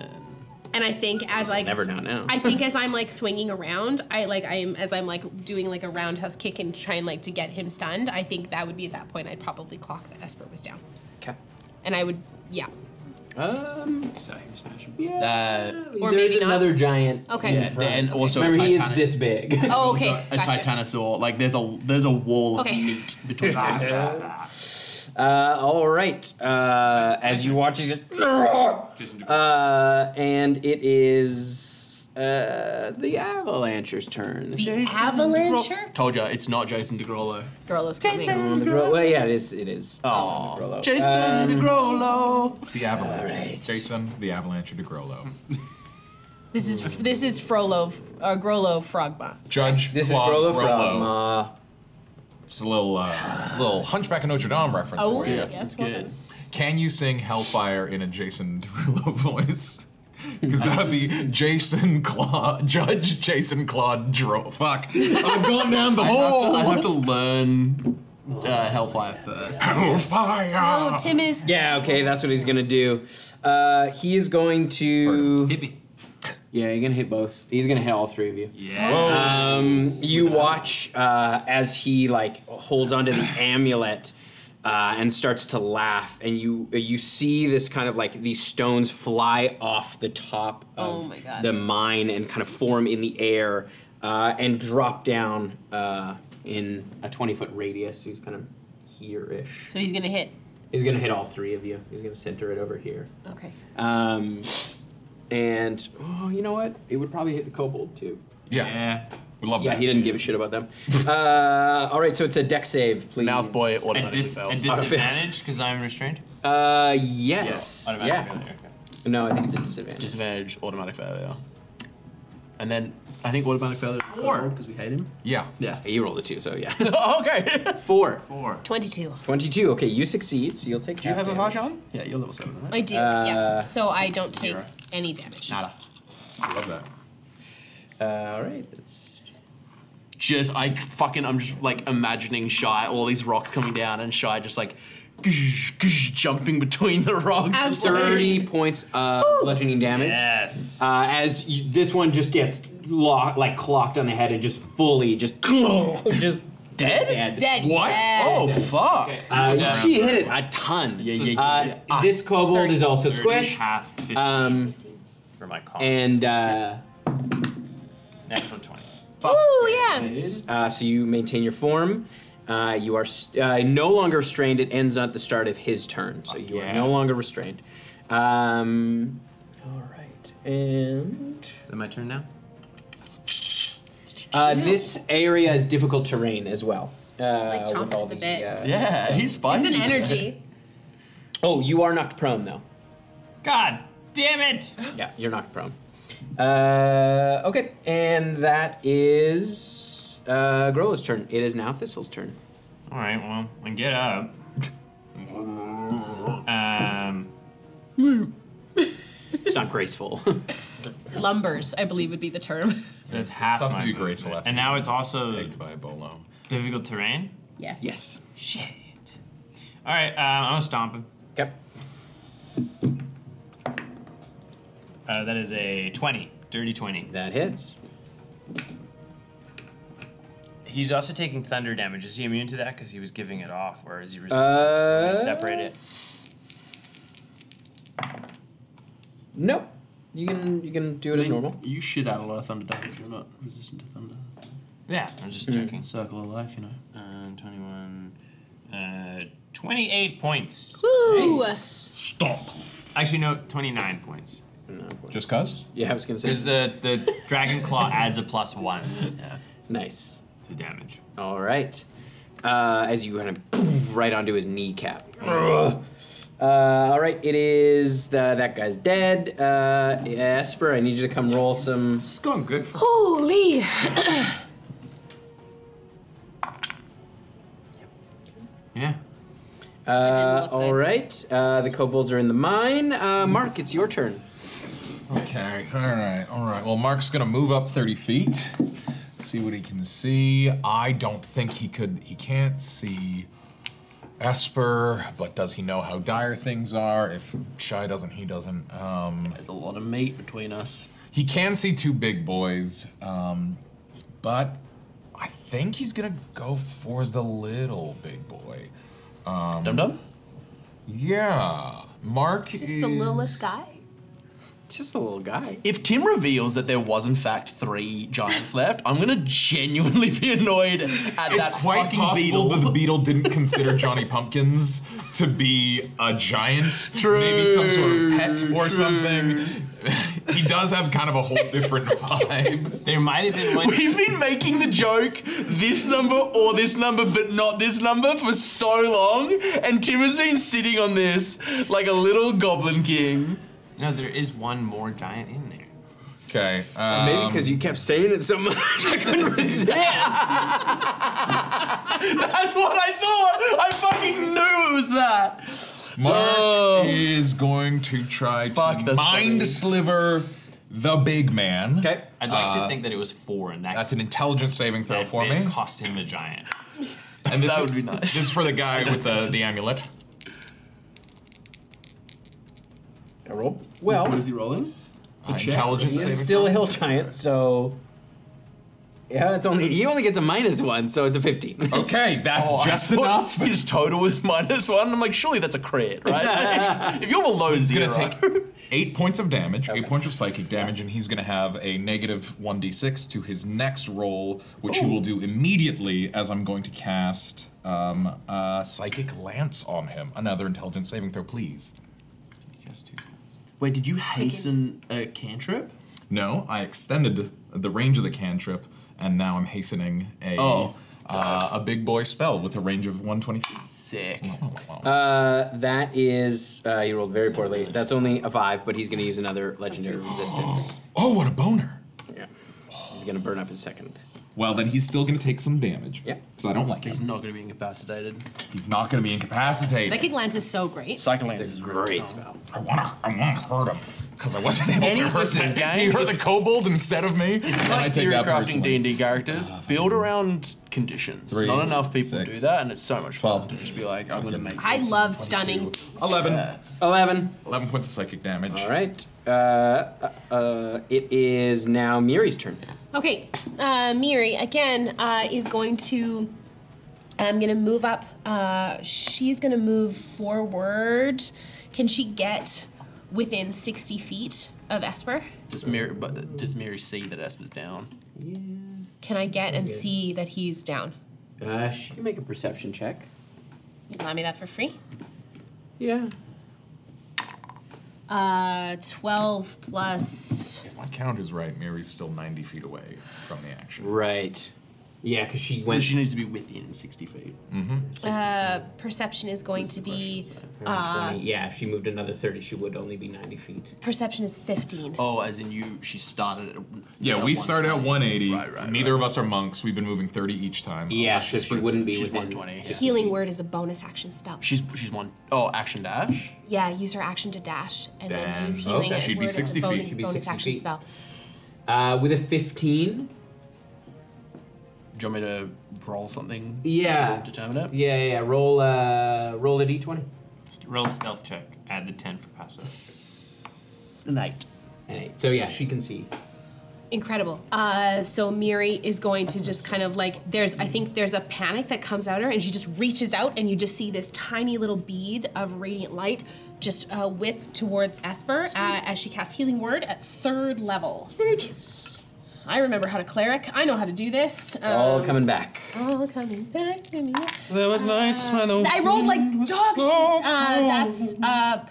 G: And I think as like
A: Never not now.
G: I think as I'm like swinging around, I like I'm as I'm like doing like a roundhouse kick and trying like to get him stunned. I think that would be at that point I'd probably clock that Esper was down,
A: Okay.
G: and I would yeah.
A: Um,
E: Is that how you smash him?
A: yeah.
H: Uh, That-
G: Or
A: there's
G: maybe not.
A: another giant.
G: Okay.
H: Yeah, and also a
A: Remember, he is
H: Titanic-
A: this big.
G: Oh, okay.
H: uh, a
G: gotcha.
H: titanosaur. Like there's a there's a wall
G: Okay.
H: of meat between us.
A: Uh, all right. Uh, as you watch, he's
E: Jason,
A: uh, and it is uh, the avalancher's turn.
G: The avalancher.
H: Told ya, it's not Jason DeGrollo.
G: Girl is coming.
A: On the gro- well, yeah, it is. It is.
H: Oh,
A: Grollo.
H: Jason DeGrollo.
D: The avalanche.
A: right.
D: Jason, the avalanche de Grollo.
G: This is this is Frollo uh, Grollo Frogma.
D: Judge.
A: This
D: Claude
A: is Grollo,
D: Grollo.
A: from. Uh,
D: It's a little, uh, little Hunchback of Notre Dame reference
G: Oh,
D: for you.
G: yes,
H: That's
G: well
H: good.
G: done.
D: Can you sing Hellfire in a Jason Derulo voice? Because that would be Jason Claude, Judge Jason Claude Dro. Fuck. I've gone down the
H: Oh, I
D: hole.
H: have to learn uh, Hellfire first.
D: Hellfire.
G: Oh, Tim is
A: yeah. Okay, that's what he's gonna do. Uh, he is going to.
E: Hit me.
A: Yeah, you're gonna hit both. He's gonna hit all three of you.
E: Yeah.
A: Um, you watch uh, as he like holds onto the amulet uh, and starts to laugh, and you you see this kind of like these stones fly off the top
G: Oh
A: of
G: my God.
A: the mine and kind of form in the air uh, and drop down uh, in a twenty foot radius. He's kind of here-ish.
G: so he's gonna hit.
A: He's gonna hit all three of you. He's gonna center it over here.
G: Okay.
A: Um, and oh, you know what? It would probably hit the kobold too.
D: Yeah. We love
A: Yeah,
D: that.
A: he didn't give a shit about them. uh, all right, so it's a deck save, please.
H: Mouth boy
E: At,
H: automatically
E: dis- at
H: fails.
E: disadvantage because I'm restrained.
A: Uh, yes.
E: Automatic
A: Yeah.
E: failure, okay.
A: No, I think it's a disadvantage.
H: Disadvantage, automatic failure. And then I think automatic failure four because we hate him.
D: Yeah.
H: Yeah.
A: You rolled a two, so yeah.
H: Oh, okay.
A: Four.
E: Four.
G: 22.
A: 22. Okay, you succeed, so you'll take Do
H: you have a Vajon? Yeah, you're level seven, right?
G: I do,
A: Uh,
G: yeah. So I don't take any damage.
H: Nada.
D: I love that.
A: Uh, all right. That's...
H: Just I fucking I'm just like imagining Shy all these rocks coming down and Shy just like jumping between the rocks.
A: Absolutely. 30 points of bludgeoning damage.
E: Yes.
M: Uh, as you, this one just gets locked, like clocked on the head, and just fully just just
H: dead.
A: Uh,
M: Dead.
G: Dead.
M: What?
G: yes.
H: Oh fuck.
M: Uh, she hit it a ton.
H: Yeah, yeah,
M: Uh,
H: yeah. Ah.
M: This kobold is also
E: 30,
M: squished.
E: Half 15
M: Um,
E: for my comp.
M: and uh,
E: Natural 20.
G: Ooh, yeah.
A: Uh, so you maintain your form. Uh, you are st- uh, no longer restrained. It ends at the start of his turn, so you are
E: yeah.
A: no longer restrained. Um, all right, and is that my turn now? Uh, this area is difficult terrain as well. Uh,
G: chomping
A: with all
G: at the bit.
A: uh,
H: Yeah, he's
G: It's
H: spicy.
G: an energy.
A: Oh, you are knocked prone though.
E: God damn it!
A: Yeah, you're knocked prone. Uh, okay, and that is uh, Grola's turn. It is now Thistle's turn.
E: All right, well, then get up. um,
A: It's not graceful.
G: Lumbers, I believe would be the term.
E: so that's half
D: tough to
E: my
D: be graceful
E: movement.
D: after
E: And
D: you've
E: now
D: been
E: it's also
D: Egged by a bolo.
E: difficult terrain.
G: Yes.
A: yes.
E: Shit. All right, um, I'm gonna stomp him.
A: Okay.
E: Uh, that is a 20, dirty 20.
A: That hits.
E: He's also taking thunder damage. Is he immune to that because he was giving it off, or is he resistant? I'm
A: Uh,
E: gonna separate it.
A: Nope. You can you can do it as normal.
H: You should add a lot of thunder damage. You're not resistant to thunder.
E: Yeah, I'm just checking.
H: Circle of life, you know.
E: Uh, 21, uh, 28 points.
G: Ooh.
E: Stomp. Actually, no, 29 points.
D: Just cause?
A: Yeah, I was gonna say.
E: Because the, the dragon claw adds a plus one
A: nice.
E: to damage.
A: All right. Uh, as you kind of right onto his kneecap. Ugh. Uh, all right, it is the, that guy's dead. Uh, Esper, I need you to come roll some.
E: It's going good for
G: Holy.
E: Yeah.
A: Uh,
G: look
A: all
G: good.
A: right, uh, the kobolds are in the mine. Uh, Mark, it's your turn.
D: Okay, all right, all right. Well, Mark's gonna move up 30 feet, see what he can see. I don't think he could, he can't see Esper, but does he know how dire things are? If Shy doesn't, he doesn't. Um,
H: There's a lot of meat between us.
D: he can see two big boys, um, but I think he's gonna go for the little big boy.
H: Dum dum.
D: Yeah, Mark is.
L: the littlest guy.
A: It's just a little guy.
H: If Tim reveals that there was in fact three giants left, I'm gonna genuinely be annoyed at that
D: quite
H: fucking
D: possible
H: beetle.
D: that the beetle didn't consider Johnny Pumpkins to be a giant, maybe some sort of pet or something. he does have kind of a whole different vibe.
E: There might have been one.
H: We've been making the joke this number or this number, but not this number for so long, and Tim has been sitting on this like a little goblin king.
E: No, there is one more giant in there.
D: Okay,
A: Maybe
D: um,
A: because you kept saying it so much, I couldn't resist.
H: That's what I thought. I fucking knew it was that. Uh,
D: Mark is going to try to
H: Fuck, that's
D: mind
H: funny.
D: sliver the big man.
A: Okay. Uh,
E: I'd like to think that it was four, and that
D: That's an intelligence saving throw
E: that
D: for
E: bit
D: me.
E: cost him a giant.
D: And this
H: That
D: is-
H: would be nice.
D: This is for the guy with the, the amulet.
A: I roll. Well,
H: What is he rolling?
D: Uh, intelligence
A: he
D: saving
A: is still
D: throw.
A: a hill giant, so yeah, it's only he only gets a minus one, so it's a fifteen.
D: Okay, that's
H: Oh, I
D: just
H: thought
D: enough.
H: His total was minus one. I'm like, surely that's a crit, right? if you're below
D: He's
H: zero,
D: gonna take eight points of damage, eight points of psychic damage, and he's gonna have a negative one d six to his next roll, which he will do immediately as I'm going to cast um, uh, psychic lance on him. Another intelligence saving throw, please.
H: Wait, did you hasten a cantrip?
D: No, I extended the range of the cantrip, and now I'm hastening a
H: Oh.
D: uh, a big boy spell with a range of 120 feet.
H: Sick.
A: Uh, that is uh, he rolled very poorly. That's only a five, but he's going to use another legendary resistance.
D: Oh, what a boner!
A: Yeah. He's going to burn up his second.
D: Well, then he's still going to take some damage.
A: Yeah.
D: Because I don't like him. He's
H: not going to be incapacitated.
D: He's not going to be incapacitated.
G: Psychic Lance is so great.
H: Psychic Lance is
A: great spell.
D: I want to I wanna hurt him. Because I wasn't able
H: Any-
D: to hurt
H: listen,
D: that
H: gang,
D: He hurt the kobold instead of me.
H: If you like theory crafting D&D characters, build around conditions.
D: Ah, Three,
H: Not enough people
D: six,
H: do that, and it's so much fun to just be like, I'm going to make.
G: I love stunning.
D: 11.
A: 11.
D: 11 points of psychic damage.
A: All right. Uh, uh, uh, it is now Miri's turn.
G: Okay, uh, Miri again uh, is going to. I'm gonna move up. Uh, she's gonna move forward. Can she get within 60 feet of Esper?
H: Does Mary, but does Mary see that Esper's down?
G: Can I get and
A: Okay.
G: see that he's down?
A: Uh, she can make a perception check.
G: You allow me that for free?
A: Yeah.
G: Uh, 12 plus. uh,
D: If my count is right, Mary's still 90 feet away from the action.
A: Right. Yeah, because she
H: Well,
A: went.
H: she needs to be within 60 feet.
D: Mm-hmm.
G: Uh, perception is going to be. Uh,
A: yeah, if she moved another 30, she would only be 90 feet.
G: perception is 15.
H: Oh, as in you, she started at.
D: Yeah, we start at 180.
H: Right, right,
D: Neither of us are monks. We've been moving 30 each time.
A: Yeah,
D: Unless
A: so
D: she's
A: she wouldn't be
H: She's
A: within.
H: 120.
G: Healing word is a bonus action spell.
H: She's she's one oh action dash.
G: Yeah, use her action to dash and then
D: Damn.
G: use healing
D: Okay.
G: at
D: She'd be
G: word as a
D: 60 feet.
G: boni-
D: She'd
A: be
G: bonus
A: 60
G: action
A: feet.
G: spell.
A: Uh, with a 15.
H: Do you want me to roll something?
A: Yeah.
H: To determine it.
A: Yeah, yeah, yeah. Roll, uh, roll a d20.
E: Roll a stealth check. Add the 10 for passive.
H: An eight.
A: An eight. So yeah, she can see.
G: Incredible. Uh, so Miri is going to just kind of like there's I think there's a panic that comes out of her and she just reaches out and you just see this tiny little bead of radiant light just uh, whip towards Esper uh, as she casts Healing Word at third level. I remember how to cleric. I know how to do this. It's
A: All coming back.
G: All coming back to me. Uh,
B: There were nights when the
G: I rolled like
B: wind was
G: dog shit.
B: so
G: Uh,
B: cold.
G: that's uh,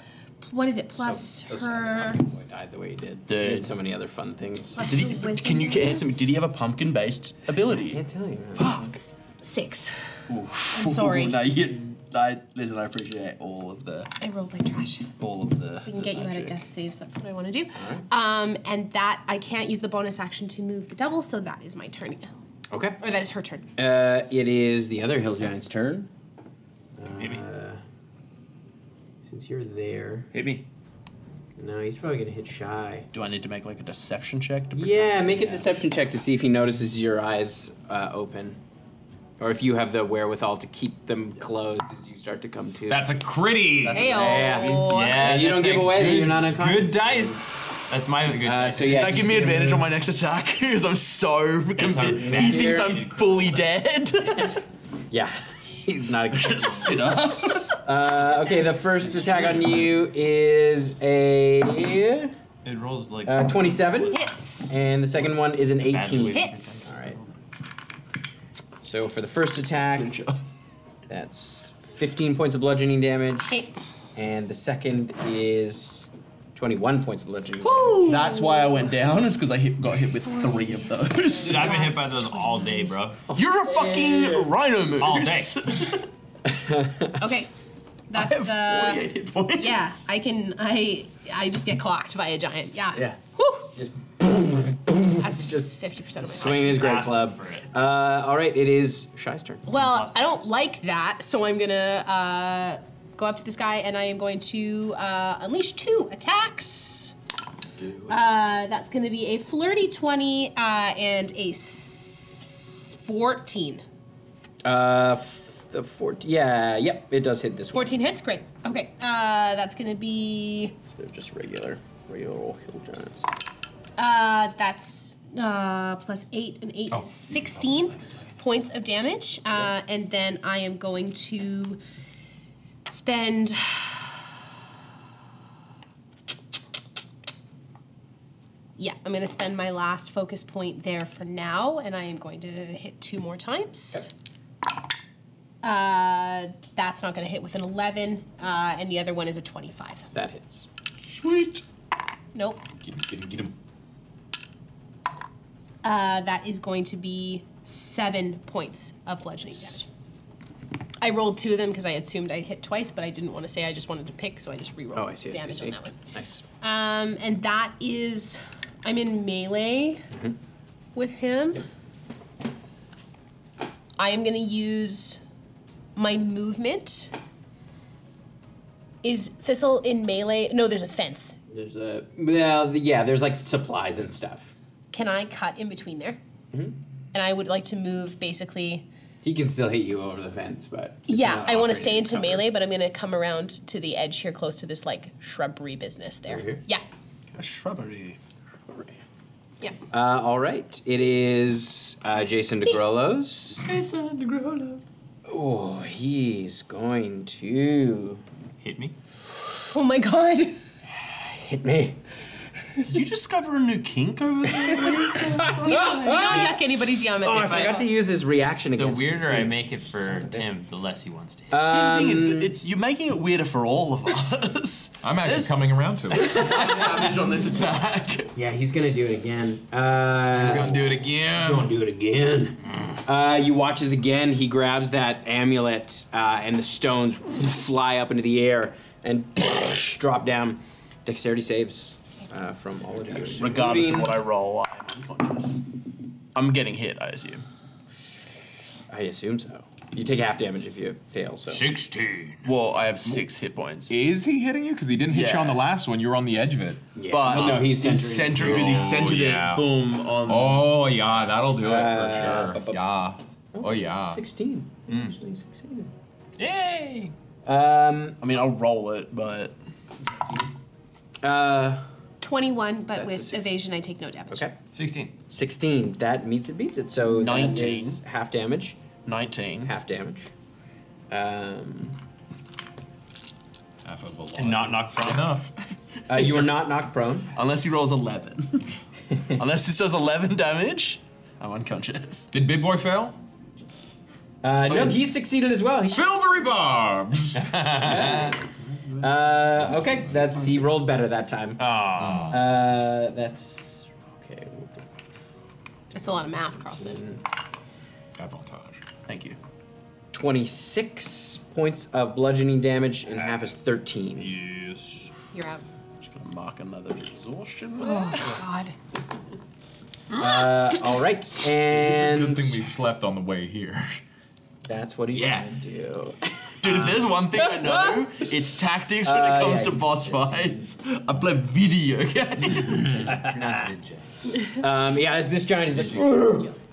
G: what is it? Plus
A: So- so
G: her.
A: Boy, died the way he did.
H: Dude.
A: He did so many other fun things.
G: Plus
H: Did
G: her
H: he,
G: wisdom
H: can you get
G: bonus.
H: him? Did he have a pumpkin based ability?
A: Can't tell you. man.
G: Six.
H: I'm
G: sorry.
H: no, you, I, listen, I appreciate all of the
G: I rolled like trash.
H: all of the.
G: We can
H: the
G: get you out of
H: magic.
G: death saves. That's what I want to do. Um, and that I can't use the bonus action to move the double, so that is my turn.
A: Okay.
G: Or that is her turn.
A: Uh, it is the other hill giant's turn.
E: Hit me.
A: Uh, since you're there,
E: Hit me.
A: no, he's probably gonna hit shy.
H: Do I need to make like a deception check? To
A: Yeah, make a deception check to see if he notices your eyes uh, open, or if you have the wherewithal to keep them closed as you start to come to.
D: That's a critty.
H: That's
A: Yeah.
E: Yeah,
A: you don't
E: that's
A: give
E: a
A: away that
E: good-
A: you're not unconscious.
E: Good dice. That's my good
A: Uh,
E: dice.
A: so yeah,
H: Does that give me advantage on my next attack? Because I'm so
E: That's how
H: convinced.
E: bad
H: He thinks
E: you're-
H: I'm fully dead.
A: Yeah, he's not. expecting-
H: Sit up.
A: Uh, okay, the first attack on you is a
E: It rolls like
A: uh, 27,
G: Hits.
A: and the second one is an 18.
G: Hits.
A: All right. So for the first attack, that's 15 points of bludgeoning damage,
G: Okay.
A: and the second is 21 points of bludgeoning.
H: That's why I went down. Is because I hit, got hit with three of those.
E: Dude, I've been hit by those all day, bro.
H: You're a fucking rhino moose.
E: All day.
G: Okay.
H: I
G: That's
H: have
G: uh.
H: 48 hit points.
G: Yeah, I can. I I just get clocked by a giant. Yeah.
A: Yeah.
G: Whew.
A: Just
G: That's
A: just
G: just fifty percent of my.
A: swinging his great
E: Ask
A: club.
E: for it.
A: Uh, all right, it is Shy's turn.
G: Well, I don't like that, so I'm gonna uh, go up to this guy and I am going to uh, unleash two attacks. Uh, that's gonna be a flirty 20 uh, and a s- 14.
A: Uh, f- the 14. Yeah, yep, it does hit this one.
G: 14 hits? Great. Okay, uh, that's gonna be.
A: So they're just regular, regular old hill giants.
G: Uh, that's uh, plus 8 and 8 is 16 points of damage. Uh, and then I am going to spend. Yeah, I'm going to spend my last focus point there for now, and I am going to hit two more times. Uh, that's not going to hit with an 11, uh, and the other one is a 25.
A: That hits.
H: Sweet.
G: Nope.
D: Get him, get him, get him.
G: Uh, that is going to be seven points of bludgeoning damage. I rolled two of them because I assumed I hit twice, but I didn't want to say I just wanted to pick, so I just rerolled
A: Oh, I see. I see, I
G: damage
A: see.
G: on that one.
A: Nice. Mm-hmm.
G: Um, and that is, I'm in melee. with him. I am going to use my movement. Is Thistle in melee? No, there's a fence.
N: There's a well, yeah. There's like supplies and stuff.
G: Can I cut in between there?
A: Mm-hmm.
N: Mhm.
G: And I would like to move basically.
N: He can still hit you over the fence, but
G: yeah,
N: not
G: I want to
N: offering
G: stay
N: you
G: into
N: cover.
G: melee, but I'm going to come around to the edge here, close to this like shrubbery business there.
A: Over here?
G: Yeah,
A: A shrubbery.
G: yeah.
A: Uh, all right. It is uh, Jason DeGrollo's.
O: Jason Derulo.
A: Oh, he's going to
L: hit me.
G: Oh my god.
A: Hit me.
H: Did you discover a new kink over there?
G: we, don't, we don't yuck anybody's yum at
A: Oh, Ah, I
G: this
A: forgot to use his reaction
L: The
A: against. you,
L: weirder
A: too.
L: I make it for Tim, the less he wants to hit.
H: Here's the thing is,
A: Um,
H: that it's, you're making it weirder for all of us.
D: I'm actually coming around to it.
H: There's so much damage on this attack.
A: Yeah, he's gonna do it again. Uh, he's gonna
H: do it again.
A: He's gonna do it again. Uh, you watch as again he grabs that amulet uh, and the stones fly up into the air and drop down. Dexterity saves uh, from all of you.
H: Regardless of
A: including-
H: what I roll, I'm unconscious. I'm getting hit, I assume.
A: I assume so. You take half damage if you fail. So
H: 16. Well, I have six hit points.
D: Is he hitting you? Because he didn't hit you
H: Yeah.
D: on the last one. You were on the edge of it.
H: But
D: Oh, no, he's
H: he's
D: centering.
H: centering because he
D: Oh,
H: centered
D: yeah.
H: it. Boom on.
D: Oh yeah, that'll do it
A: Uh,
D: for sure. Yeah. Oh yeah.
A: 16.
D: Mm.
A: Actually succeeded.
L: Yay!
A: Um,
H: I mean, I'll roll it, but
A: Uh,
G: 21, but
A: That's a
G: with
A: six.
G: evasion, I take no damage.
A: okay.
L: 16.
A: 16. That meets it beats it. So that
H: 19.
A: is half damage.
H: 19.
A: Half damage. Um,
D: Half of a lot.
L: And not knock prone.
D: Enough.
A: uh, you are not knocked prone.
H: Unless he rolls 11. Unless this does 11 damage, I'm unconscious.
D: Did Big Boy fail?
A: Uh, no,
H: Okay.
A: he succeeded as well. He-
D: Silvery barbs.
A: Uh, okay, that's he rolled better that time. Uh, that's okay. we'll do-
G: That's a lot of math, Carlson.
D: Advantage.
H: Thank you.
A: 26 points of bludgeoning damage and half is 13.
L: Yes.
G: You're out.
H: Just gonna mark another exhaustion.
G: Oh, God.
A: Uh, all right,
D: It's a
A: and
D: good thing we slept on the way here.
A: that's what he's
H: Yeah.
A: gonna do.
H: Dude, if there's one thing I know, it's tactics when
A: Uh,
H: it comes
A: yeah,
H: to boss fights. I play video games.
A: Um, yeah, as this giant is like,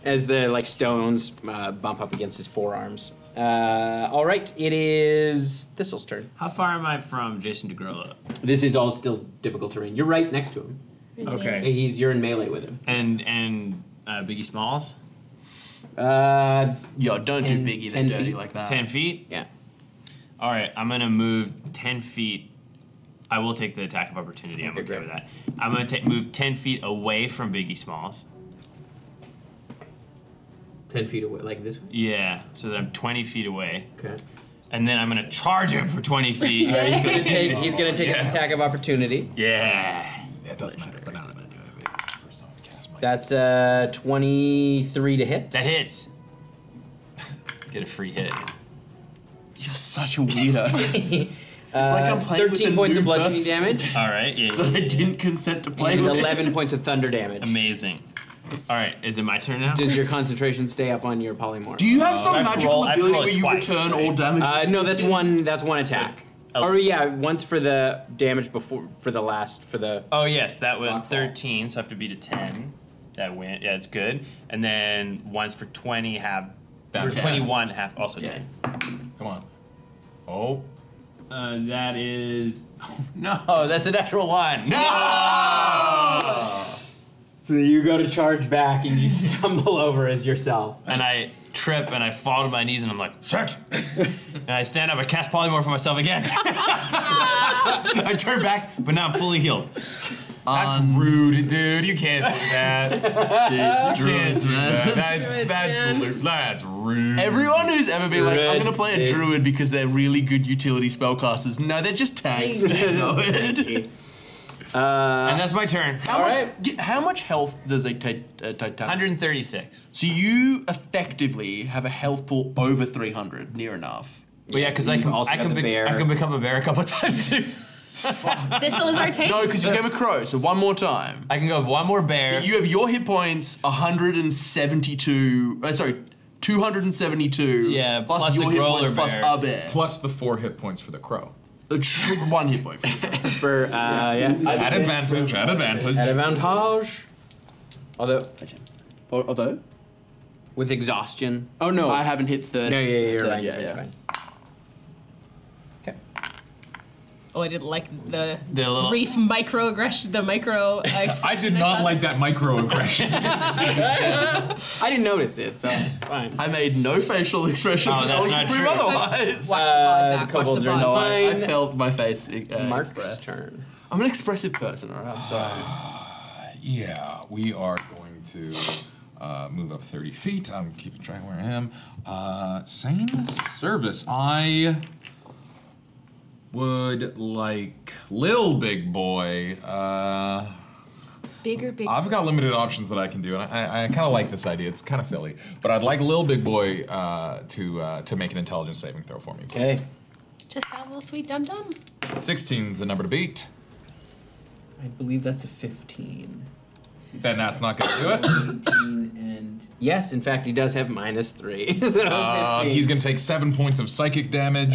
A: as the like stones uh, bump up against his forearms. Uh, all right, it is Thistle's turn.
L: How far am I from Jason DeGrollo?
A: This is all still difficult terrain. You're right next to him.
L: Okay.
A: He's you're in melee with him.
L: And and uh, Biggie Smalls,
A: Uh,
H: Yo, don't
A: Ten-
H: do Biggie the
A: ten
H: dirty
A: feet.
H: like that.
L: ten feet.
A: yeah.
L: All right, I'm gonna move ten feet. I will take the attack of opportunity. I'm okay,
A: great.
L: with that. I'm gonna ta- move ten feet away from Biggie Smalls.
A: Ten feet away, like this. One?
L: Yeah, so that I'm 20 feet away,
A: Okay.
L: and then I'm gonna charge him for 20 feet.
A: Yeah, he's gonna take. He's gonna take an attack of opportunity.
L: Yeah.
D: That doesn't matter. But not anyway.
A: That's uh, twenty-three to hit.
L: That hits. Get a free hit.
H: You're such a weirdo. it's like
A: Uh,
H: I'm playing with
A: Thirteen
H: the
A: points of
H: new
A: bludgeoning
H: person
A: damage.
L: All right. Yeah. yeah,
H: That I
L: yeah, yeah.
H: didn't consent to play
A: And
H: with.
A: eleven points of thunder damage.
L: Amazing. All right. Is it my turn now?
A: Does your concentration stay up on your polymorph?
H: Do you have
L: I
H: some
L: have to
H: magical
L: roll- I have to
H: ability
L: roll it
H: where you
L: twice,
H: return all
L: right?
H: damage?
A: Uh, no, that's one. That's one attack.
L: oh.
A: Or yeah, once for the damage before for the last for the.
L: oh yes, that was
A: Rockfall.
L: 13, so I have to beat a 10. That went. Yeah, it's good. And then once for 20, half.
D: That's
L: for
D: ten.
L: 21, half also 10.
D: Come on. Oh.
L: Uh, that is. no, that's a natural one.
D: No!
N: So you go to charge back and you stumble over as yourself.
L: and I trip and I fall to my knees and I'm like, shit! and I stand up, I cast polymorph for myself again. I turn back, but now I'm fully healed.
D: That's
H: Um,
D: rude, dude. You can't do that.
H: Dude,
D: You can't
H: druids,
D: do that.
H: man.
D: That's that's lu- that's rude.
H: Everyone who's ever been like, I'm
A: Druid,
H: gonna play a
A: dude.
H: druid because they're really good utility spell classes. No, they're just tanks. They know it.
L: and that's my turn.
H: How
A: All
H: much,
A: right.
H: get- how much health does a tit- a titan?
L: 136.
H: So you effectively have a health pool over 300, near enough.
L: But yeah, because I can
A: also
L: I
A: got
L: can
A: the
L: be-
A: bear.
L: I can become a bear a couple times too.
G: Thistle is our tank.
H: No, because you became a crow. So one more time.
E: I can go one more
A: Uh,
E: bear.
H: you have your hit points 172. Uh, sorry, 272.
D: Yeah,
H: plus, your hit points plus a bear.
D: Plus the four hit points for the crow.
H: A tr- one hit point. For
A: Spur, uh, yeah.
D: At advantage, at advantage.
A: At advantage. Although,
H: although,
A: with exhaustion. Oh no,
H: I haven't hit third.
A: No, yeah, yeah, you're
H: third
A: right.
H: yet,
A: you're
H: yeah.
A: right.
L: Oh, I didn't like the,
E: The little-
L: brief microaggression, the micro. Uh,
D: I did
L: expression
D: not
L: saw.
D: like that microaggression.
A: I didn't notice it, so it's fine.
H: I made no facial expression.
E: Oh, that's
H: Only
E: not
H: prove
E: true.
H: Otherwise.
A: Uh, the
L: back, watch
A: kobolds
L: the
A: are
L: bot.
H: No, I, I
A: mine.
H: felt my face. Uh,
A: Mark's
H: expressed.
A: turn.
H: I'm an expressive person, alright? I'm sorry.
D: Yeah, we are going to uh, move up 30 feet. I'm keeping track of where I am. Uh, same service. I would like Lil Big Boy. Uh,
K: Bigger, bigger.
D: I've got limited options that I can do, and I, I, I kind of like this idea. It's kind of silly, but I'd like Lil Big Boy uh, to uh, to make an intelligence saving throw for me.
A: Okay.
G: Just that little sweet dum dum.
D: 16 is the number to beat.
A: I believe that's a 15.
D: Then that's not going to do it.
A: 18 and yes, in fact, he does have minus three. so
D: Uh,
A: 15.
D: he's going to take seven points of psychic damage.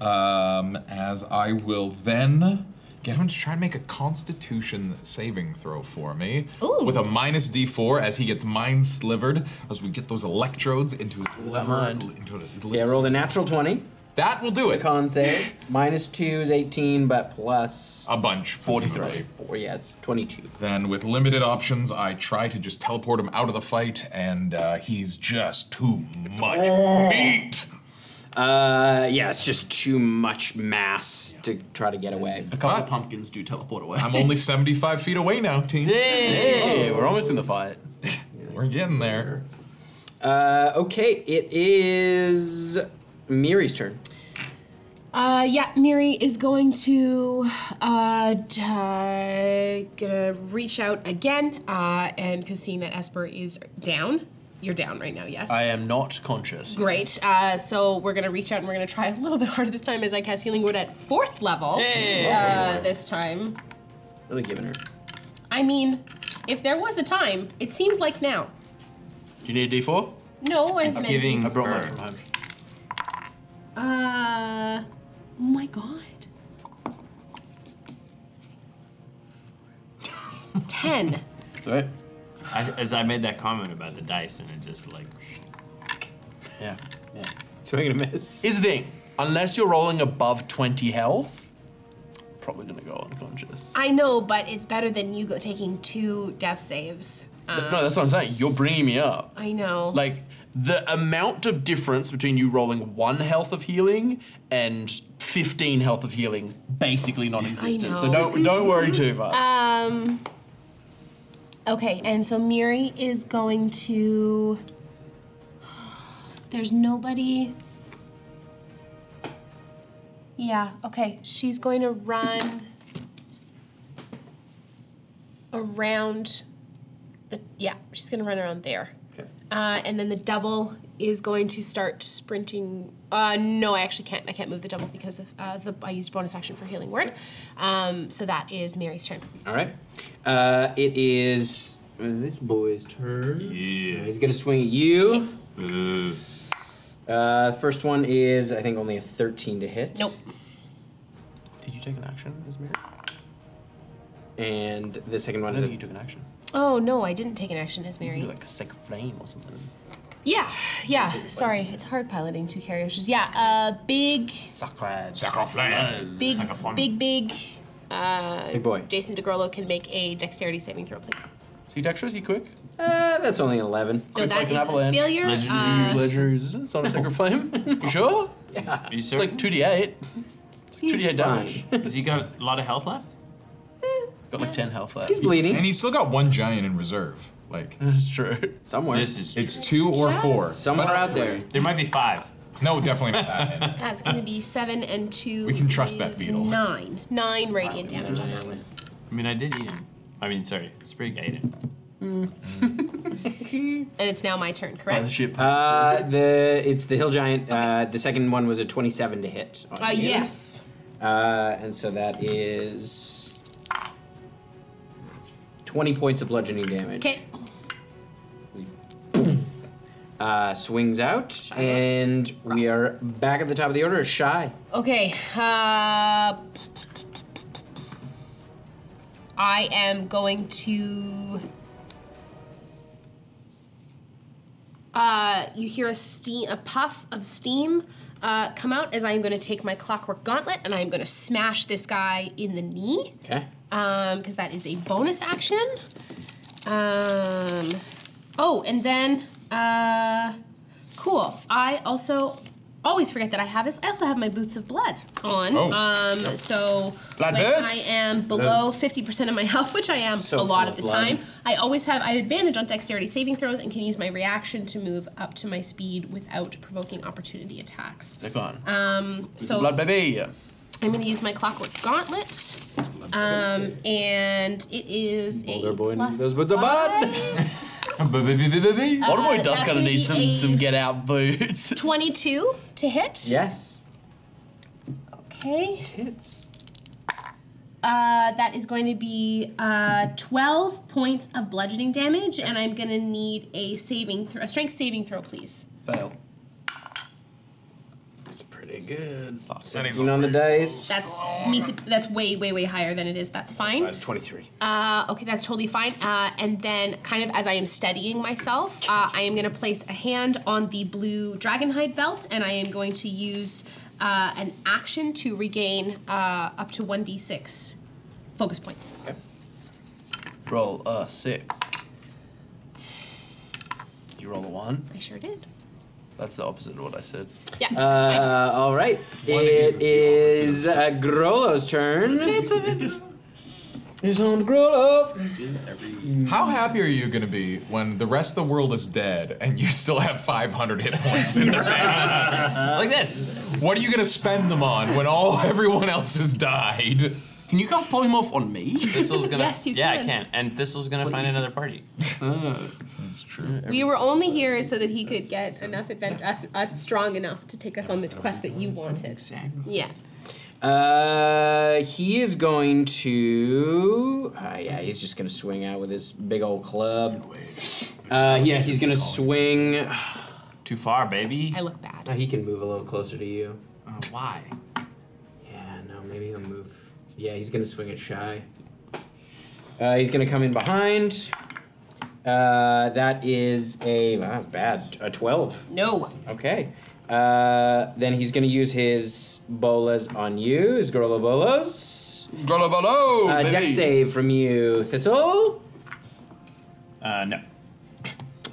D: Um, as I will then get him to try and make a Constitution saving throw for me
G: Ooh.
D: with a minus D4 as he gets mind slivered as we get those electrodes into his liver. Into his
A: Okay, I rolled a natural 20.
D: That will do it.
A: Con save. Minus two is 18, but plus
D: a bunch.
H: 43.
A: four. Yeah, it's 22.
D: Then, with limited options, I try to just teleport him out of the fight, and uh, he's just too much meat.
A: Uh, yeah, it's just too much mass to try to get away.
H: A couple of pumpkins do teleport away.
D: I'm only 75 feet away now, team.
H: Hey, we're almost in the fight.
D: We're getting there.
A: Uh, okay, it is Miri's turn.
G: Uh, yeah, Miri is going to uh, d- uh, gonna reach out again, uh, and because seeing that Esper is down, you're down right now, yes.
H: I am not conscious.
G: Great. Uh, so we're gonna reach out and we're gonna try a little bit harder this time as I cast Healing Word at fourth level. Uh, this time,
A: Really giving her.
G: I mean, if there was a time, it seems like now.
H: Do you need a D4?
G: No, I meant
E: giving-
H: I brought mine
E: Burn.
H: from home.
G: to- Uh, oh my god. Ten.
H: Sorry?
E: I, as I made that comment about the dice, and it just like
H: Yeah. yeah.
A: So I'm gonna miss.
H: Here's the thing unless you're rolling above 20 health, probably gonna go unconscious.
G: I know, but it's better than you go taking two death saves. Uh,
H: no, that's what I'm saying. You're bringing me up.
G: I know.
H: Like the amount of difference between you rolling one health of healing and 15 health of healing basically non-existent. So
G: know.
H: don't don't worry too much.
G: Um. Okay, and so Miri is going to. There's nobody. Yeah, okay. She's going to run around the. Yeah, she's going to run around there.
A: Okay.
G: Uh, and then the double is going to start sprinting. Uh, no, I actually can't. I can't move the double because of uh, the I used bonus action for healing word. Um, so that is Mary's turn.
A: All right. Uh, it is this boy's turn.
E: Yeah.
A: He's gonna swing at you.
E: Ugh.
A: Uh, first one is I think only a 13 to hit.
G: Nope.
H: Did you take an action, Ismir?
A: And the second
H: I
A: one
H: don't
A: is
H: think you
A: a,
H: took an action.
G: Oh no, I didn't take an action as
H: You
G: Mary.
H: like sacred flame or something.
G: Yeah, yeah. Sorry, it's hard piloting two characters. Yeah, uh, big,
H: Sacred.
D: Sacroflame.
G: big, big, big. Uh,
A: Big boy.
G: Jason DeGrollo can make a dexterity saving throw, please.
H: So you dexterous, you quick?
A: uh, that's only an 11.
G: No,
H: Quick
G: that
H: like an
G: is a
H: avalanche.
G: failure. Uh,
H: Ledgers. It's not a sacred flame. You sure?
E: Are you
H: It's like
E: certain?
H: 2d8. It's like
A: He's
H: 2d8 damage.
A: fine.
E: Has he got a lot of health left?
H: It's got like 10 health left.
A: He's bleeding
D: And he's still got one giant in reserve. Like
H: That's true.
A: somewhere.
E: This is
D: it's two or four.
A: somewhere out there.
E: there might be five.
D: No, definitely not that many.
G: That's going to be seven and two.
D: We can trust that
G: is
D: beetle.
G: Nine, nine radiant damage on that one.
E: I mean, I did eat him. I mean, sorry, Sprig ate him.
G: And it's now my turn,
H: Oh, the
G: correct?
H: ship.
A: Uh, the it's the hill giant. Uh, the second one was a 27 to hit. on
G: Uh,
A: you.
G: yes.
A: Uh, Uh, and so that is 20 points of bludgeoning damage.
G: Okay.
A: Uh, swings out, and we are back at the top of the order. Shy.
G: Okay. Uh, I am going to. Uh, you hear a steam, a puff of steam uh, come out as I am going to take my clockwork gauntlet and I am going to smash this guy in the knee
A: Okay.
G: because that is a bonus action. Um, oh, and then uh, cool. I also always forget that I have this. I also have my boots of blood on.
P: Oh.
G: Um,
P: Yep.
G: So
P: Blood
G: when
P: boots.
G: I am below
P: Boots.
G: fifty percent of my health, which I am
P: So
G: a lot
P: full
G: of the
P: of blood.
G: time, I always have I have advantage on dexterity saving throws and can use my reaction to move up to my speed without provoking opportunity attacks.
H: They're gone.
G: Um, Uh, so
H: blood baby.
G: I'm going to use my clockwork gauntlet. Um, and it is a plus
H: Waterboy
G: Uh,
H: does
G: that's
H: kind
G: gonna
H: of
G: be
H: need some,
G: a-
H: some get out boots.
G: 22 to hit.
A: Yes.
G: Okay.
A: Tits.
G: Uh, that is going to be uh, 12 points of bludgeoning damage, and I'm going to need a saving throw, a strength saving throw, please.
H: Fail.
A: That's pretty good.
H: Seventeen
A: on the dice.
G: That's meets that's way way way higher than it is. That's fine.
A: That's 23.
G: Uh, okay, that's totally fine. Uh, and then, kind of as I am steadying myself, uh, I am going to place a hand on the blue dragonhide belt, and I am going to use uh, an action to regain uh, up to 1d6 focus points.
H: Roll a uh, six. You roll a one.
G: I sure did.
H: That's the opposite of what I said.
G: Yeah.
A: Uh, all right. It is uh, Grolo's turn. There's on Grolo.
D: How happy are you gonna be when the rest of the world is dead and you still have 500 hit points in the
E: Uh,
D: bank?
A: like this.
D: What are you gonna spend them on when all everyone else has died?
H: Can you cast polymorph on me?
E: Thistle's gonna.
G: Yes, you
E: yeah,
G: can.
E: I can. And Thistle's gonna find another party.
D: That's true.
G: We were only here so that he could get enough advent us, us strong enough to take us on the quest that you wanted. Exactly. Yeah.
A: Uh, he is going to. Uh, yeah, he's just going to swing out with his big old club. Uh, yeah, he's going to swing.
E: Too far, baby.
G: I look bad.
A: he can move a little closer to you.
E: why?
A: Yeah, no, maybe he'll move. Yeah, he's gonna swing at Shy. Uh, he's gonna come in behind. Uh, that is a wow, that's bad. A twelve.
G: No.
A: Okay. Uh, then he's gonna use his bolas on you. His Gorilla bolas.
H: Gorilla bolo.
A: Uh, deck
H: baby.
A: save from you, Thistle.
E: Uh, no.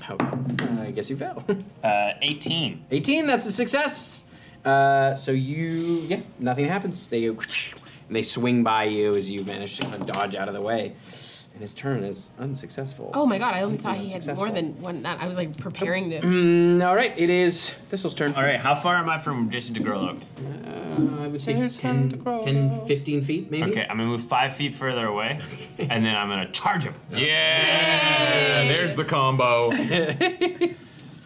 A: Oh, uh, I guess you fail.
E: Uh, 18.
A: 18, that's a success. Uh, so you, yeah, nothing happens. They go, and they swing by you as you manage to kind of dodge out of the way. And his turn is unsuccessful.
G: Oh my god, I only thought he had
A: Unsuccessful.
G: more than one. That I was like preparing to.
A: Mm, all right, it is Thistle's turn.
E: All right, how far am I from Jason DeGrollo?
A: Uh, I would say 10, 10, 15 feet, maybe.
E: Okay, I'm gonna move five feet further away, and then I'm gonna charge him.
D: Yeah, there's the combo.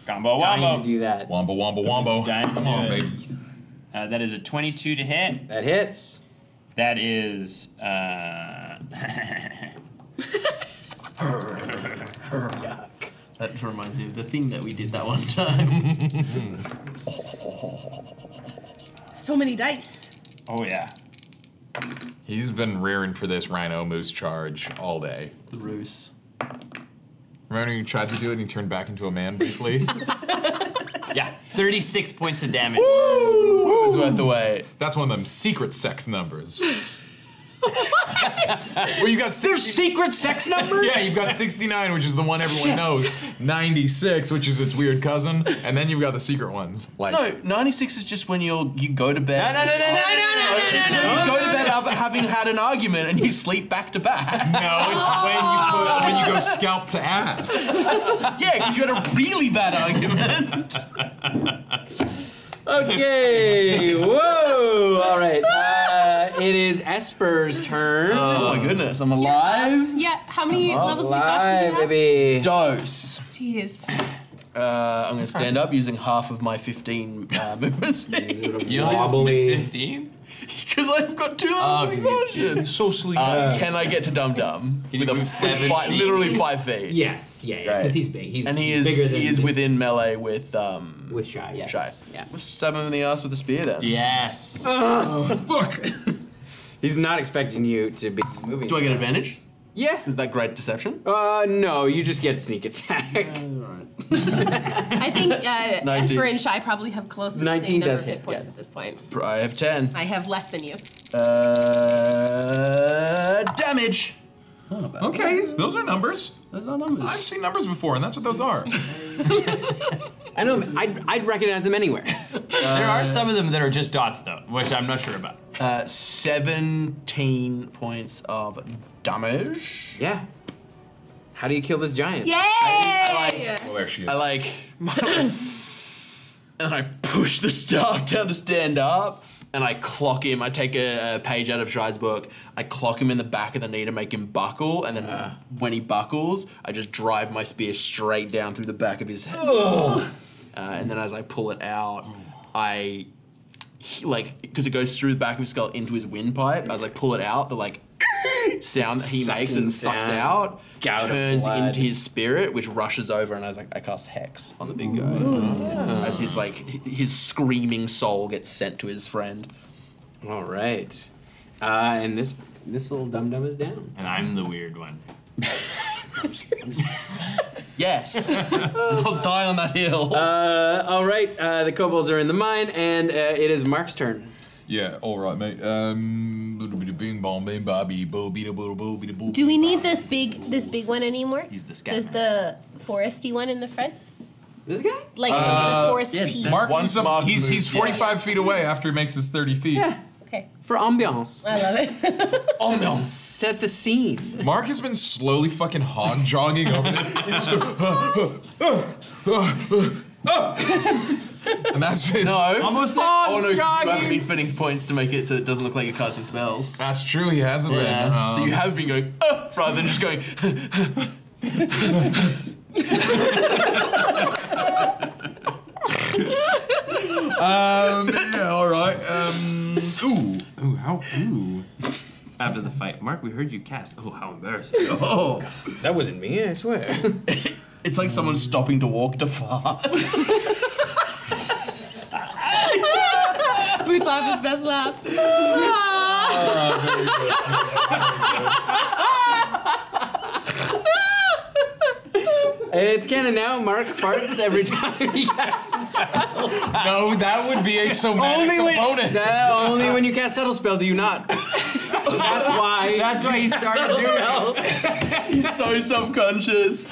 E: combo
D: Dying
E: wombo.
A: do that.
D: Wombo wombo wombo.
E: Dying to
D: Come
E: do
D: on,
E: it.
D: baby.
E: Uh, that is a 22 to hit.
A: That hits.
E: That is. Uh,
G: uh,
H: That reminds me of the thing that we did that one time.
G: So many dice.
D: Oh yeah. He's been rearing for this rhino moose charge all day.
H: The ruse.
D: Remember when you tried to do it and you turned back into a man briefly?
E: yeah, 36 points of damage.
D: Woo! It was
H: worth the wait.
D: That's one of them secret sex numbers.
E: well,
D: you got
A: There's secret sex numbers?
D: yeah, you've got 69, which is the one everyone
H: Shit.
D: knows. 96, which is its weird cousin, and then you've got the secret ones. Like
H: No, 96 is just when you you go to bed.
D: No, no, no, no, no, no, no,
H: It's
D: no,
H: when
D: no,
H: You
D: no,
H: go to
D: no,
H: bed
D: no.
H: af- having had an argument and you sleep back to back.
D: No, it's when you put, when you go scalp to ass.
H: yeah, because you had a really bad argument.
A: Okay, whoa, all right. Uh, it is Esper's turn.
H: Oh my goodness, I'm alive.
G: Yeah. How many levels of exhaustion do you
A: Alive,
G: have?
A: baby.
H: Dose.
G: Jeez.
H: Uh, I'm going to stand up using half of my 15 uh, movement speed.
E: You only have Wobbly. 15?
H: Because I've got two of those exhaustion. So sleepy. Uh, can I get to Dum Dum? With a
E: seven
H: fi-
E: feet?
H: literally five feet.
M: Yes, yeah, yeah, 'cause he's big. He's
H: and he is
M: bigger than
H: he is
M: this-
H: within melee with um
M: with shy. Yes.
H: Shy. Yeah. Let's stab him in the ass with a spear then.
E: Yes.
H: fuck.
A: He's not expecting you to be moving.
H: Do I get advantage?
A: Yeah.
H: Is that great deception?
M: Oh.
A: Uh, no, you just get sneak attack.
G: I think uh,
H: Nineteen.
G: Esper and Shy probably have close to the
H: 19
G: same number
H: does
G: of hit
H: hit,
G: points
H: yes.
G: at this point.
H: I have ten.
G: I have less than you.
H: Uh, damage.
D: Okay, those are numbers.
H: Those are numbers.
D: I've seen numbers before, and that's what those are.
A: I know. I'd, I'd recognize them anywhere.
E: there are some of them that are just dots, though, which I'm not sure about.
H: Uh, 17 points of damage.
A: Yeah. How do you kill this giant?
G: Yay!
H: Well, there she is. I like. and I push the staff down to stand up, and I clock him. I take a, a page out of Shai's book. I clock him in the back of the knee to make him buckle, and then when he buckles, I just drive my spear straight down through the back of his head.
M: Ugh.
H: Uh, and then as I pull it out, I he- like because it goes through the back of his skull into his windpipe. As I pull it out, the like sound that he makes
A: Sucking
H: and sucks
A: sound.
H: out
A: Gout of
H: turns
A: blood.
H: into his spirit, which rushes over, and I was like, I cast hex on the big guy
A: Ooh.
H: as his like h- his screaming soul gets sent to his friend.
A: All right. Uh, and this this little dum dum is down.
E: And I'm the weird one.
H: Yes. I'll die on that hill.
A: Uh, all right. Uh, the kobolds are in the mine, and uh, it is Mark's turn.
D: Yeah, all right, mate. Um, little bit of bing bong, bing bobby, bo bida bo bo bida bo.
C: Do we need this big this big one anymore?
E: He's the
C: The, the foresty one in the front?
A: This guy?
C: Like
E: Uh,
C: the forest piece.
D: Mark needs up. He's, he's
C: moves, yeah.
D: 45 feet away after he makes his 30 feet. Yeah.
C: Okay.
A: For ambiance.
C: I love it.
D: Oh no!
A: Set the scene.
D: Mark has been slowly fucking hog jogging over there. He's just, uh, uh. and that's his.
H: No.
A: Almost there.
H: Oh no, you haven't been spending points to make it so it doesn't look like you're casting spells.
D: That's true, he hasn't
H: yeah.
D: been,
H: so
D: um,
H: you have been going "Uh," rather than just going.
D: Um, yeah, all right. Um, ooh. Ooh, how? Ooh.
E: After the fight, Mark, we heard you cast. Oh, how embarrassing.
H: Oh.
A: That wasn't me, I swear.
H: it's like someone stopping to walk to fart.
G: Booth laugh his best laugh.
A: it's canon now. Mark farts every time he casts a spell.
D: No, that would be a somatic
A: only when,
D: component.
A: No, Uh, only when you cast settle spell do you not. That's why.
E: That's why he started doing
H: He's so subconscious.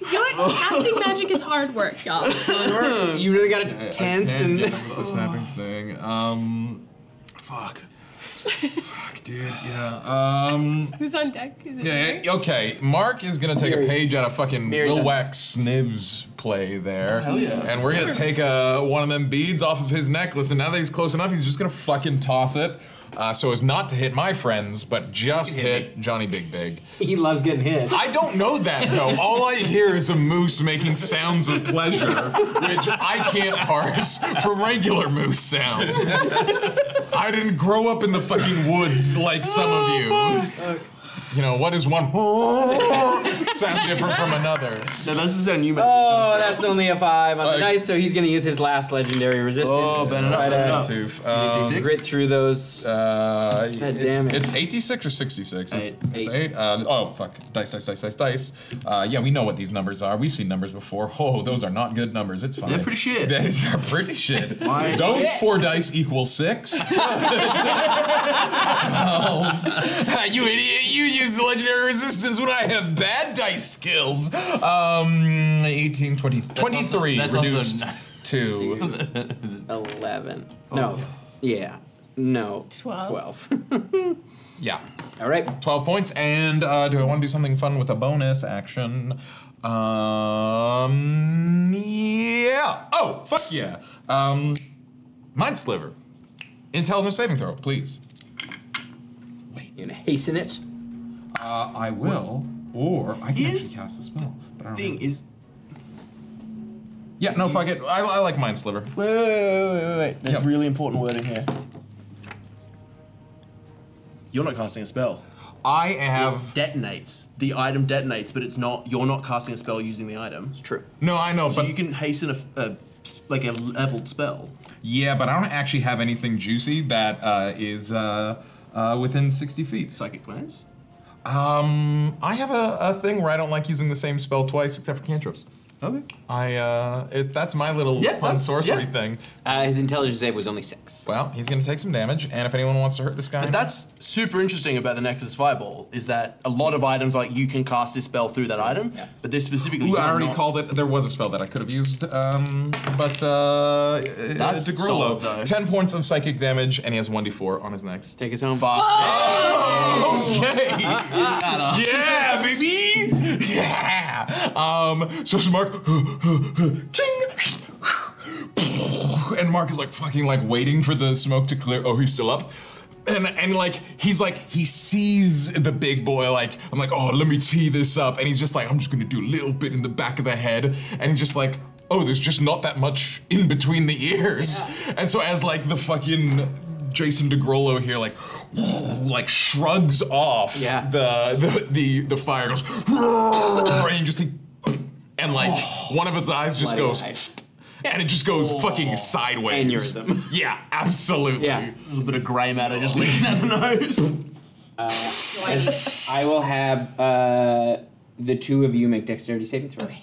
G: You know what?
A: Oh.
G: Casting magic is hard work, y'all.
A: You really gotta
D: I- I
A: tense
D: can't
A: and.
D: get over the snapping thing. Um, fuck. fuck, dude. Yeah. Um.
G: Who's on deck? Is it
D: Yeah.
G: Mary?
D: yeah, Okay. Mark is gonna take a page out of fucking
A: Mary's
D: Lil
A: up.
D: Wax Sniv's play there, and we're gonna take uh, one of them beads off of his necklace. And now that he's close enough, he's just gonna fucking toss it, uh, so as not to hit my friends, but just hit Johnny Big Big.
M: He loves getting hit.
D: I don't know that though. All I hear is a moose making sounds of pleasure, which I can't parse from regular moose sounds. I didn't grow up in the fucking woods like some of you. You know, what is one sound different from another?
H: No, this is our new method.
A: Oh, that's only a five on the
D: Like-
A: dice, so he's gonna use his last legendary resistance.
H: Oh, bend it up,
A: Try
H: bend it up.
A: to
D: Toof. Um,
H: Six?
A: Grit through those.
D: uh,
A: God
D: it's,
A: damn it.
D: it's 86 or 66? It's
H: Eight.
D: it's eight. Uh, oh, fuck. Dice, dice, dice, dice, dice. Uh, yeah, we know what these numbers are. We've seen numbers before. Oh, those are not good numbers. It's fine.
H: They're pretty shit.
D: These are pretty shit.
H: Why?
D: Those four dice equal six. Twelve. you idiot. You use the legendary resistance when I have bad dice skills. Um, 18, 20, 23
E: that's also
D: reduced
E: not-
D: to.
A: Eleven.
H: Oh,
A: No. Yeah. No. Twelve. Twelve.
D: Yeah.
A: All right.
D: 12 points. And uh, do I want to do something fun with a bonus action? Um, yeah. Oh, fuck yeah. Um, Mind Sliver. Intelligence saving throw, please.
A: You gonna hasten it?
D: Uh, I will, or I can
H: Is
D: actually cast a spell. But I don't
H: thing
D: know.
H: is
D: Yeah, no, fuck it. I, I like mine sliver.
H: Wait, wait, wait, wait, wait, wait. There's
D: Yep.
H: really important word in here. You're not casting a spell.
D: I have
H: detonates. The item detonates, but it's not. You're not casting a spell using the item. It's
A: true.
D: No, I know,
H: so you can hasten a, a s- like a leveled spell.
D: Yeah, but I don't actually have anything juicy that uh, is uh, uh, within 60 feet.
H: Psychic glance?
D: Um, I have a, a thing where I don't like using the same spell twice except for cantrips.
H: Okay.
D: I, uh, it, that's my little
A: Yeah,
D: fun
A: that's-
D: sorcery
A: yeah.
D: thing.
A: Uh, his intelligence save was only six.
D: Well, he's gonna take some damage, and if anyone wants to hurt this guy,
H: But that's super interesting about the Nexus Fireball is that a lot of items like you can cast this spell through that item, but this specifically.
D: Ooh, I
H: you're
D: already
H: not.
D: called it. There was a spell that I could have used, um, but uh,
H: That's
D: uh, DeGrullo,
H: solid, though.
D: ten points of psychic damage, and he has one d4 on his next.
A: Take his home.
D: Oh, Okay.
H: uh.
D: yeah, baby. Yeah. Um. So it's Mark. King. And Mark is like fucking like waiting for the smoke to clear. Oh, he's still up. And, and like he's like he sees the big boy like I'm like oh let me tee this up and he's just like I'm just gonna do a little bit in the back of the head and he's just like oh there's just not that much in between the ears and so as like the fucking Jason DeGrollo here like like shrugs off the, the the the fire goes and you just see and like one of his eyes just
A: Bloody
D: goes
A: eye.
D: and it just goes fucking sideways.
A: Aneurysm.
D: Yeah, absolutely.
A: Yeah.
H: A little bit of grey matter just leaking out the nose.
A: As- I will have uh, the two of you make dexterity saving throws. Okay.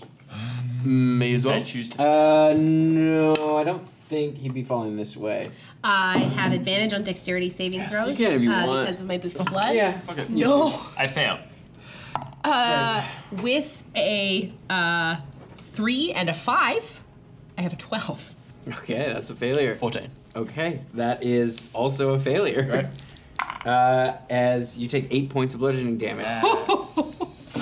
H: Me as well.
A: Uh, no, I don't think he'd be falling this way.
G: I have advantage on dexterity saving throws
A: You can if you
G: uh,
A: want.
G: because of my boots of blood.
A: Yeah.
E: Okay.
G: No.
E: I failed.
G: Uh, with a uh, three and a five, I have a twelve.
A: Okay, that's a failure. 14. Okay, that is also a failure. Uh, as you take eight points of bludgeoning damage, uh,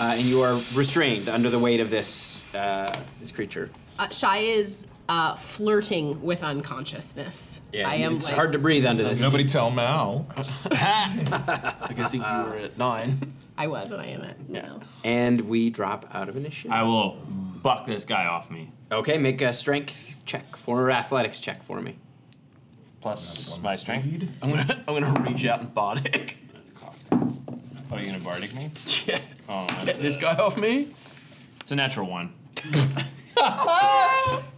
A: and you are restrained under the weight of this uh, this creature.
G: Uh, Shy is uh, flirting with unconsciousness. I am
A: it's
G: like,
A: hard to breathe under this.
D: Nobody tell Mal.
H: I guess you were at nine.
G: I was and I am at now.
A: And we drop out of initiative.
E: I will buck this guy off me.
A: Okay, make a strength check for or athletics check for me.
E: Plus my strength.
H: I'm gonna I'm gonna reach out and bardic.
E: Oh, you're gonna bardic me?
H: Yeah.
E: Oh, that's
H: Get this
E: a-
H: guy off me.
E: It's a natural one.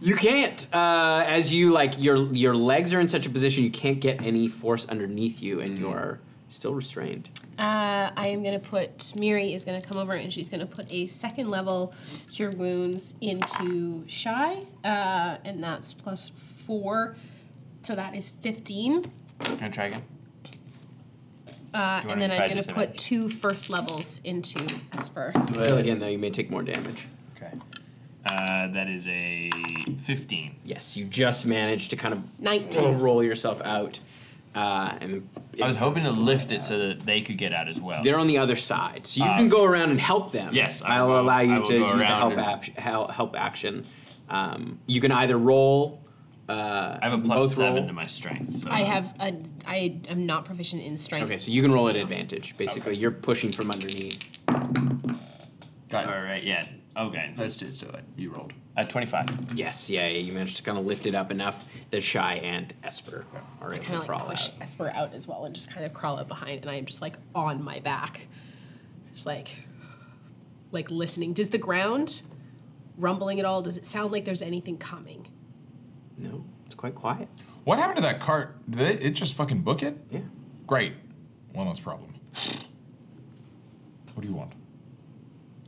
A: You can't, uh, as you like your your legs are in such a position you can't get any force underneath you, and you are still restrained.
G: Uh, I am gonna put Miri is gonna come over and she's gonna put a second level cure wounds into Shy, uh, and that's plus four, so that is fifteen.
E: Can I try again?
G: Uh,
E: Do you want
G: and then
E: to
G: I'm
E: try
G: gonna put two
E: disadvantage?
G: first levels into Esper.
A: Fail again though, you may take more damage.
E: Okay. Uh, that is a 15.
A: Yes, you just managed to kind of
G: 19.
A: roll yourself out. Uh, and
E: I was hoping to lift it so that they could get out as well.
A: They're on the other side, so you
E: Uh,
A: can go around and help them.
E: yes, I
A: I'll
E: will-
A: allow you
E: I will
A: to
E: go
A: use the help,
E: around and-
A: ap- hel- help action. Um, you can either roll. Uh,
E: I have a plus
A: both
E: seven
A: roll.
E: to my strength. So.
G: I have a I am not proficient in strength.
A: Okay, so you can roll at advantage. Basically, you're pushing from underneath.
E: All right, yeah. Okay.
H: Let's just do it. You rolled.
E: Uh, 25.
A: Yes, yeah, yeah, you managed to kind of lift it up enough that Shy and Esper are able
G: kind
A: to
G: of like
A: crawl
G: push
A: out.
G: Esper out as well and just kind of crawl out behind and I am just like on my back. Just like like listening. Does the ground rumbling at all? Does it sound like there's anything coming?
A: No, it's quite quiet.
D: What happened to that cart? Did it, it just fucking book it?
A: Yeah.
D: Great. One less problem. What do you want?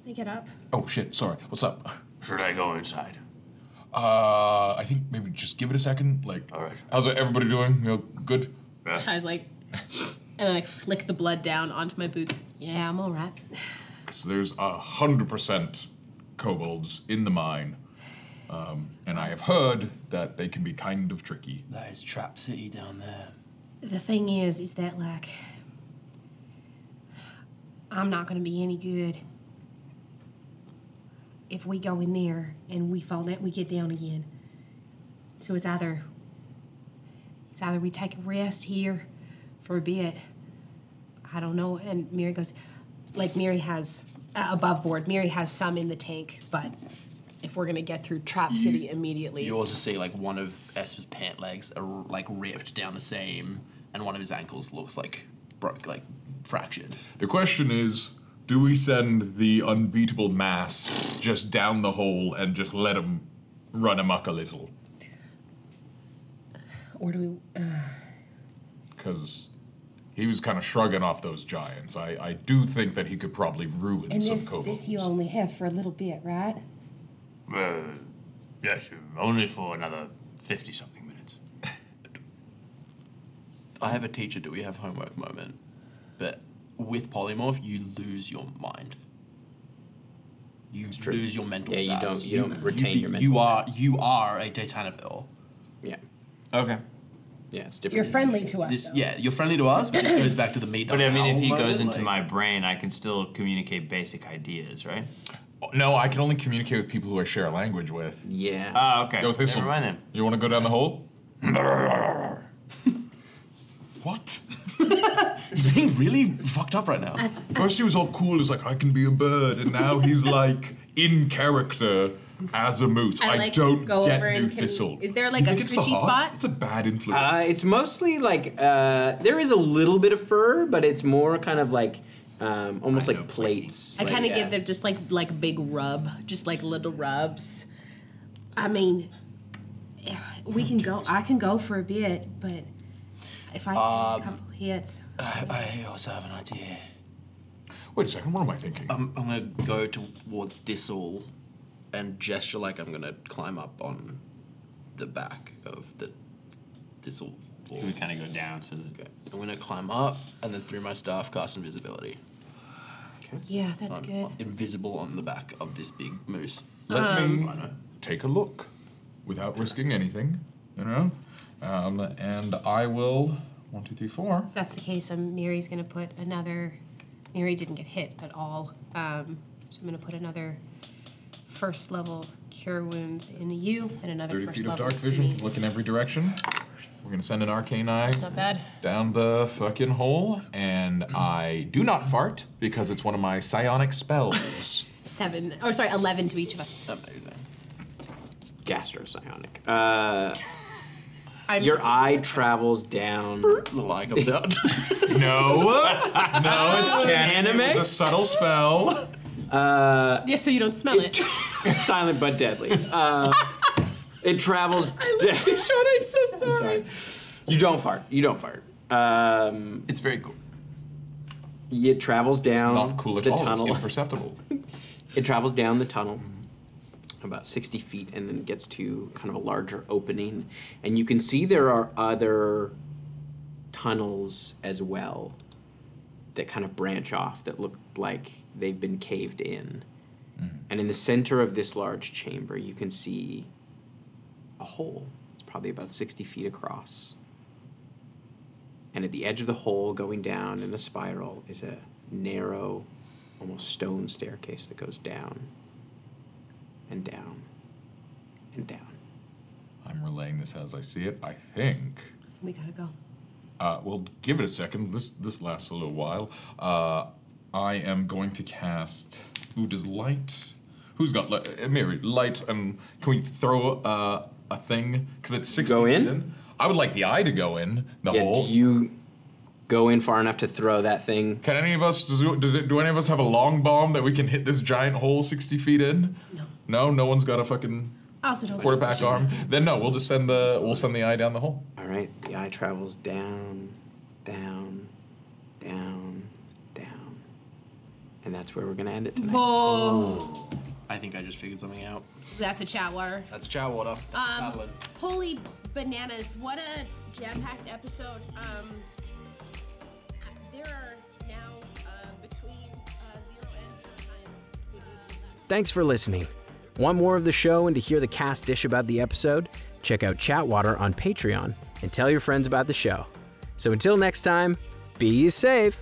G: I get up.
D: Oh shit, sorry. What's up?
I: Should I go inside?
D: Uh, I think maybe just give it a second. Like, all right. How's everybody doing? You know, good.
G: I was like and then I flick the blood down onto my boots. Yeah, I'm all right.
D: Because there's a hundred percent kobolds in the mine, um, and I have heard that they can be kind of tricky.
B: That is Trap City down there.
C: The thing is, is that like I'm not going to be any good if we go in there and we fall down, we get down again. So it's either it's either we take a rest here for a bit.
G: I don't know. And Mary goes, like Mary has uh, above board. Mary has some in the tank, but if
L: we're gonna get through Trap City immediately.
H: You also see like one of Esper's pant legs are like ripped down the same, and one of his ankles looks like broke, like fractured.
D: The question is, do we send the unbeatable mass just down the hole and just let them run amok a little?
K: Or do we? Uh,
D: Because he was kind of shrugging off those giants. I, I do think that he could probably ruin
K: and
D: some
K: this
D: kobolds.
K: this you only have for a little bit, right?
I: Uh, yes, only for another 50 something minutes.
H: I have a teacher. Do we have homework moment? But with polymorph, you lose your mind. You lose your mental
A: Yeah, you
H: stats.
A: don't- you don't retain your mental
H: You are you are a Datanaville.
A: Yeah.
E: Okay.
A: Yeah, it's
K: You're friendly to us.
H: This,
K: though.
H: yeah, you're friendly to us, but this goes back to the meat.
E: But I
H: of
E: mean, if
H: owl
E: he goes
H: moment,
E: into
H: like-
E: my brain, I can still communicate basic ideas, right?
D: No, I can only communicate with people who I share a language with.
A: Yeah.
E: Ah, okay.
D: Yo,
E: Never
D: Thistle,
E: mind then.
D: you want to go down the hole? what?
H: he's being really fucked up right now.
D: First he was all cool, he's like, I can be a bird, and now he's like in character as a moose. I,
L: like
D: don't
L: go
D: get
L: over
D: new
L: and can-
D: thistle.
L: Is there like a twitchy spot?
D: It's a bad influence.
A: Uh, it's mostly like uh, there is a little bit of fur, but it's more kind of like um, almost like plates.
L: I
A: like,
L: kind of
A: yeah.
L: give them just like like big rub, just like little rubs.
K: I mean, we can go. I can go for a bit, but if I take a couple hits,
H: I also have an idea.
D: Wait a second, what am I thinking?
H: I'm, I'm gonna go towards Thistle and gesture like I'm gonna climb up on the back of the Thistle. wall.
E: We kind of go down to the.
H: I'm gonna climb up and then through my staff cast invisibility.
K: yeah, that's
H: I'm
K: good.
H: invisible on the back of this big moose.
D: Let me
L: Um,
D: take a look without risking anything, you know? Um, and I will. One, two, three, four.
C: If that's the case, um, Mary's going to put another. Mary didn't get hit at all. Um, so I'm going to put another first level cure wounds in you and another
D: 30
C: first
D: feet of
C: level
D: dark
C: to
D: vision,
C: me.
D: look in every direction. We're gonna send an arcane eye
C: It's not bad.
D: down the fucking hole, and I do not fart because it's one of my psionic spells.
L: Seven, or sorry, eleven to each of us.
H: Amazing.
A: gastrosionic. Uh,
L: I'm-
A: your eye travels down.
H: Like I'm down.
D: no, no, it's
A: Anime?
D: It's a subtle spell.
L: Yeah, so you don't smell it.
A: Silent but deadly. Uh, it travels. down.
L: I'm so sorry.
A: Sorry. You don't fart. You don't fart. Um,
B: It's very cool.
A: it travels down
D: Not cool at
A: the
D: all.
A: tunnel.
D: It's imperceptible.
A: It travels down the tunnel about 60 feet and then gets to kind of a larger opening. And you can see there are other tunnels as well that kind of branch off that look like they've been caved in. And in the center of this large chamber, you can see a hole. It's probably about 60 feet across. And at the edge of the hole, going down in a spiral, is a narrow, almost stone staircase that goes down and down and down.
D: I'm relaying this as I see it. I think.
K: We gotta go.
D: Uh, well, give it a second. This this lasts a little while. Uh, I am going to cast. Who does light? Who's got light? Uh, Mary, light. And can we throw uh, a thing? Because it's six.
A: Go in?
D: I would like the eye to go in the
A: Yeah, do
D: hole.
A: you go in far enough to throw that thing?
D: can any of us? Does, does, do any of us have a long bomb that we can hit this giant hole sixty feet in? No. No. No one's got a fucking
K: I also don't.
D: quarterback arm. Then no, we'll just send the we'll send the eye down the hole.
A: All right, the eye travels down, down, down, down. And that's where we're going to end it tonight.
H: I think I just figured something out.
L: That's a chat water.
H: That's chow water. Madeline.
L: Holy bananas! What a jam-packed episode. Um, there are now uh, between uh, zero and zero times.
P: Thanks for listening. Want more of the show and to hear the cast dish about the episode? Check out Chatwater on Patreon and tell your friends about the show. So until next time, be safe.